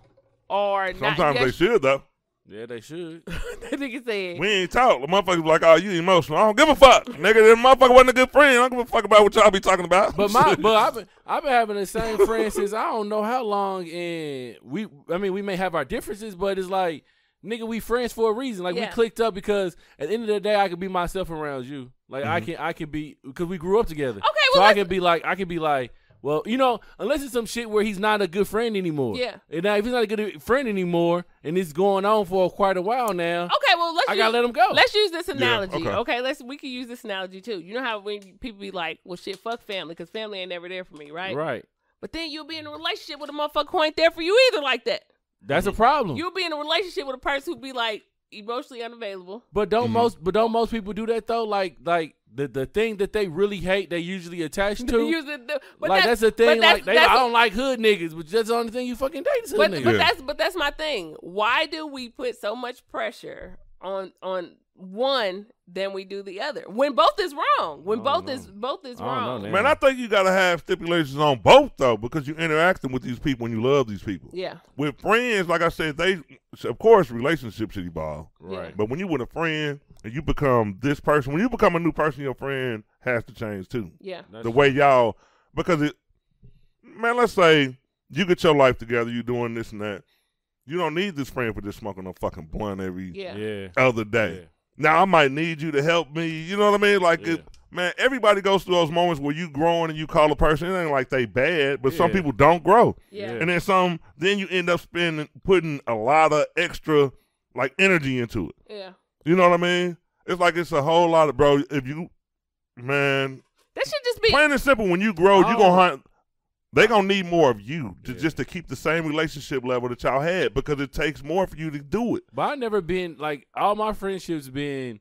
B: or not
A: Sometimes they
B: yes,
A: should, though.
C: yeah, they should.
B: that nigga said
A: We ain't talk. The motherfuckers be like, oh, you emotional. I don't give a fuck. Nigga, this motherfucker wasn't a good friend. I don't give a fuck about what y'all be talking about.
C: But my, but I've been, I've been having the same friend since I don't know how long, and we, I mean, we may have our differences, but it's like nigga, we friends for a reason. Like we
B: Yeah.
C: clicked up because at the end of the day, I could be myself around you. Like I
A: Mhm.
C: can, I can be because we grew up together.
B: Okay,
C: so
B: well,
C: I
B: let's-
C: can be like, I can be like, well, you know, unless it's some shit where he's not a good friend anymore.
B: Yeah.
C: And now if he's not a good friend anymore, and it's going on for quite a while now,
B: Okay, well let's
C: I
B: use,
C: gotta let him go.
B: Oh, let's use this analogy.
A: okay.
B: okay. let's we can use this analogy too. You know how when people be like, "Well, shit, fuck family," because family ain't never there for me, right?
C: right.
B: But then you'll be in a relationship with a motherfucker who ain't there for you either, like that.
C: That's a
A: Hmm.
C: problem.
B: You'll be in a relationship with a person who be like emotionally unavailable.
C: But don't
A: Mhm.
C: most but don't most people do that though? Like like the, the thing that they really hate they usually attach to.
B: Use it- but
C: like that's, the thing.
B: But that's,
C: like they,
B: that's-
C: I don't like hood niggas, but that's the only thing you fucking date is hood
B: but,
C: niggas.
B: but
A: Yeah.
B: that's but that's my thing. Why do we put so much pressure on on one than we do the other? When both is wrong. When
C: I
B: both
C: don't
B: is
C: know.
B: both is
C: I don't know,
B: wrong.
C: man.
A: Man, I think you gotta have stipulations on both though, because you're interacting with these people and you love these people.
B: yeah.
A: With friends, like I said, they of course relationships should evolve.
C: right.
A: But when you with a friend and you become this person, when you become a new person, your friend has to change too.
B: Yeah.
C: That's-
A: the way y'all because it man, let's say you get your life together, you doing this and that. You don't need this friend for just smoking a fucking blunt every
B: Yeah.
C: yeah.
A: other day. Now I might need you to help me. You know what I mean? Like it, man, everybody goes through those moments where you growing and you call a person. It ain't like they bad, but some
C: Yeah.
A: people don't grow.
B: Yeah.
C: Yeah.
A: And then some then you end up spending putting a lot of extra like energy into it.
B: Yeah.
A: You know what I mean? It's like it's a whole lot of bro, if you man,
B: That should just be
A: plain and simple. When you grow, you
C: Oh.
A: gonna hunt. They gonna need more of you to
C: Yeah.
A: just to keep the same relationship level that y'all had because it takes more for you to do it.
C: But I never been like all my friendships been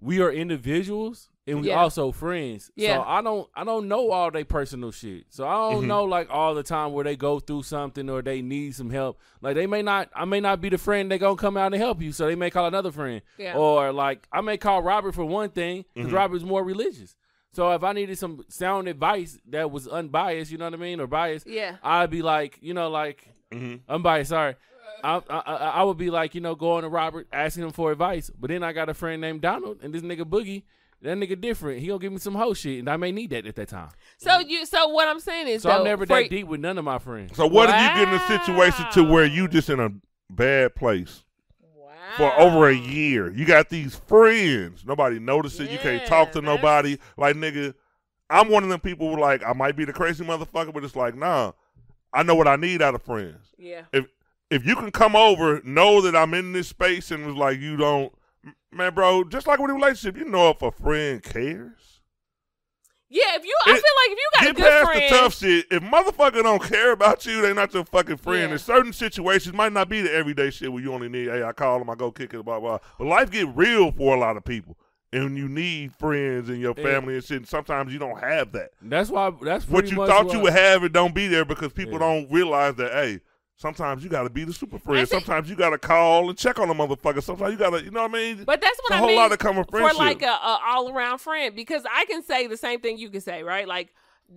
C: we are individuals and we
B: Yeah.
C: also friends.
B: Yeah.
C: So I don't I don't know all they personal shit. So I don't
A: Mhm.
C: know like all the time where they go through something or they need some help. Like they may not I may not be the friend they gonna come out and help you. So they may call another friend.
B: Yeah.
C: Or like I may call Robert for one thing because
A: Mhm.
C: Robert's more religious. So if I needed some sound advice that was unbiased, you know what I mean, or biased,
B: Yeah.
C: I'd be like, you know, like
A: Mm-hmm.
C: unbiased. Sorry, I, I I I would be like you know going to Robert asking him for advice, but then I got a friend named Donald and this nigga Boogie. That nigga different. He gonna give me some hoe shit, and I may need that at that time.
B: So you so what I'm saying is
C: So
B: though,
C: I'm never
B: for-
C: that deep with none of my friends.
A: So what if you get in a situation to where you
B: Wow.
A: just in a bad place
B: Wow.
A: for over a year? You got these friends. Nobody notices it. You can't talk to
B: Yeah, that's-
A: nobody. Like nigga, I'm one of them people who like I might be the crazy motherfucker, but it's like nah. I know what I need out of friends.
B: Yeah.
A: if you can come over, know that I'm in this space, and was like, you don't, man, bro. Just like with a relationship, you know if a friend cares.
B: Yeah, if you I feel
A: It-
B: like if you got a
A: Get
B: good
A: past
B: friend
A: the tough shit. If motherfucker don't care about you, they not your fucking friend.
B: Yeah.
A: In certain situations, might not be the everyday shit where you only need, hey, I call them, I go kick it, blah blah. But life get real for a lot of people, and you need friends and your
C: Yeah.
A: family and shit. And sometimes you don't have that.
C: That's why. That's
A: What
C: pretty
A: you
C: much
A: thought
C: why-
A: you would have, it don't be there because people
C: Yeah.
A: don't realize that. Hey, sometimes you got to be the super friend.
B: see-
A: sometimes you got to call and check on a motherfucker. Sometimes you got to, you know what I mean?
B: But that's
A: It's
B: what
A: a
B: I
A: whole
B: mean.
A: lot of common
B: for
A: friendship.
B: like a, a all around friend because I can say the same thing you can say, right? Like,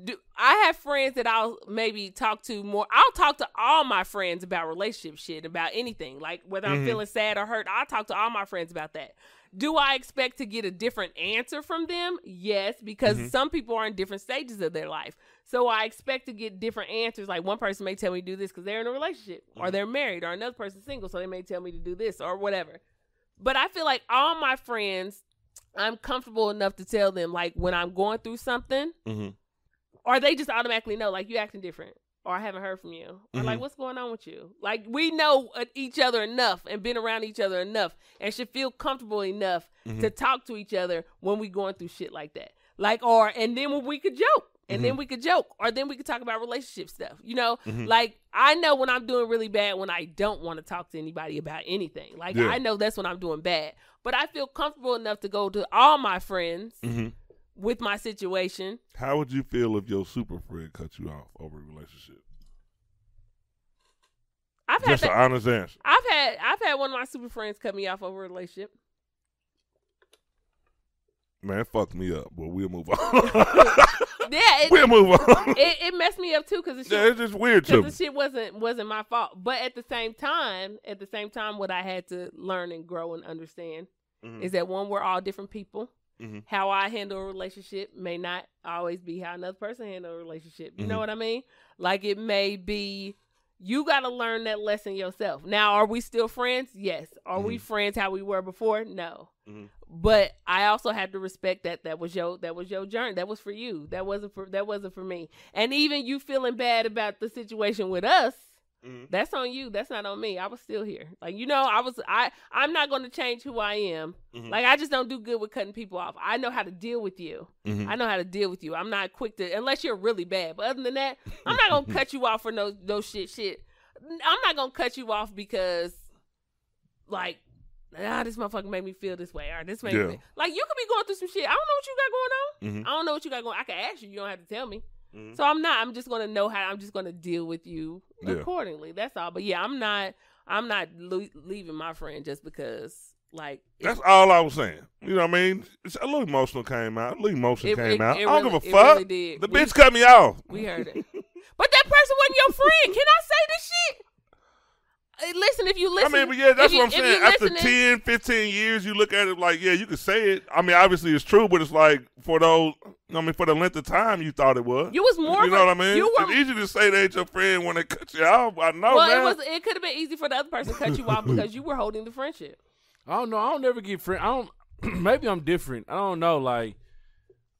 B: do, I have friends that I'll maybe talk to more. I'll talk to all my friends about relationship shit, about anything. Like whether I'm
A: Mhm.
B: feeling sad or hurt, I'll talk to all my friends about that. Do I expect to get a different answer from them? Yes, because
A: Mhm.
B: some people are in different stages of their life. So I expect to get different answers. Like one person may tell me to do this because they're in a relationship or they're married, or another person's single, so they may tell me to do this or whatever. But I feel like all my friends, I'm comfortable enough to tell them like when I'm going through something,
A: mm-hmm.
B: or they just automatically know like you acting different, or I haven't heard from you, or like
A: Mhm.
B: what's going on with you. Like we know uh, each other enough and been around each other enough, and should feel comfortable enough
A: Mm-hmm.
B: to talk to each other when we going through shit like that. Like or and then when we could joke. And
A: Mm-hmm.
B: then we could joke, or then we could talk about relationship stuff. You know,
A: Mhm.
B: like I know when I'm doing really bad when I don't want to talk to anybody about anything. Like
A: Yeah.
B: I know that's when I'm doing bad, but I feel comfortable enough to go to all my friends
A: Mm-hmm.
B: with my situation.
A: How would you feel if your super friend cut you off over a relationship?
B: I've had
A: Just an
B: that,
A: honest answer.
B: I've had I've had one of my super friends cut me off over a relationship.
A: Man, it fucked me up, but we'll move on.
B: Yeah, it
A: we'll move on.
B: it, it messed me up too because it's
A: yeah, it's just weird to
B: because
A: me.
B: the shit wasn't wasn't my fault. But at the same time, at the same time, what I had to learn and grow and understand
A: Mhm.
B: is that one, we're all different people.
A: Mhm.
B: How I handle a relationship may not always be how another person handle a relationship. You
A: Mhm.
B: know what I mean? Like it may be, You got to learn that lesson yourself. Now, are we still friends? Yes. Are we
A: Mm-hmm.
B: friends how we were before? No.
A: Mhm.
B: But I also had to respect that that was your that was your journey. That was for you. That wasn't for that wasn't for me. And even you feeling bad about the situation with us,
A: Mhm.
B: that's on you. That's not on me. I was still here. Like you know, I was I I'm not going to change who I am.
A: Mhm.
B: Like I just don't do good with cutting people off. I know how to deal with you.
A: Mhm.
B: I know how to deal with you. I'm not quick to unless you're really bad. But other than that, I'm not gonna cut you off for no no shit shit. I'm not gonna cut you off because like ah this motherfucker made me feel this way or this made
A: Yeah.
B: me feel. like you could be going through some shit. I don't know what you got going on.
A: Mhm.
B: I don't know what you got going. I can ask you. You don't have to tell me.
A: Mhm.
B: So I'm not. I'm just gonna know how. I'm just gonna deal with you
A: Yeah.
B: accordingly. That's all. But yeah, I'm not. I'm not lo- leaving my friend just because like it-
A: That's all I was saying. You know what I mean? It's a little emotional came out. A little emotion
B: it-
A: came
B: it-
A: out.
B: it
A: I don't
B: really-
A: give a
B: it
A: fuck.
B: really did.
A: the
B: We-
A: bitch cut me off.
B: We heard it. but that person wasn't your friend. Can I say this shit? Uh, Listen, if you listen,
A: I mean, but yeah, that's
B: if you-
A: what I'm
B: if
A: saying.
B: you
A: After
B: listening-
A: 10, 15 years, you look at it like, yeah, you could say it. I mean, obviously it's true, but it's like for those, I mean, for the length of time you thought it was.
B: you was
A: You
B: more. of
A: know
B: a-
A: what I mean?
B: You were.
A: it's easy to say they ain't your friend when they cut you off. I
C: Oh,
A: know,
B: well,
A: man.
B: it was. It could have been easy for the other person to cut you off because you were holding the friendship.
C: I don't know. I don't never get friend. I don't. maybe I'm different. I don't know. Like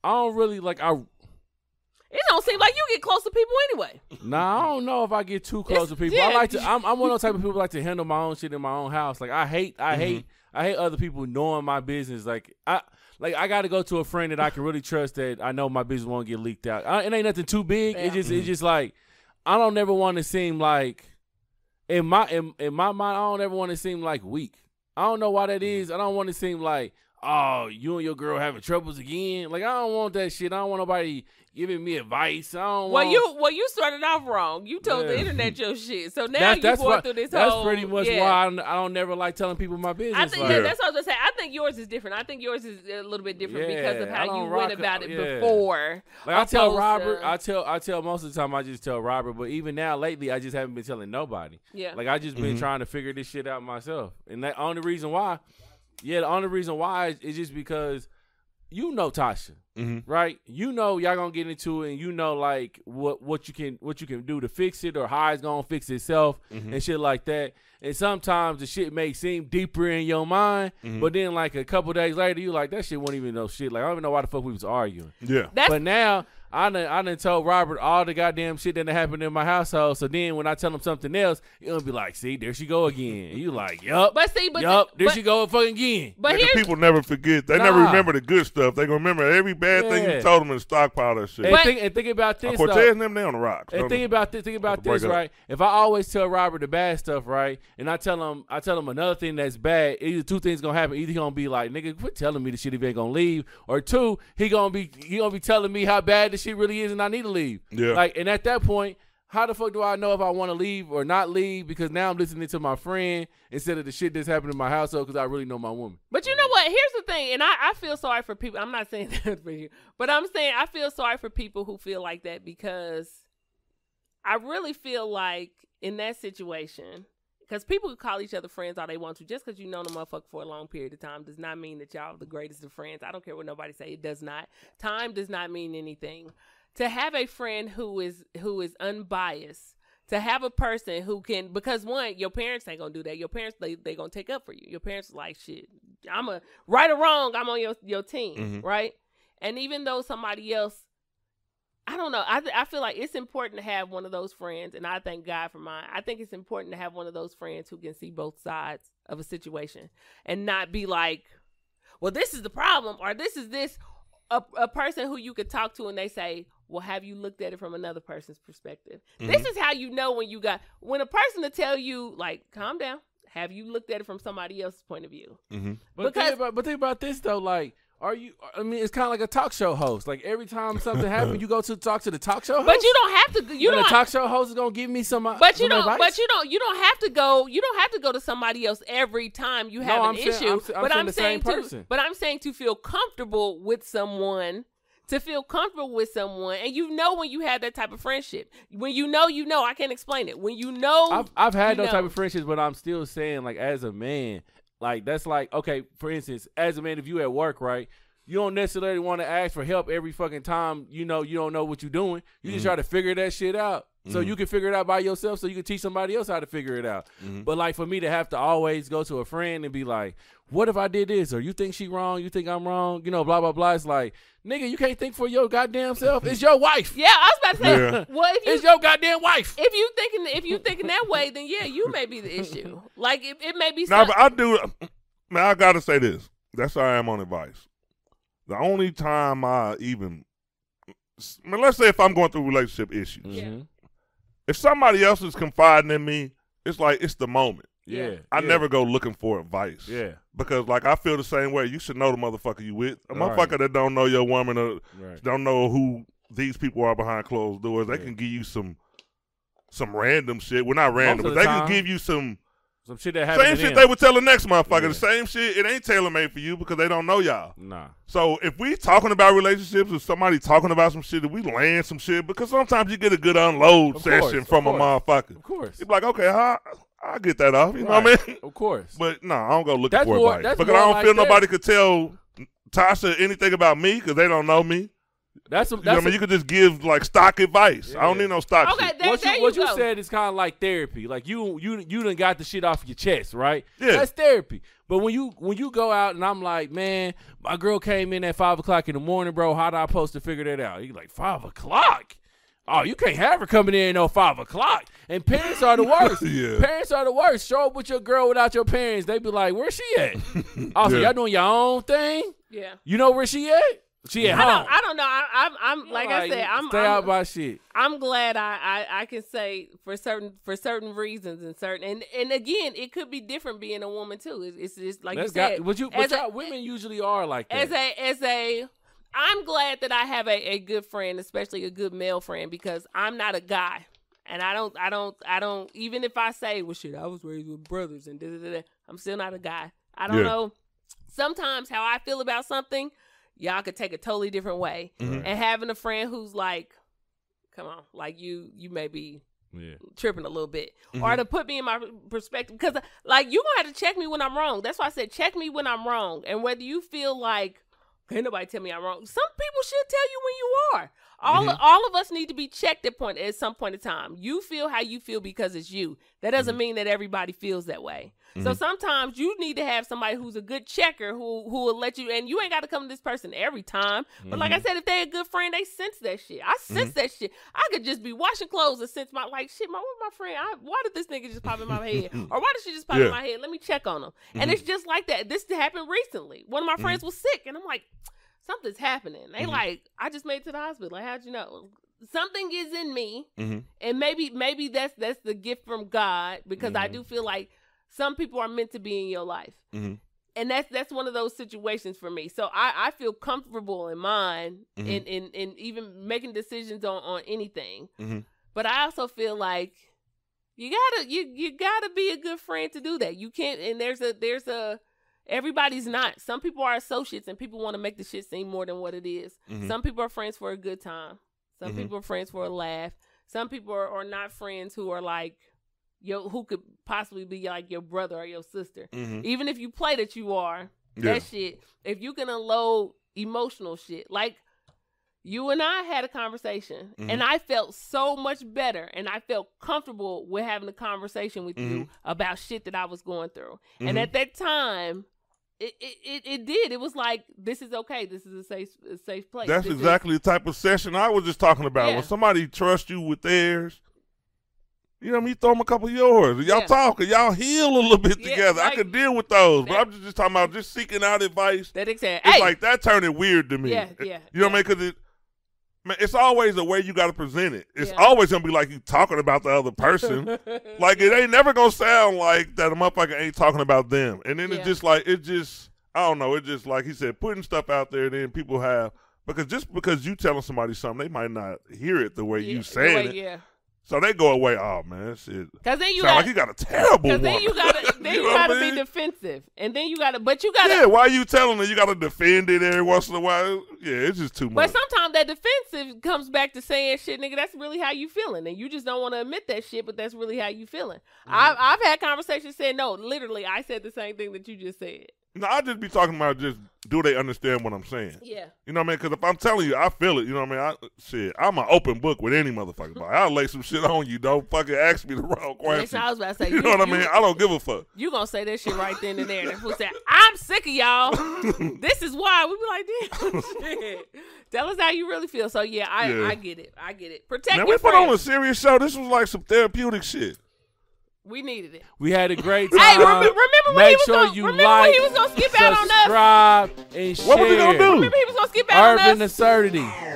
C: I don't really like. I
B: It don't seem like you get close to people anyway.
C: nah. I don't know if I get too close to people.
B: yeah.
C: I like to. I'm, I'm one of those type of people who like to handle my own shit in my own house. Like I hate. I hate. I hate other people knowing my business. Like I. Like I got to go to a friend that I can really trust that I know my business won't get leaked out. I, it ain't nothing too big.
B: Yeah.
C: It just. It's just like I don't ever want to seem like. in my in, in my mind, I don't ever want to seem like weak. I don't know why that is. I don't want to seem like, oh, you and your girl having troubles again. Like I don't want that shit. I don't want nobody giving me advice. I don't
B: Well,
C: want
B: you well you started off wrong. You told the
C: Yeah.
B: internet your shit, so now
C: That-
B: you
C: that's
B: going
C: why-
B: through this
C: That's
B: whole.
C: pretty much
B: yeah.
C: why I don't, I don't never like telling people my business.
B: I think
C: like,
B: yeah,
A: Yeah.
B: that's what I was gonna say. I think yours is different. I think yours is a little bit different because of
C: Yeah, I
B: how
C: don't
B: you went
C: rock-
B: about it
C: yeah.
B: before.
C: Like I tell
B: opposed
C: Robert,
B: to-
C: I tell I tell most of the time I just tell Robert, but even now lately I just haven't been telling nobody.
B: Yeah.
C: Like I just been
A: Mhm.
C: trying to figure this shit out myself. And that only reason why yeah, the only reason why is, is just because you know Tasha.
A: Mhm.
C: Right? You know y'all gonna get into it and you know like what what you can what you can do to fix it or how it's gonna fix itself
A: Mhm.
C: and shit like that. And sometimes the shit may seem deeper in your mind,
A: Mhm.
C: but then like a couple days later you like that shit wasn't even no shit. Like I don't even know why the fuck we was arguing
A: Yeah.
B: That's
C: but now I done, I done told Robert all the goddamn shit that done happened in my household. So then when I tell him something else, it'll be like, see, there she go again. And you like, yup,
B: but see, but
C: yup, there
B: but,
C: she go fucking again.
B: but
A: Nigga,
B: here's
A: people never forget. They never
C: Nah.
A: remember the good stuff. They gonna remember every bad thing you
C: Yeah.
A: told them and stockpile that shit.
C: And,
B: But-
C: think, and think about this,
A: Cortez
C: though.
A: and them they on the rocks.
C: And
A: don't
C: think
A: they?
C: about this. Think about
A: Break
C: this,
A: up.
C: right? If I always tell Robert the bad stuff, right, and I tell him, I tell him another thing that's bad. Either two things gonna happen. Either he gonna be like, "Nigga, quit telling me the shit if you ain't gonna leave," or two, he gonna be he gonna be telling me how bad the shit really is, and I need to leave.
A: Yeah.
C: Like, and at that point, how the fuck do I know if I want to leave or not leave? Because now I'm listening to my friend instead of the shit that's happened in my household because I really know my woman.
B: But you know what? Here's the thing, and I, I feel sorry for people. I'm not saying that for you, but I'm saying I feel sorry for people who feel like that because I really feel like in that situation, because people can call each other friends all they want to. Just because you know the motherfucker for a long period of time does not mean that y'all the greatest of friends. I don't care what nobody say. It does not. Time does not mean anything. To have a friend who is who is unbiased to have a person who can because one your parents ain't gonna do that your parents they they gonna take up for you your parents like shit i'm a right or wrong i'm on your your team
A: Mhm.
B: right and even though somebody else i don't know I, th- I feel like it's important to have one of those friends and i thank god for mine i think it's important to have one of those friends who can see both sides of a situation and not be like well this is the problem or this is this a, a person who you could talk to and they say well have you looked at it from another person's perspective
C: Mm-hmm.
B: this is how you know when you got when a person to tell you like calm down. Have you looked at it from somebody else's point of view?
A: Mhm.
C: But
B: Because-
C: think about, but think about this though, like. Are you? I mean, it's kind of like a talk show host. Like every time something happens, you go to talk to the talk show host.
B: But you don't have to. You
C: and
B: don't.
C: the talk show host is gonna give me some. uh,
B: but you
C: some
B: don't.
C: advice?
B: But you don't. You don't have to go. You don't have to go to somebody else every time you have
C: No,
B: an
C: I'm saying-
B: issue.
C: I'm sa- I'm
B: but
C: saying
B: I'm
C: the
B: saying
C: same
B: to.
C: person.
B: But I'm saying to feel comfortable with someone. To feel comfortable with someone, and you know when you have that type of friendship, when you know, you know. I can't explain it. When you know,
C: I've I've had
B: you
C: those type
B: know.
C: of friendships, but I'm still saying like as a man, like that's like okay. For instance, as a man, if you at work, right, you don't necessarily want to ask for help every fucking time. You know, you don't know what you're doing. You just try to figure that shit out. So you can figure it out by yourself. So you can teach somebody else how to figure it out. But like for me to have to always go to a friend and be like, "What if I did this?" or "You think she wrong? You think I'm wrong?" You know, blah blah blah. It's like, nigga, you can't think for your goddamn self. It's your wife.
B: Yeah, I was about to say.
A: Yeah.
B: Well, if you
C: It's your goddamn wife.
B: if you thinking if you thinking that way, then yeah, you may be the issue. Like it, it may be.
A: Now,
B: Some,
A: but I do. Man, I gotta say this. That's how I am on advice. The only time I even, man, let's say if I'm going through relationship issues,
B: Yeah.
C: Mhm.
A: if somebody else is confiding in me, it's like it's the moment.
C: Yeah.
B: Yeah.
A: I
C: yeah.
A: never go looking for advice.
C: Yeah.
A: Because like I feel the same way. You should know the motherfucker you with. A
C: All right.
A: motherfucker that don't know your woman or
C: Right.
A: don't know who these people are behind closed doors, they
C: Yeah.
A: can give you some some random shit. Well not random, but
C: Most of
A: they
C: the
A: can
C: time,
A: give you some
C: Some shit that happened.
A: same
C: to
A: shit
C: them.
A: they would tell the next motherfucker.
C: Yeah.
A: The same shit. It ain't tailor made for you because they don't know y'all.
C: Nah.
A: So if we talking about relationships or somebody talking about some shit, if we land some shit, because sometimes you get a good unload
C: Of course,
A: session
C: of
A: from a
C: course.
A: motherfucker.
C: Of course.
A: You'd be like, okay, I I get that off. You know what I mean?
C: Of course.
A: But no, I don't go looking
C: That's
A: for
C: more-
A: advice
C: that's
A: because I
C: more
A: don't
C: like
A: feel
C: that.
A: nobody could tell Tasha anything about me because they don't know me.
C: that's some-
A: You know what
C: that's
A: I mean? You could just give like stock advice. I don't
C: Yeah.
A: need no stock.
B: okay,
A: shit.
B: there,
C: what
B: there
C: you, what
B: go.
C: you said is kind of like therapy. Like you you you done got the shit off your chest, right?
A: Yeah.
C: That's therapy. But when you when you go out and I'm like, man, my girl came in at five o'clock in the morning, bro. How do I post to figure that out? You like five o'clock? Oh, you can't have her coming in no five o'clock. And parents are the worst.
A: Yeah.
C: Parents are the worst. Show up with your girl without your parents. They be like, where she at? Also,
A: Yeah.
C: y'all doing your own thing.
B: Yeah.
C: You know where she at? She at
B: I
C: home.
B: don't. I don't know. I, I'm. I'm like, I said. I'm.
C: stay
B: I'm,
C: out by shit.
B: I'm glad I, I I can say for certain for certain reasons and certain and and again it could be different being a woman too. It's, it's just like
C: That's
B: you said.
C: got, but you,
B: as
C: but
B: a-
C: y'all women usually are like that.
B: as a as a I'm glad that I have a, a good friend, especially a good male friend, because I'm not a guy. And I don't I don't I don't even if I say, well shit, I was raised with brothers and da da da, da, I'm still not a guy. I don't
A: Yeah.
B: know. Sometimes how I feel about something, y'all could take a totally different way.
A: Mhm.
B: And having a friend who's like, come on, like you you may be
C: yeah.
B: tripping a little bit or to put me in my perspective because like you gonna have to check me when i'm wrong that's why i said check me when i'm wrong and whether you feel like can nobody tell me i'm wrong some people should tell you when you are all, all of us need to be checked at point at some point in time you feel how you feel because it's you that doesn't mean that everybody feels that way so sometimes you need to have somebody who's a good checker who who will let you and you ain't got to come to this person every time but like i said if they a good friend they sense that shit i sense that shit i could just be washing clothes and sense my like shit my what my friend I, why did this nigga just pop in my head or why did she just pop
A: Yeah.
B: in my head let me check on them and it's just like that this happened recently one of my friends was sick and i'm like something's happening they like i just made it to the hospital like how'd you know something is in me
A: Mhm.
B: and maybe maybe that's that's the gift from god because i do feel like some people are meant to be in your life
A: Mhm.
B: and that's that's one of those situations for me so i i feel comfortable in mine
A: Mhm.
B: in, in in even making decisions on on anything
A: Mhm.
B: but i also feel like you gotta you you gotta be a good friend to do that you can't and there's a there's a everybody's not some people are associates and people want to make the shit seem more than what it is.
A: Mhm.
B: some people are friends for a good time some
A: Mhm.
B: people are friends for a laugh some people are, are not friends who are like yo who could possibly be like your brother or your sister
A: Mhm.
B: even if you play that you are
A: Yeah.
B: that shit if you can unload emotional shit like you and i had a conversation
A: Mhm.
B: and i felt so much better and i felt comfortable with having a conversation with you
A: Mm-hmm.
B: about shit that i was going through and
A: Mhm.
B: at that time it, it, it, it did it was like this is okay this is a safe a safe place
A: That's
B: This is-
A: exactly the type of session I was just talking about.
B: Yeah.
A: When somebody trusts you with theirs, you know what I mean? You throw them a couple of yours. and Y'all
B: Yeah.
A: talk and y'all heal a little bit
B: Yeah,
A: together. I
B: like-
A: could deal with those, but
B: That-
A: I'm just, just talking about just seeking out advice.
B: that exact
A: It's
B: hey
A: like that turned it weird to me.
B: Yeah, yeah,
A: You know what I mean? Because it, man, it's always the way you got to present it. It's
B: Yeah.
A: always going to be like you talking about the other person. like it ain't never going to sound like that a motherfucker ain't talking about them. And then
B: Yeah.
A: it's just like, it just, I don't know. It just, like he said, putting stuff out there, then people have. Because just because you telling somebody something, they might not hear it the way
B: Yeah,
A: you
B: the
A: saying
B: way-
A: it,
B: yeah
A: so they go away. Oh man, that shit
B: because then you
A: sound
B: got
A: like you got a terrible
B: Because
A: one.
B: then you gotta then you, gotta be defensive, and then you gotta, but you gotta.
A: yeah. Why you telling her you got to defend it every once in a while? Yeah, it's just too much.
B: But sometimes that defensive comes back to saying shit, nigga. That's really how you feeling, and you just don't want to admit that shit. But Mm-hmm. that's really how you feeling. I've I've had conversations saying no. Literally, I said the same thing that you just said.
A: No, I just be talking about just do they understand what I'm saying?
B: Yeah.
A: You know what I mean? Because if I'm telling you, I feel it. You know what I mean? I, shit, I'm an open book with any motherfucker. But I'll lay some shit on you. Don't fucking ask me the wrong
B: That's
A: question.
B: what I was about to say.
A: You know what I mean? I don't give a fuck.
B: You gonna say that shit right then and there. And who said, I'm sick of y'all. this is why. We be like, damn shit. Tell us how you really feel. So yeah, I,
A: Yeah.
B: I get it. I get it. Protect
A: Man,
B: your
A: we put on a
B: friends.
A: serious show. This was like some therapeutic shit.
B: We needed it.
C: We had a great time.
B: Hey, remember, remember when
C: Make
B: he was
C: sure
B: gonna
C: you
B: remember
C: like,
B: when he was gonna skip out on us?
C: subscribe, and share.
A: What was he gonna do?
B: Remember he was gonna skip out on
C: Urban
B: us?
C: absurdity.